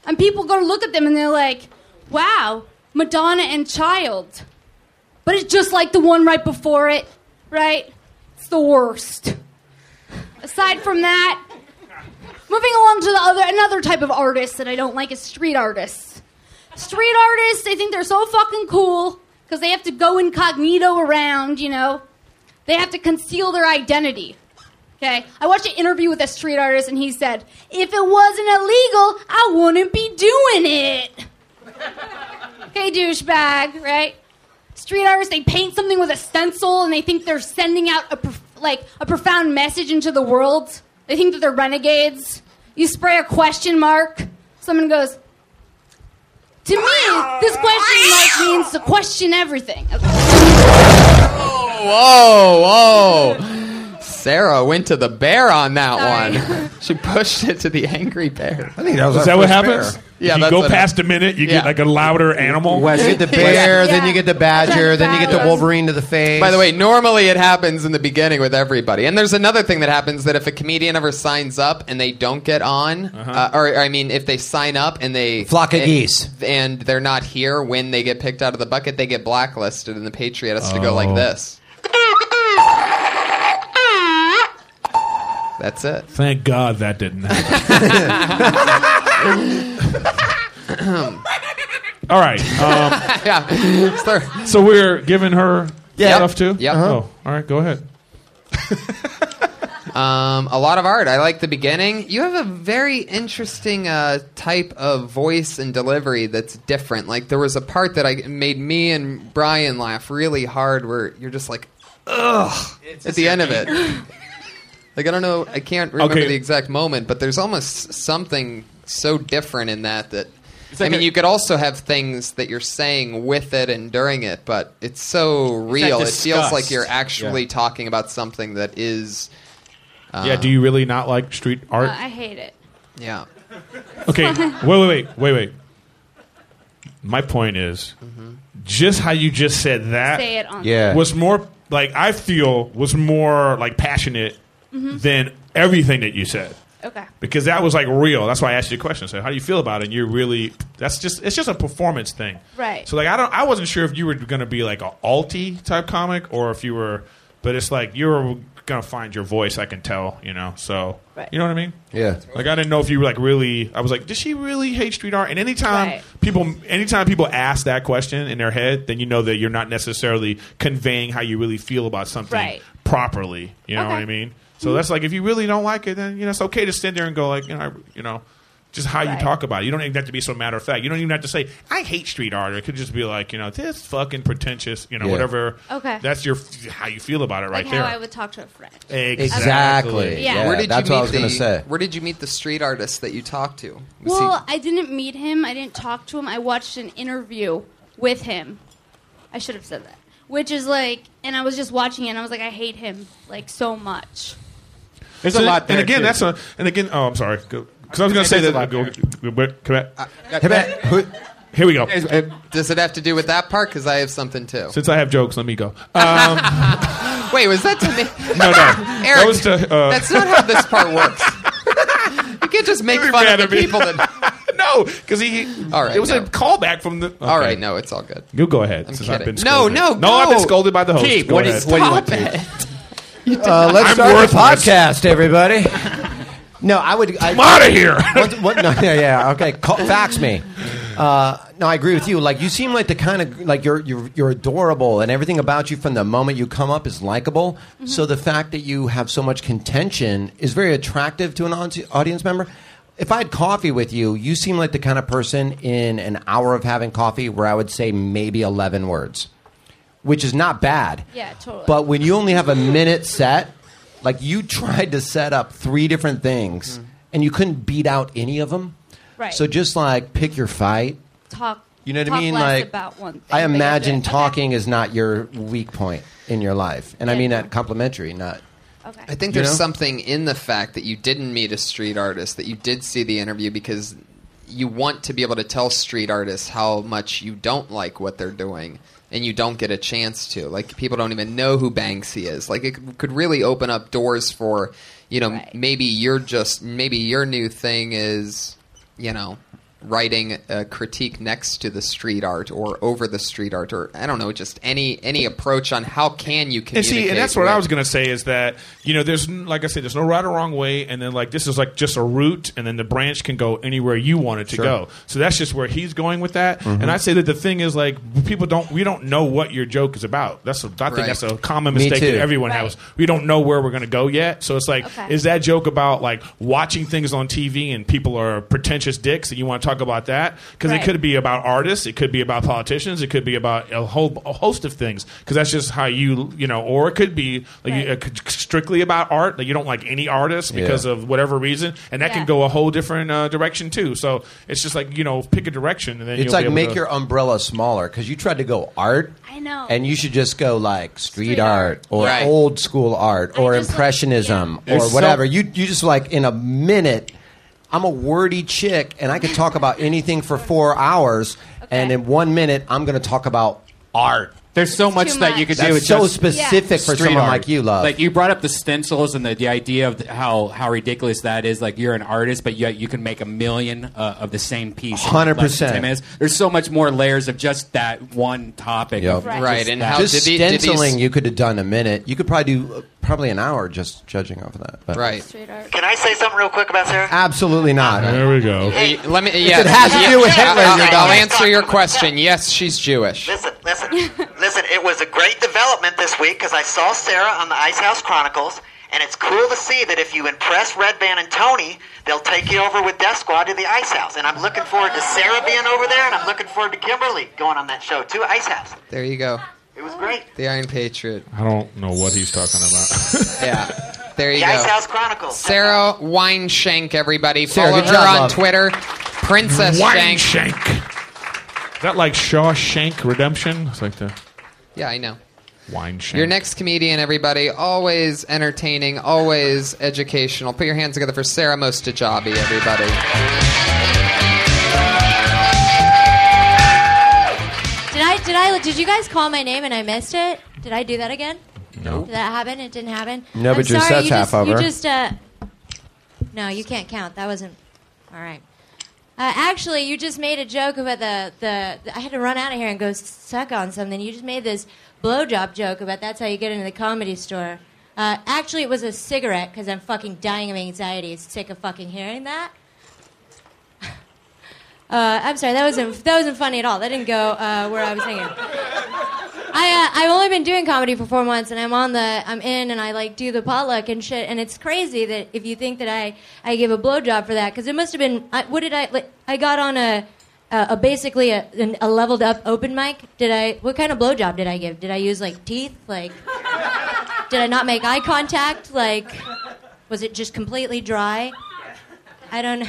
Speaker 18: And people go to look at them and they're like, wow, Madonna and Child. But it's just like the one right before it, right? It's the worst aside from that, moving along to the other another type of artist that I don't like is street artists. Street artists, they think they're so fucking cool because they have to go incognito around, you know. They have to conceal their identity. Okay? I watched an interview with a street artist and he said, "If it wasn't illegal, I wouldn't be doing it." okay, douchebag, right? Street artists, they paint something with a stencil and they think they're sending out a prof- like a profound message into the world. They think that they're renegades. You spray a question mark, someone goes, "To me, this question mark means to question everything."
Speaker 3: Whoa, whoa! Sarah went to the bear on that one. She pushed it to the angry bear. I
Speaker 8: think that was Is our that what first happens? bear.
Speaker 3: Yeah,
Speaker 8: You
Speaker 3: that's
Speaker 8: go
Speaker 3: what
Speaker 8: past a minute, you get like a louder animal.
Speaker 3: Wes,
Speaker 8: you
Speaker 3: you
Speaker 8: get
Speaker 3: get
Speaker 8: the
Speaker 3: the
Speaker 8: bear,
Speaker 15: Bear, then you get the badger, then you get the Wolverine to the face.
Speaker 3: By the way, normally it happens in the beginning with everybody. And there's another thing that happens that if a comedian ever signs up and they don't get on,
Speaker 8: Uh-huh.
Speaker 3: uh, or, or I mean, if they sign up and they
Speaker 15: Flock of
Speaker 3: and-
Speaker 15: geese.
Speaker 3: and they're not here when they get picked out of the bucket, they get blacklisted, and the Patriot has to go
Speaker 15: Oh.
Speaker 3: like this. That's it.
Speaker 8: Thank God that didn't happen. All right. Um,
Speaker 3: yeah.
Speaker 8: So we're giving her
Speaker 3: Yeah. Uh-huh.
Speaker 8: stuff too.
Speaker 3: Yep.
Speaker 8: Oh, all right. Go ahead.
Speaker 3: Um, a lot of art. I like the beginning. You have a very interesting uh, type of voice and delivery that's different. Like there was a part that I made me and Brian laugh really hard, where you're just like, ugh, at the end of it. Like I don't know, I can't remember
Speaker 8: Okay.
Speaker 3: the exact moment, but there's almost something so different in that that.
Speaker 8: like
Speaker 3: I mean,
Speaker 8: a-
Speaker 3: you could also have things that you're saying with it and during it, but it's so real. It feels
Speaker 8: disgust.
Speaker 3: like you're actually
Speaker 8: Yeah.
Speaker 3: talking about something that is. Uh,
Speaker 8: yeah. Do you really not like street art?
Speaker 18: Uh, I hate it.
Speaker 3: yeah.
Speaker 8: Okay. Wait, wait, wait, wait, wait. My point is,
Speaker 3: Mm-hmm.
Speaker 8: just how you just said that
Speaker 18: Say it on-
Speaker 8: yeah.
Speaker 18: Yeah.
Speaker 8: was more like I feel was more like passionate
Speaker 18: Mhm.
Speaker 8: than everything that you said
Speaker 18: Okay.
Speaker 8: because that was like real. That's why I asked you a question. So how do you feel about it? And you're really that's just it's just a performance thing.
Speaker 18: Right.
Speaker 8: So like I don't I wasn't sure if you were going to be like a alti type comic or if you were, but it's like you're going to find your voice. I can tell. You know. So you know what I mean?
Speaker 9: Yeah.
Speaker 8: Like I didn't know if you were like really. I was like, does she really hate street art? And anytime people, anytime people ask that question in their head, then you know that you're not necessarily conveying how you really feel about something
Speaker 18: Right.
Speaker 8: properly. You know what
Speaker 18: Okay.
Speaker 8: I mean? So
Speaker 18: Mhm.
Speaker 8: that's like if you really don't like it, then you know it's okay to sit there and go like you know, I, you know, just how you
Speaker 18: Right.
Speaker 8: talk about it. You don't even have to be so matter of fact. You don't even have to say I hate street art. It could just be like you know this fucking pretentious. You know
Speaker 18: Yeah.
Speaker 8: whatever.
Speaker 18: Okay.
Speaker 8: That's your how you feel about it right
Speaker 18: like
Speaker 8: there.
Speaker 18: how I would talk to a friend.
Speaker 8: Exactly.
Speaker 18: Yeah. Where
Speaker 3: Did you meet the- Where did you meet the street artist that you talked to? Was he-
Speaker 18: Well, I didn't meet him. I didn't talk to him. I watched an interview with him. I should have said that. Which is like, and I was just watching it, and I was like, I hate him like so much.
Speaker 8: There's
Speaker 18: a lot
Speaker 8: And
Speaker 18: there,
Speaker 8: again,
Speaker 18: too.
Speaker 8: that's a. And again, oh, I'm sorry. Because I was going to say
Speaker 3: There's
Speaker 8: that.
Speaker 3: a lot
Speaker 8: go, go- go- come back.
Speaker 3: Come
Speaker 8: Here we go.
Speaker 3: Does it have to do with that part? Because I have something too.
Speaker 8: Since I have jokes, let me go. Um,
Speaker 3: Wait, was that to me?
Speaker 8: no, no.
Speaker 3: Eric,
Speaker 8: that was to, uh,
Speaker 3: that's not how this part works. You can't just make fun of the people that.
Speaker 8: no, because he.
Speaker 3: All right.
Speaker 8: it was
Speaker 3: no.
Speaker 8: a callback from the.
Speaker 3: All right, no, it's all good.
Speaker 8: You go ahead.
Speaker 3: I'm
Speaker 8: since I've
Speaker 3: kidding.
Speaker 8: been
Speaker 3: No,
Speaker 8: scolded.
Speaker 3: no,
Speaker 8: no. I've been
Speaker 3: go.
Speaker 8: scolded by the host.
Speaker 3: Keep.
Speaker 8: Go
Speaker 3: What
Speaker 8: ahead.
Speaker 3: is- what do you want, Stop
Speaker 15: Uh, let's
Speaker 8: I'm
Speaker 15: start the
Speaker 8: worthless.
Speaker 15: podcast, everybody. No, I would. I,
Speaker 8: Come outta here.
Speaker 15: What, what, no, yeah, yeah. Okay, call, fax me. Uh, no, I agree with you. Like you seem like the kind of like you're you're you're adorable, and everything about you from the moment you come up is likable.
Speaker 18: Mm-hmm.
Speaker 15: So the fact that you have so much contention is very attractive to an on- audience member. If I had coffee with you, you seem like the kind of person in an hour of having coffee where I would say maybe eleven words.
Speaker 9: which is not bad.
Speaker 18: Yeah, totally.
Speaker 9: But when you only have a minute set, like you tried to set up three different things and you couldn't beat out any of them.
Speaker 18: Mm-hmm. Right.
Speaker 9: So just like pick your fight.
Speaker 18: talk.
Speaker 9: You know what
Speaker 18: talk
Speaker 9: I mean?
Speaker 18: less
Speaker 9: Like
Speaker 18: about one thing
Speaker 9: I
Speaker 18: that you're
Speaker 9: imagine
Speaker 18: good at.
Speaker 9: talking is not your weak point in your life, and I mean that complimentary, not.
Speaker 18: Okay.
Speaker 3: I think
Speaker 9: You
Speaker 3: there's
Speaker 9: know?
Speaker 3: something in the fact that you didn't meet a street artist, that you did see the interview because you want to be able to tell street artists how much you don't like what they're doing and you don't get a chance to. Like people don't even know who Banksy is. Like it could- could really open up doors for, you know, maybe you're just maybe your new thing is, you know, writing a critique next to the street art or over the street art or I don't know, just any any approach on how can you
Speaker 8: And
Speaker 3: communicate.
Speaker 8: see, and that's what I
Speaker 3: with-
Speaker 8: was gonna say is that you know, there's n- like I said, there's no right or wrong way, and then like this is like just a route, and then the branch can go anywhere you want it to
Speaker 19: Sure.
Speaker 8: go. So that's just where he's going with that.
Speaker 19: Mhm.
Speaker 8: And I say that the thing is like people don't we don't know what your joke is about. That's a, I think
Speaker 19: Right.
Speaker 8: that's a common
Speaker 19: Me
Speaker 8: mistake
Speaker 19: too.
Speaker 8: that everyone has. We don't know where we're gonna go yet. So it's like,
Speaker 19: Okay.
Speaker 8: is that joke about like watching things on TV and people are pretentious dicks, and you want to talk about that because
Speaker 19: Right.
Speaker 8: it could be about artists, it could be about politicians, it could be about a whole a host of things because that's just how you you know, or it could be like, you- uh, c- strictly about art that you don't like any artist because
Speaker 19: Yeah.
Speaker 8: of whatever reason, and that
Speaker 19: Yeah.
Speaker 8: can go a whole different uh, direction too. So it's just like you know, pick a direction and then
Speaker 9: It's
Speaker 8: you'll be
Speaker 9: like
Speaker 8: able
Speaker 9: make
Speaker 8: to-
Speaker 9: your umbrella smaller because you tried to go art. I
Speaker 18: know.
Speaker 9: And you should just go like street, art or
Speaker 19: Right.
Speaker 9: old school art or impressionism
Speaker 19: yeah.
Speaker 9: or
Speaker 19: There's
Speaker 9: whatever.
Speaker 19: some-
Speaker 9: you you just like in a minute. I'm a wordy chick and I could talk about anything for four hours, and in one minute I'm going to talk about art.
Speaker 19: There's so much,
Speaker 9: too
Speaker 19: that you could
Speaker 9: much.
Speaker 19: do.
Speaker 9: That's
Speaker 19: It's
Speaker 9: so
Speaker 19: just
Speaker 9: specific for
Speaker 19: street
Speaker 9: someone
Speaker 19: art.
Speaker 9: like you, Love.
Speaker 19: Like you brought up the stencils and the, the idea of how how ridiculous that is. Like you're an artist, but yet you can make a million uh, of the same piece. in
Speaker 9: Hundred
Speaker 19: less than
Speaker 9: percent.
Speaker 19: Ten minutes. There's so much more layers of just that one topic.
Speaker 9: Yep.
Speaker 19: of just that.
Speaker 9: just stenciling you could have done a minute. You could probably do uh, probably an hour just judging off of that. But.
Speaker 3: Right.
Speaker 4: Can I say something real quick about Sarah?
Speaker 9: Absolutely not.
Speaker 8: There we go.
Speaker 3: Hey, let me.
Speaker 9: If
Speaker 3: Yeah,
Speaker 9: it has to do with Hitler,
Speaker 3: I'll,
Speaker 9: you're
Speaker 3: I'll
Speaker 9: done.
Speaker 3: answer your question. Yes, she's Jewish.
Speaker 4: Listen, listen, listen. It was a great development this week because I saw Sarah on the Ice House Chronicles, and it's cool to see that if you impress Red Band and Tony, they'll take you over with Death Squad to the Ice House. And I'm looking forward to Sarah being over there, and I'm looking forward to Kimberly going on that show too. Ice House.
Speaker 3: There you go.
Speaker 4: It was great.
Speaker 3: The Iron Patriot.
Speaker 8: I don't know what he's talking about.
Speaker 3: yeah. There you
Speaker 4: The
Speaker 3: go.
Speaker 4: Ice House Chronicles.
Speaker 3: Sarah Wineshank, everybody.
Speaker 8: Sarah,
Speaker 3: Follow
Speaker 8: good
Speaker 3: her
Speaker 8: job,
Speaker 3: on
Speaker 8: love.
Speaker 3: Twitter. Princess Shank.
Speaker 8: Wineshank. Is that like Shawshank Redemption? It's like the
Speaker 3: Yeah, I know.
Speaker 8: wine shank.
Speaker 3: Your next comedian, everybody. Always entertaining, always educational. Put your hands together for Sarah Mostajabi, everybody.
Speaker 20: Did I? Did I? Did you guys call my name and I missed it? Did I do that again?
Speaker 9: No.
Speaker 20: Did that happen? It didn't happen.
Speaker 9: No,
Speaker 20: I'm
Speaker 9: but your
Speaker 20: sorry,
Speaker 9: set's
Speaker 20: you just,
Speaker 9: half over.
Speaker 20: You just. Uh, no, you can't count. That wasn't. All right. Uh, actually, you just made a joke about the, the the. I had to run out of here and go suck on something. You just made this blowjob joke about that's how you get into the comedy store. Uh, actually, it was a cigarette because I'm fucking dying of anxiety. It's sick of fucking hearing that. Uh, I'm sorry, that wasn't that wasn't funny at all. That didn't go uh, where I was thinking. I uh, I've only been doing comedy for four months, and I'm on the I'm in, and I like do the potluck and shit. And it's crazy that if you think that I I give a blowjob for that, because it must have been I, what did I like, I got on a. Uh, a basically a, an, a leveled up open mic. Did I? What kind of blowjob did I give? Did I use like teeth? Like, did I not make eye contact? Like, was it just completely dry? I don't know.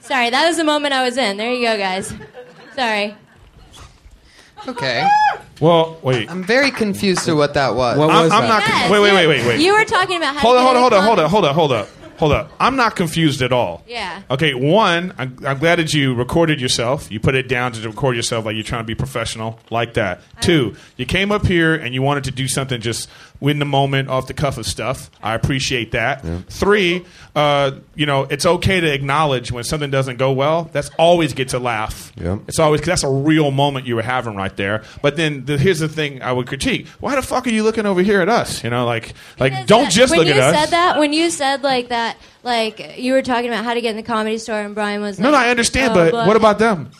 Speaker 20: Sorry, that was the moment I was in. There you go, guys. Sorry.
Speaker 3: Okay.
Speaker 8: Well, wait.
Speaker 3: I'm very confused to what that was.
Speaker 8: What I'm- was I'm that? not con- wait, wait, wait, wait, wait.
Speaker 20: You were talking about how.
Speaker 8: Hold
Speaker 20: to
Speaker 8: on,
Speaker 20: get
Speaker 8: hold on, hold
Speaker 20: into
Speaker 8: on, hold on, hold on, hold up, hold up. I'm not confused at all.
Speaker 20: Yeah.
Speaker 8: Okay, one, I'm, I'm glad that you recorded yourself. You put it down to record yourself like you're trying to be professional, like that. Two, you came up here and you wanted to do something just in the moment, off the cuff of stuff. I appreciate that. Three, uh, you know, it's okay to acknowledge when something doesn't go well. That's always gets a laugh.
Speaker 9: Yep.
Speaker 8: It's always 'cause that's a real moment you were having right there. But then the, here's the thing I would critique: Why the fuck are you looking over here at us? You know, like like don't just
Speaker 20: when
Speaker 8: look
Speaker 20: you
Speaker 8: at us.
Speaker 20: said that, when you said like that, like you were talking about how to get in the comedy store, and Brian was.
Speaker 8: No, no,
Speaker 20: like,
Speaker 8: I understand,
Speaker 20: oh,
Speaker 8: but
Speaker 20: blah-
Speaker 8: what about them?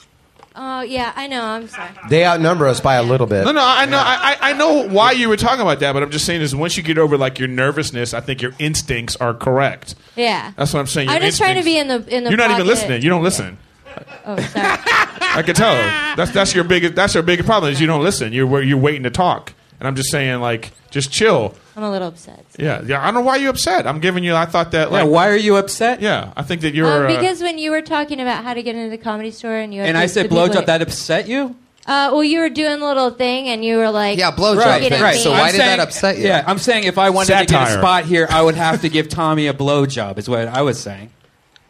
Speaker 20: Oh yeah, I know. I'm sorry.
Speaker 9: They outnumber us by a little bit.
Speaker 8: No, no, I know, I, I I know why you were talking about that, but I'm just saying is once you get over like your nervousness, I think your instincts are correct.
Speaker 20: Yeah.
Speaker 8: That's what I'm saying. Your
Speaker 20: I'm just trying to be in the in the.
Speaker 8: Uh, You're not even
Speaker 20: pocket.
Speaker 8: listening. You don't listen.
Speaker 20: Oh, sorry.
Speaker 8: I could tell. That's that's your biggest that's your biggest problem is you don't listen. You're you're waiting to talk, and I'm just saying like just chill.
Speaker 20: I'm a little upset.
Speaker 8: Yeah, yeah. I don't know why you're upset. I'm giving you. I thought that.
Speaker 2: Yeah,
Speaker 8: Like,
Speaker 2: why are you upset?
Speaker 8: Yeah, I think that you're.
Speaker 20: Uh,
Speaker 8: uh,
Speaker 20: because when you were talking about how to get into the comedy store and you
Speaker 2: And I
Speaker 20: accused
Speaker 2: said
Speaker 20: the people
Speaker 2: blowjob.
Speaker 20: at-
Speaker 2: That upset you?
Speaker 20: Uh, well, you were doing a little thing and you were like,
Speaker 2: Yeah,
Speaker 20: blowjob
Speaker 2: I'm saying- Yeah, I'm saying if I wanted to get
Speaker 19: Satire.
Speaker 2: a spot here, I would have to give Tommy a blowjob. Is what I was saying.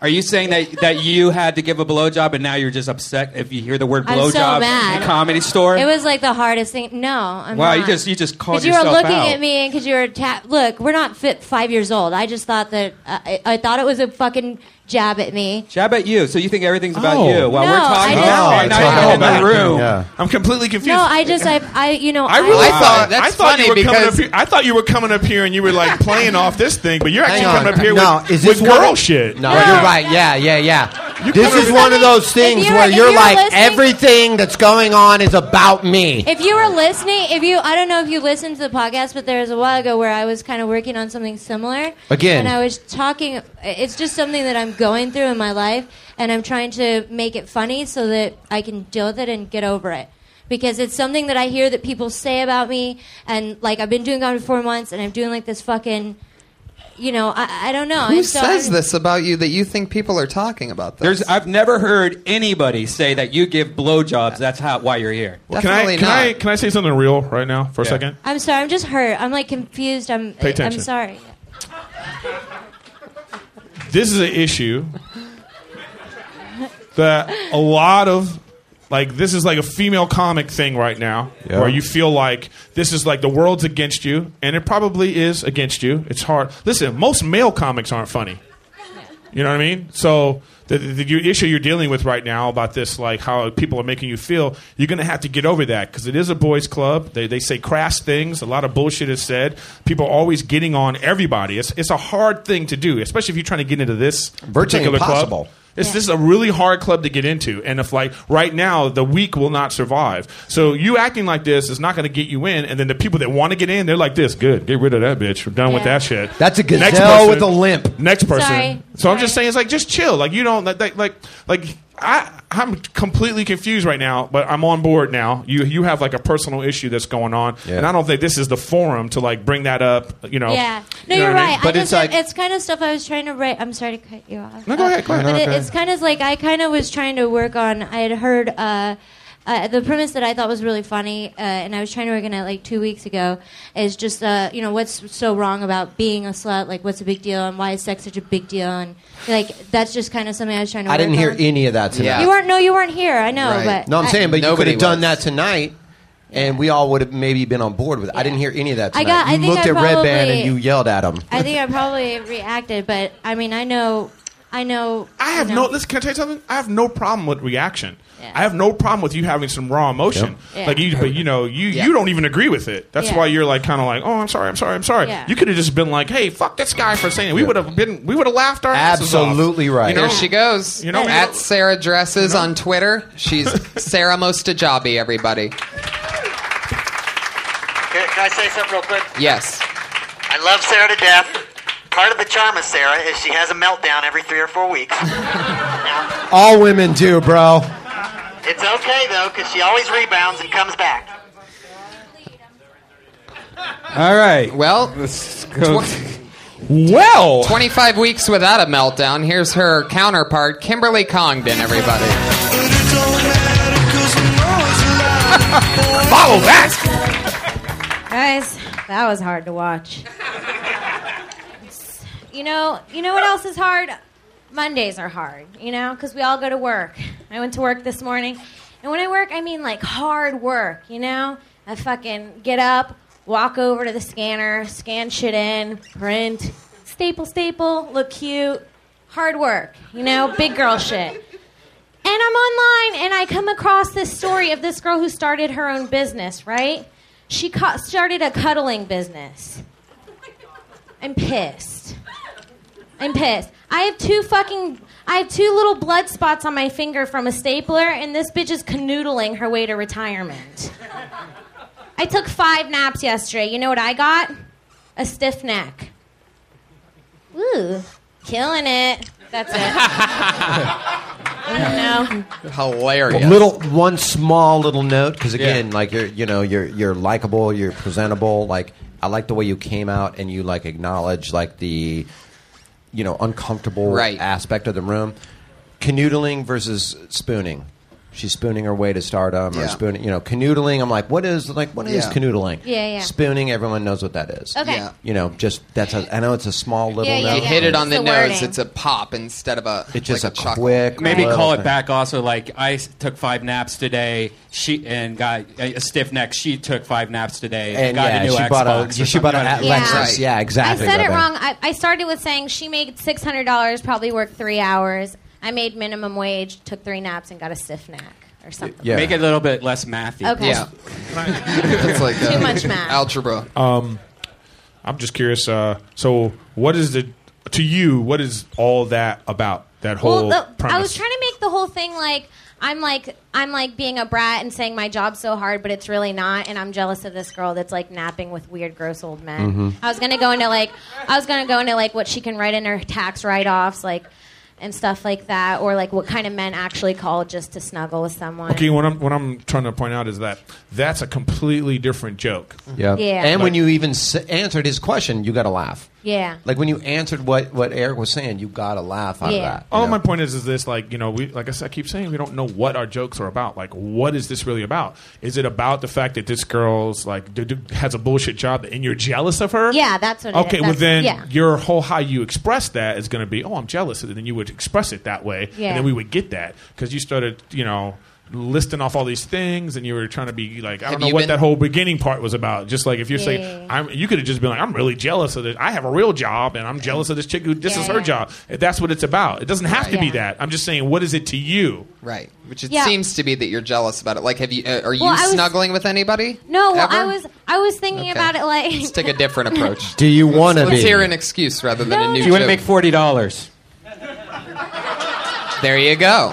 Speaker 2: Are you saying that, that you had to give a blowjob and now you're just upset if you hear the word
Speaker 20: I'm so
Speaker 2: blowjob in
Speaker 20: mad.
Speaker 2: a comedy store?
Speaker 20: It was like the hardest thing. No, I'm
Speaker 2: wow,
Speaker 20: not.
Speaker 2: you just you just called
Speaker 20: Because you were
Speaker 2: yourself
Speaker 20: looking
Speaker 2: out.
Speaker 20: at me and because you were ta- look, we're not fit five years old. I just thought that uh, I, I thought it was a fucking jab at me.
Speaker 2: Jab at you. So you think everything's about
Speaker 8: Oh.
Speaker 2: you while
Speaker 20: No,
Speaker 2: we're talking
Speaker 20: I
Speaker 2: now,
Speaker 20: just-
Speaker 2: and now you're in the room.
Speaker 8: I'm completely confused.
Speaker 20: No, I just I, I you know
Speaker 8: I really thought,
Speaker 20: that's
Speaker 8: I thought
Speaker 20: funny
Speaker 8: you were coming up
Speaker 20: because
Speaker 8: here. I thought you were coming up here and you were like playing off this thing, but you're actually
Speaker 9: Hang on.
Speaker 8: coming up here
Speaker 9: No,
Speaker 8: with,
Speaker 9: is this
Speaker 8: with
Speaker 9: one-
Speaker 8: girl shit.
Speaker 9: No, you're right. Yeah, yeah, yeah.
Speaker 8: You
Speaker 9: this
Speaker 8: covered
Speaker 9: is
Speaker 8: it.
Speaker 9: one of those things
Speaker 20: you were-
Speaker 9: where
Speaker 20: if
Speaker 9: you're
Speaker 20: you were
Speaker 9: like,
Speaker 20: listening-
Speaker 9: everything that's going on is about me.
Speaker 20: if you were listening, if you I don't know if you listened to the podcast, but there was a while ago where I was kind of working on something similar.
Speaker 9: Again.
Speaker 20: and I was talking. It's just something that I'm going through in my life, and I'm trying to make it funny so that I can deal with it and get over it. Because it's something that I hear that people say about me, and like I've been doing comedy for four months, and I'm doing like this fucking, you know, I, I don't know.
Speaker 3: Who
Speaker 20: and so
Speaker 3: says
Speaker 20: I'm-
Speaker 3: this about you that you think people are talking about this?
Speaker 2: There's, I've never heard anybody say that you give blowjobs. That's how why you're here.
Speaker 8: Well, can I can I can I say something real right now for a second?
Speaker 20: I'm sorry. I'm just hurt. I'm like confused. I'm.
Speaker 8: Pay attention.
Speaker 20: I'm sorry.
Speaker 8: This is an issue that a lot of like this is like a female comic thing right now
Speaker 9: Yeah.
Speaker 8: where you feel like this is like the world's against you and it probably is against you it's hard listen most male comics aren't funny you know what i mean so the, the, the issue you're dealing with right now about this like how people are making you feel you're going to have to get over that because it is a boys club they, they say crass things a lot of bullshit is said people are always getting on everybody it's, it's a hard thing to do especially if you're trying to get into this particular
Speaker 9: impossible.
Speaker 8: club it's this is a really hard club to get into, and if like right now the weak will not survive. So you acting like this is not going to get you in, and then the people that want to get in, they're like this. Good, get rid of that bitch. We're done with
Speaker 9: Yeah.
Speaker 8: that shit.
Speaker 9: That's a
Speaker 8: Next
Speaker 9: gazelle
Speaker 8: person.
Speaker 9: with a limp.
Speaker 8: Next person.
Speaker 9: Sorry.
Speaker 8: So I'm just saying, it's like just chill. Like you don't like like like. like I, I'm completely confused right now, but I'm on board now. You you have like a personal issue that's going on, and I don't think this is the forum to like bring that up. You know.
Speaker 20: Yeah. No,
Speaker 8: You know
Speaker 20: you're
Speaker 8: what I mean?
Speaker 20: right. I just, it's kind of stuff I was trying to write. I'm sorry to cut you off.
Speaker 8: No, go
Speaker 20: Uh,
Speaker 8: ahead, go ahead.
Speaker 20: But
Speaker 8: No,
Speaker 20: it,
Speaker 8: go ahead.
Speaker 20: it's kind of like I kind of was trying to work on. I had heard uh, uh, the premise that I thought was really funny, uh, and I was trying to work on it like two weeks ago. Is just uh, you know what's so wrong about being a slut? Like what's a big deal, and why is sex such a big deal? And like that's just kind of something I was trying to.
Speaker 9: I
Speaker 20: work
Speaker 9: didn't hear
Speaker 20: on.
Speaker 9: any of that tonight.
Speaker 20: You weren't. No, you weren't here. I know, but
Speaker 9: no, I'm
Speaker 20: I-
Speaker 9: saying, but you could
Speaker 20: Nobody
Speaker 9: have done
Speaker 20: was.
Speaker 9: that tonight, and we all would have maybe been on board with it. I didn't hear any of that
Speaker 20: I
Speaker 9: tonight.
Speaker 20: got- I
Speaker 9: you
Speaker 20: think
Speaker 9: looked
Speaker 20: I
Speaker 9: at Red Band
Speaker 20: probably-
Speaker 9: and you yelled at him.
Speaker 20: I think I probably reacted, but I mean, I know, I know.
Speaker 8: I have
Speaker 20: you
Speaker 8: no.
Speaker 20: know.
Speaker 8: Listen, can I tell you something? I have no problem with reaction. I have no problem with you having some raw emotion.
Speaker 20: Yeah. Yeah.
Speaker 8: Like you, but you know, you you don't even agree with it. That's
Speaker 20: Yeah.
Speaker 8: why you're like kind of like, oh, I'm sorry, I'm sorry, I'm sorry.
Speaker 20: Yeah.
Speaker 8: You could have just been like, hey, fuck this guy for saying it. We would have been, we would have laughed our asses off.
Speaker 9: Absolutely right.
Speaker 8: You know,
Speaker 3: Here she goes.
Speaker 8: You know, we
Speaker 3: at
Speaker 8: don't-
Speaker 3: Sarah Dresses on Twitter. She's Sarah Mostajabi, everybody.
Speaker 4: Can, can I say something real quick?
Speaker 3: Yes.
Speaker 4: I love Sarah to death. Part of the charm of Sarah is she has a meltdown every three or four weeks.
Speaker 9: All women do, bro.
Speaker 4: it's okay though, because she always rebounds and comes back.
Speaker 2: All right.
Speaker 3: Well,
Speaker 8: well,
Speaker 3: 25 weeks without a meltdown. Here's her counterpart, Kimberly Congdon, everybody.
Speaker 8: Follow that.
Speaker 21: Guys, that was hard to watch. you know, you know what else is hard? Mondays are hard, you know, because we all go to work. I went to work this morning, and when I work, I mean like hard work, you know? I fucking get up, walk over to the scanner, scan shit in, print, staple, staple, look cute. Hard work, you know, big girl shit. And I'm online and I come across this story of this girl who started her own business, right? She cu- started a cuddling business. I'm pissed. I'm pissed. I have two fucking I have two little blood spots on my finger from a stapler and this bitch is canoodling her way to retirement. I took 5 naps yesterday. You know what I got? A stiff neck. Ooh, killing it. That's it. I don't know.
Speaker 20: know?
Speaker 3: Hilarious.
Speaker 9: Little one small little note because again,
Speaker 3: Yeah.
Speaker 9: like you're you know you're you're likable, you're presentable. Like I like the way you came out and you like acknowledge like the you know uncomfortable
Speaker 3: Right.
Speaker 9: aspect of the room. Canoodling versus spooning. She's spooning her way to stardom
Speaker 3: Yeah.
Speaker 9: or spooning. You know, canoodling. I'm like, what is like what is
Speaker 3: Yeah.
Speaker 9: canoodling?
Speaker 3: Yeah, yeah.
Speaker 9: Spooning. Everyone knows what that is.
Speaker 3: Okay. Yeah.
Speaker 9: You know, just that's. A, I know it's a small little.
Speaker 3: you
Speaker 9: note.
Speaker 3: hit it on the,
Speaker 9: It's
Speaker 3: nose.
Speaker 9: wording.
Speaker 3: It's a pop instead of a.
Speaker 9: It's just
Speaker 3: like
Speaker 9: a quick
Speaker 2: Maybe
Speaker 9: little
Speaker 2: call it
Speaker 9: thing.
Speaker 2: back. Also, like I s- took five naps today. She and got a, a stiff neck. She took five naps today.
Speaker 9: And
Speaker 2: got
Speaker 9: yeah,
Speaker 2: a new
Speaker 9: she
Speaker 2: Xbox.
Speaker 9: bought a-
Speaker 2: or
Speaker 9: she
Speaker 2: something,
Speaker 9: bought
Speaker 2: you
Speaker 9: an
Speaker 2: know what I mean?
Speaker 9: Atlas. Right. Yeah,
Speaker 20: I
Speaker 9: exactly.
Speaker 20: said it
Speaker 9: Rebecca.
Speaker 20: wrong. I, I started with saying she made six hundred dollars, probably worked three hours. I made minimum wage, took three naps, and got a stiff neck or something.
Speaker 8: Yeah.
Speaker 2: Make it a little bit less mathy.
Speaker 20: Okay. Yeah.
Speaker 3: it's like
Speaker 20: Too much math.
Speaker 3: algebra.
Speaker 8: Um, I'm just curious. Uh, so, what is the to you? What is all that about? That whole
Speaker 20: well, the,
Speaker 8: premise.
Speaker 20: I was trying to make the whole thing like I'm like I'm like being a brat and saying my job's so hard, but it's really not. And I'm jealous of this girl that's like napping with weird, gross old men.
Speaker 1: Mhm.
Speaker 20: I was gonna go into like I was gonna go into like what she can write in her tax write-offs, like and stuff like that, or like what kind of men actually call just to snuggle with someone.
Speaker 8: okay, what I'm what I'm trying to point out is that that's a completely different joke.
Speaker 9: Yeah.
Speaker 20: Yeah.
Speaker 9: Mm-hmm. And when
Speaker 20: Like-
Speaker 9: you even s- answered his question, you got to laugh.
Speaker 20: Yeah.
Speaker 9: Like when you answered what, what Eric was saying, you got to laugh out
Speaker 20: Yeah.
Speaker 9: of that.
Speaker 8: All my point is, is this like you know we like I said, I keep saying we don't know what our jokes are about. Like, what is this really about? Is it about the fact that this girl's like d- d- has a bullshit job and you're jealous of her?
Speaker 20: Yeah, that's what. it is.
Speaker 8: Okay, well
Speaker 20: That's-
Speaker 8: then
Speaker 20: yeah.
Speaker 8: your whole how you express that is going to be, oh, I'm jealous, and then you would express it that way,
Speaker 20: Yeah.
Speaker 8: and then we would get that because you started, you know, listing off all these things, and you were trying to be like, I
Speaker 3: Have
Speaker 8: don't know
Speaker 3: you
Speaker 8: what
Speaker 3: been-
Speaker 8: that whole beginning part was about. Just like if you're
Speaker 3: Yeah,
Speaker 8: saying,
Speaker 3: yeah,
Speaker 8: I'm, you could have just been like, I'm really jealous of this. I have a real job, and I'm jealous of this chick who this is her job. If that's what it's about, it doesn't have to be
Speaker 20: Yeah.
Speaker 8: that. I'm just saying, what is it to you?
Speaker 3: Right. Which it
Speaker 20: Yeah.
Speaker 3: seems to be that you're jealous about it. Like, have you? Uh, are you
Speaker 20: Well, I was-
Speaker 3: snuggling with anybody?
Speaker 20: No, well, I
Speaker 3: Ever?
Speaker 20: was I was thinking
Speaker 3: Okay.
Speaker 20: about it like
Speaker 3: Let's take a different approach.
Speaker 9: Do you want to
Speaker 3: Let's
Speaker 9: be?
Speaker 3: hear an excuse rather than a new.
Speaker 2: Do you want to
Speaker 3: joke.
Speaker 2: make forty dollars?
Speaker 3: There you go.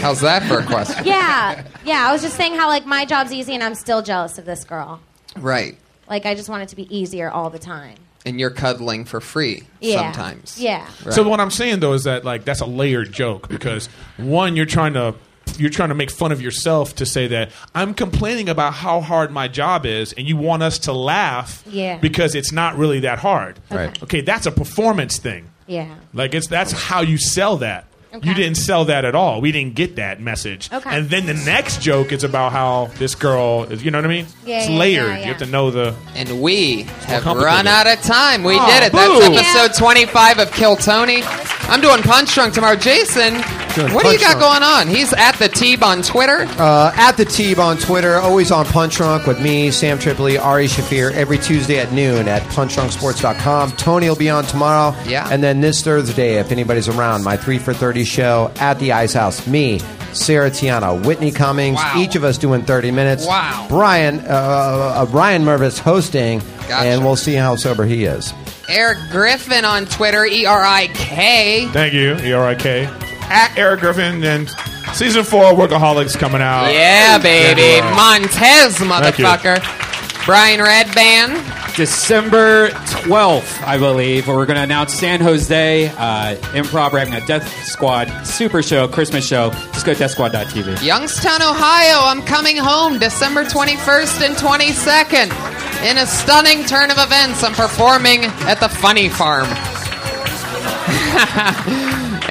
Speaker 3: How's that for a question?
Speaker 20: yeah, yeah. I was just saying how like my job's easy and I'm still jealous of this girl.
Speaker 3: Right.
Speaker 20: Like I just want it to be easier all the time.
Speaker 3: And you're cuddling for free
Speaker 20: Yeah.
Speaker 3: sometimes.
Speaker 20: Yeah.
Speaker 8: So what I'm saying though is that like that's a layered joke because one you're trying to you're trying to make fun of yourself to say that I'm complaining about how hard my job is and you want us to laugh
Speaker 20: Yeah.
Speaker 8: because it's not really that hard.
Speaker 20: Right.
Speaker 8: Okay, that's a performance thing.
Speaker 20: Yeah.
Speaker 8: Like it's that's how you sell that. You didn't sell that at all. We didn't get that message.
Speaker 20: Okay.
Speaker 8: And then the next joke is about how this girl is you know what I mean?
Speaker 20: Yeah,
Speaker 8: it's
Speaker 20: yeah,
Speaker 8: layered.
Speaker 20: yeah, yeah.
Speaker 8: You have to know the
Speaker 3: And we have
Speaker 8: complicated.
Speaker 3: run out of time. We
Speaker 20: Oh,
Speaker 8: Aw,
Speaker 3: did it.
Speaker 8: boo.
Speaker 3: That's episode 25 of Kill Tony. I'm doing Punch Drunk tomorrow. Jason,
Speaker 9: Doing
Speaker 3: what do you
Speaker 9: Punch
Speaker 3: got
Speaker 9: Drunk.
Speaker 3: going on? He's at the Teeb on Twitter.
Speaker 9: Uh, at the Teeb on Twitter, always on Punch Drunk with me, Sam Tripoli, Ari Shafir, every Tuesday at noon at punchdrunksports.com. Tony will be on tomorrow.
Speaker 3: Yeah.
Speaker 9: And then this Thursday, if anybody's around, my 3 for 30 show at the Ice House. Me, Sarah Tiana, Whitney Cummings,
Speaker 3: Wow.
Speaker 9: each of us doing 30 minutes.
Speaker 3: Wow.
Speaker 9: Brian, uh, uh, Brian Mervis hosting,
Speaker 3: Gotcha.
Speaker 9: and we'll see how sober he is.
Speaker 3: Eric Griffin on Twitter, E R I K.
Speaker 8: Thank you, E R I K. At Eric Griffin and season four Workaholics coming out.
Speaker 3: Yeah, baby. Montez,
Speaker 8: Uh, Thank you.
Speaker 3: motherfucker. Brian Redband.
Speaker 2: December 12th, I believe, where we're going to announce San Jose uh, Improv. We're having a Death Squad super show, Christmas show. Just go to deathsquad.tv.
Speaker 3: Youngstown, Ohio. I'm coming home December 21st and 22nd. In a stunning turn of events, I'm performing at the Funny Farm.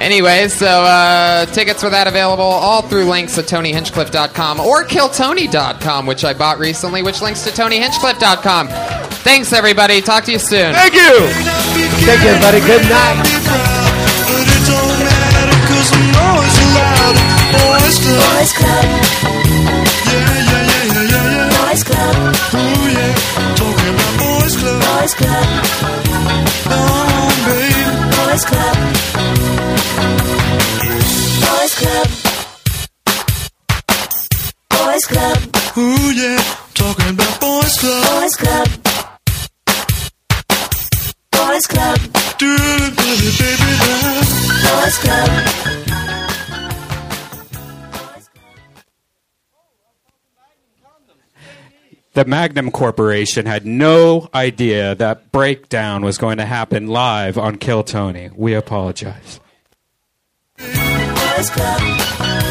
Speaker 3: anyway, so uh, tickets for that available all through links at TonyHinchcliffe.com or KillTony.com, which I bought recently, which links to TonyHinchcliffe.com. Thanks, everybody. Talk to you soon.
Speaker 9: Thank you. Thank you, everybody. Good night.
Speaker 6: But it don't matter cause I'm always allowed Boys Club Boys Club Yeah, yeah, yeah, yeah, yeah, yeah Boys Club Ooh, yeah Talking about Boys Club Boys Club Oh, babe Boys Club Boys Club Boys Club Ooh, yeah Talking about Boys Club Boys Club Boys Club do baby, baby, love. Boys Club.
Speaker 2: The Magnum Corporation had no idea that breakdown was going to happen live on Kill Tony. We apologize.
Speaker 6: Boys Club.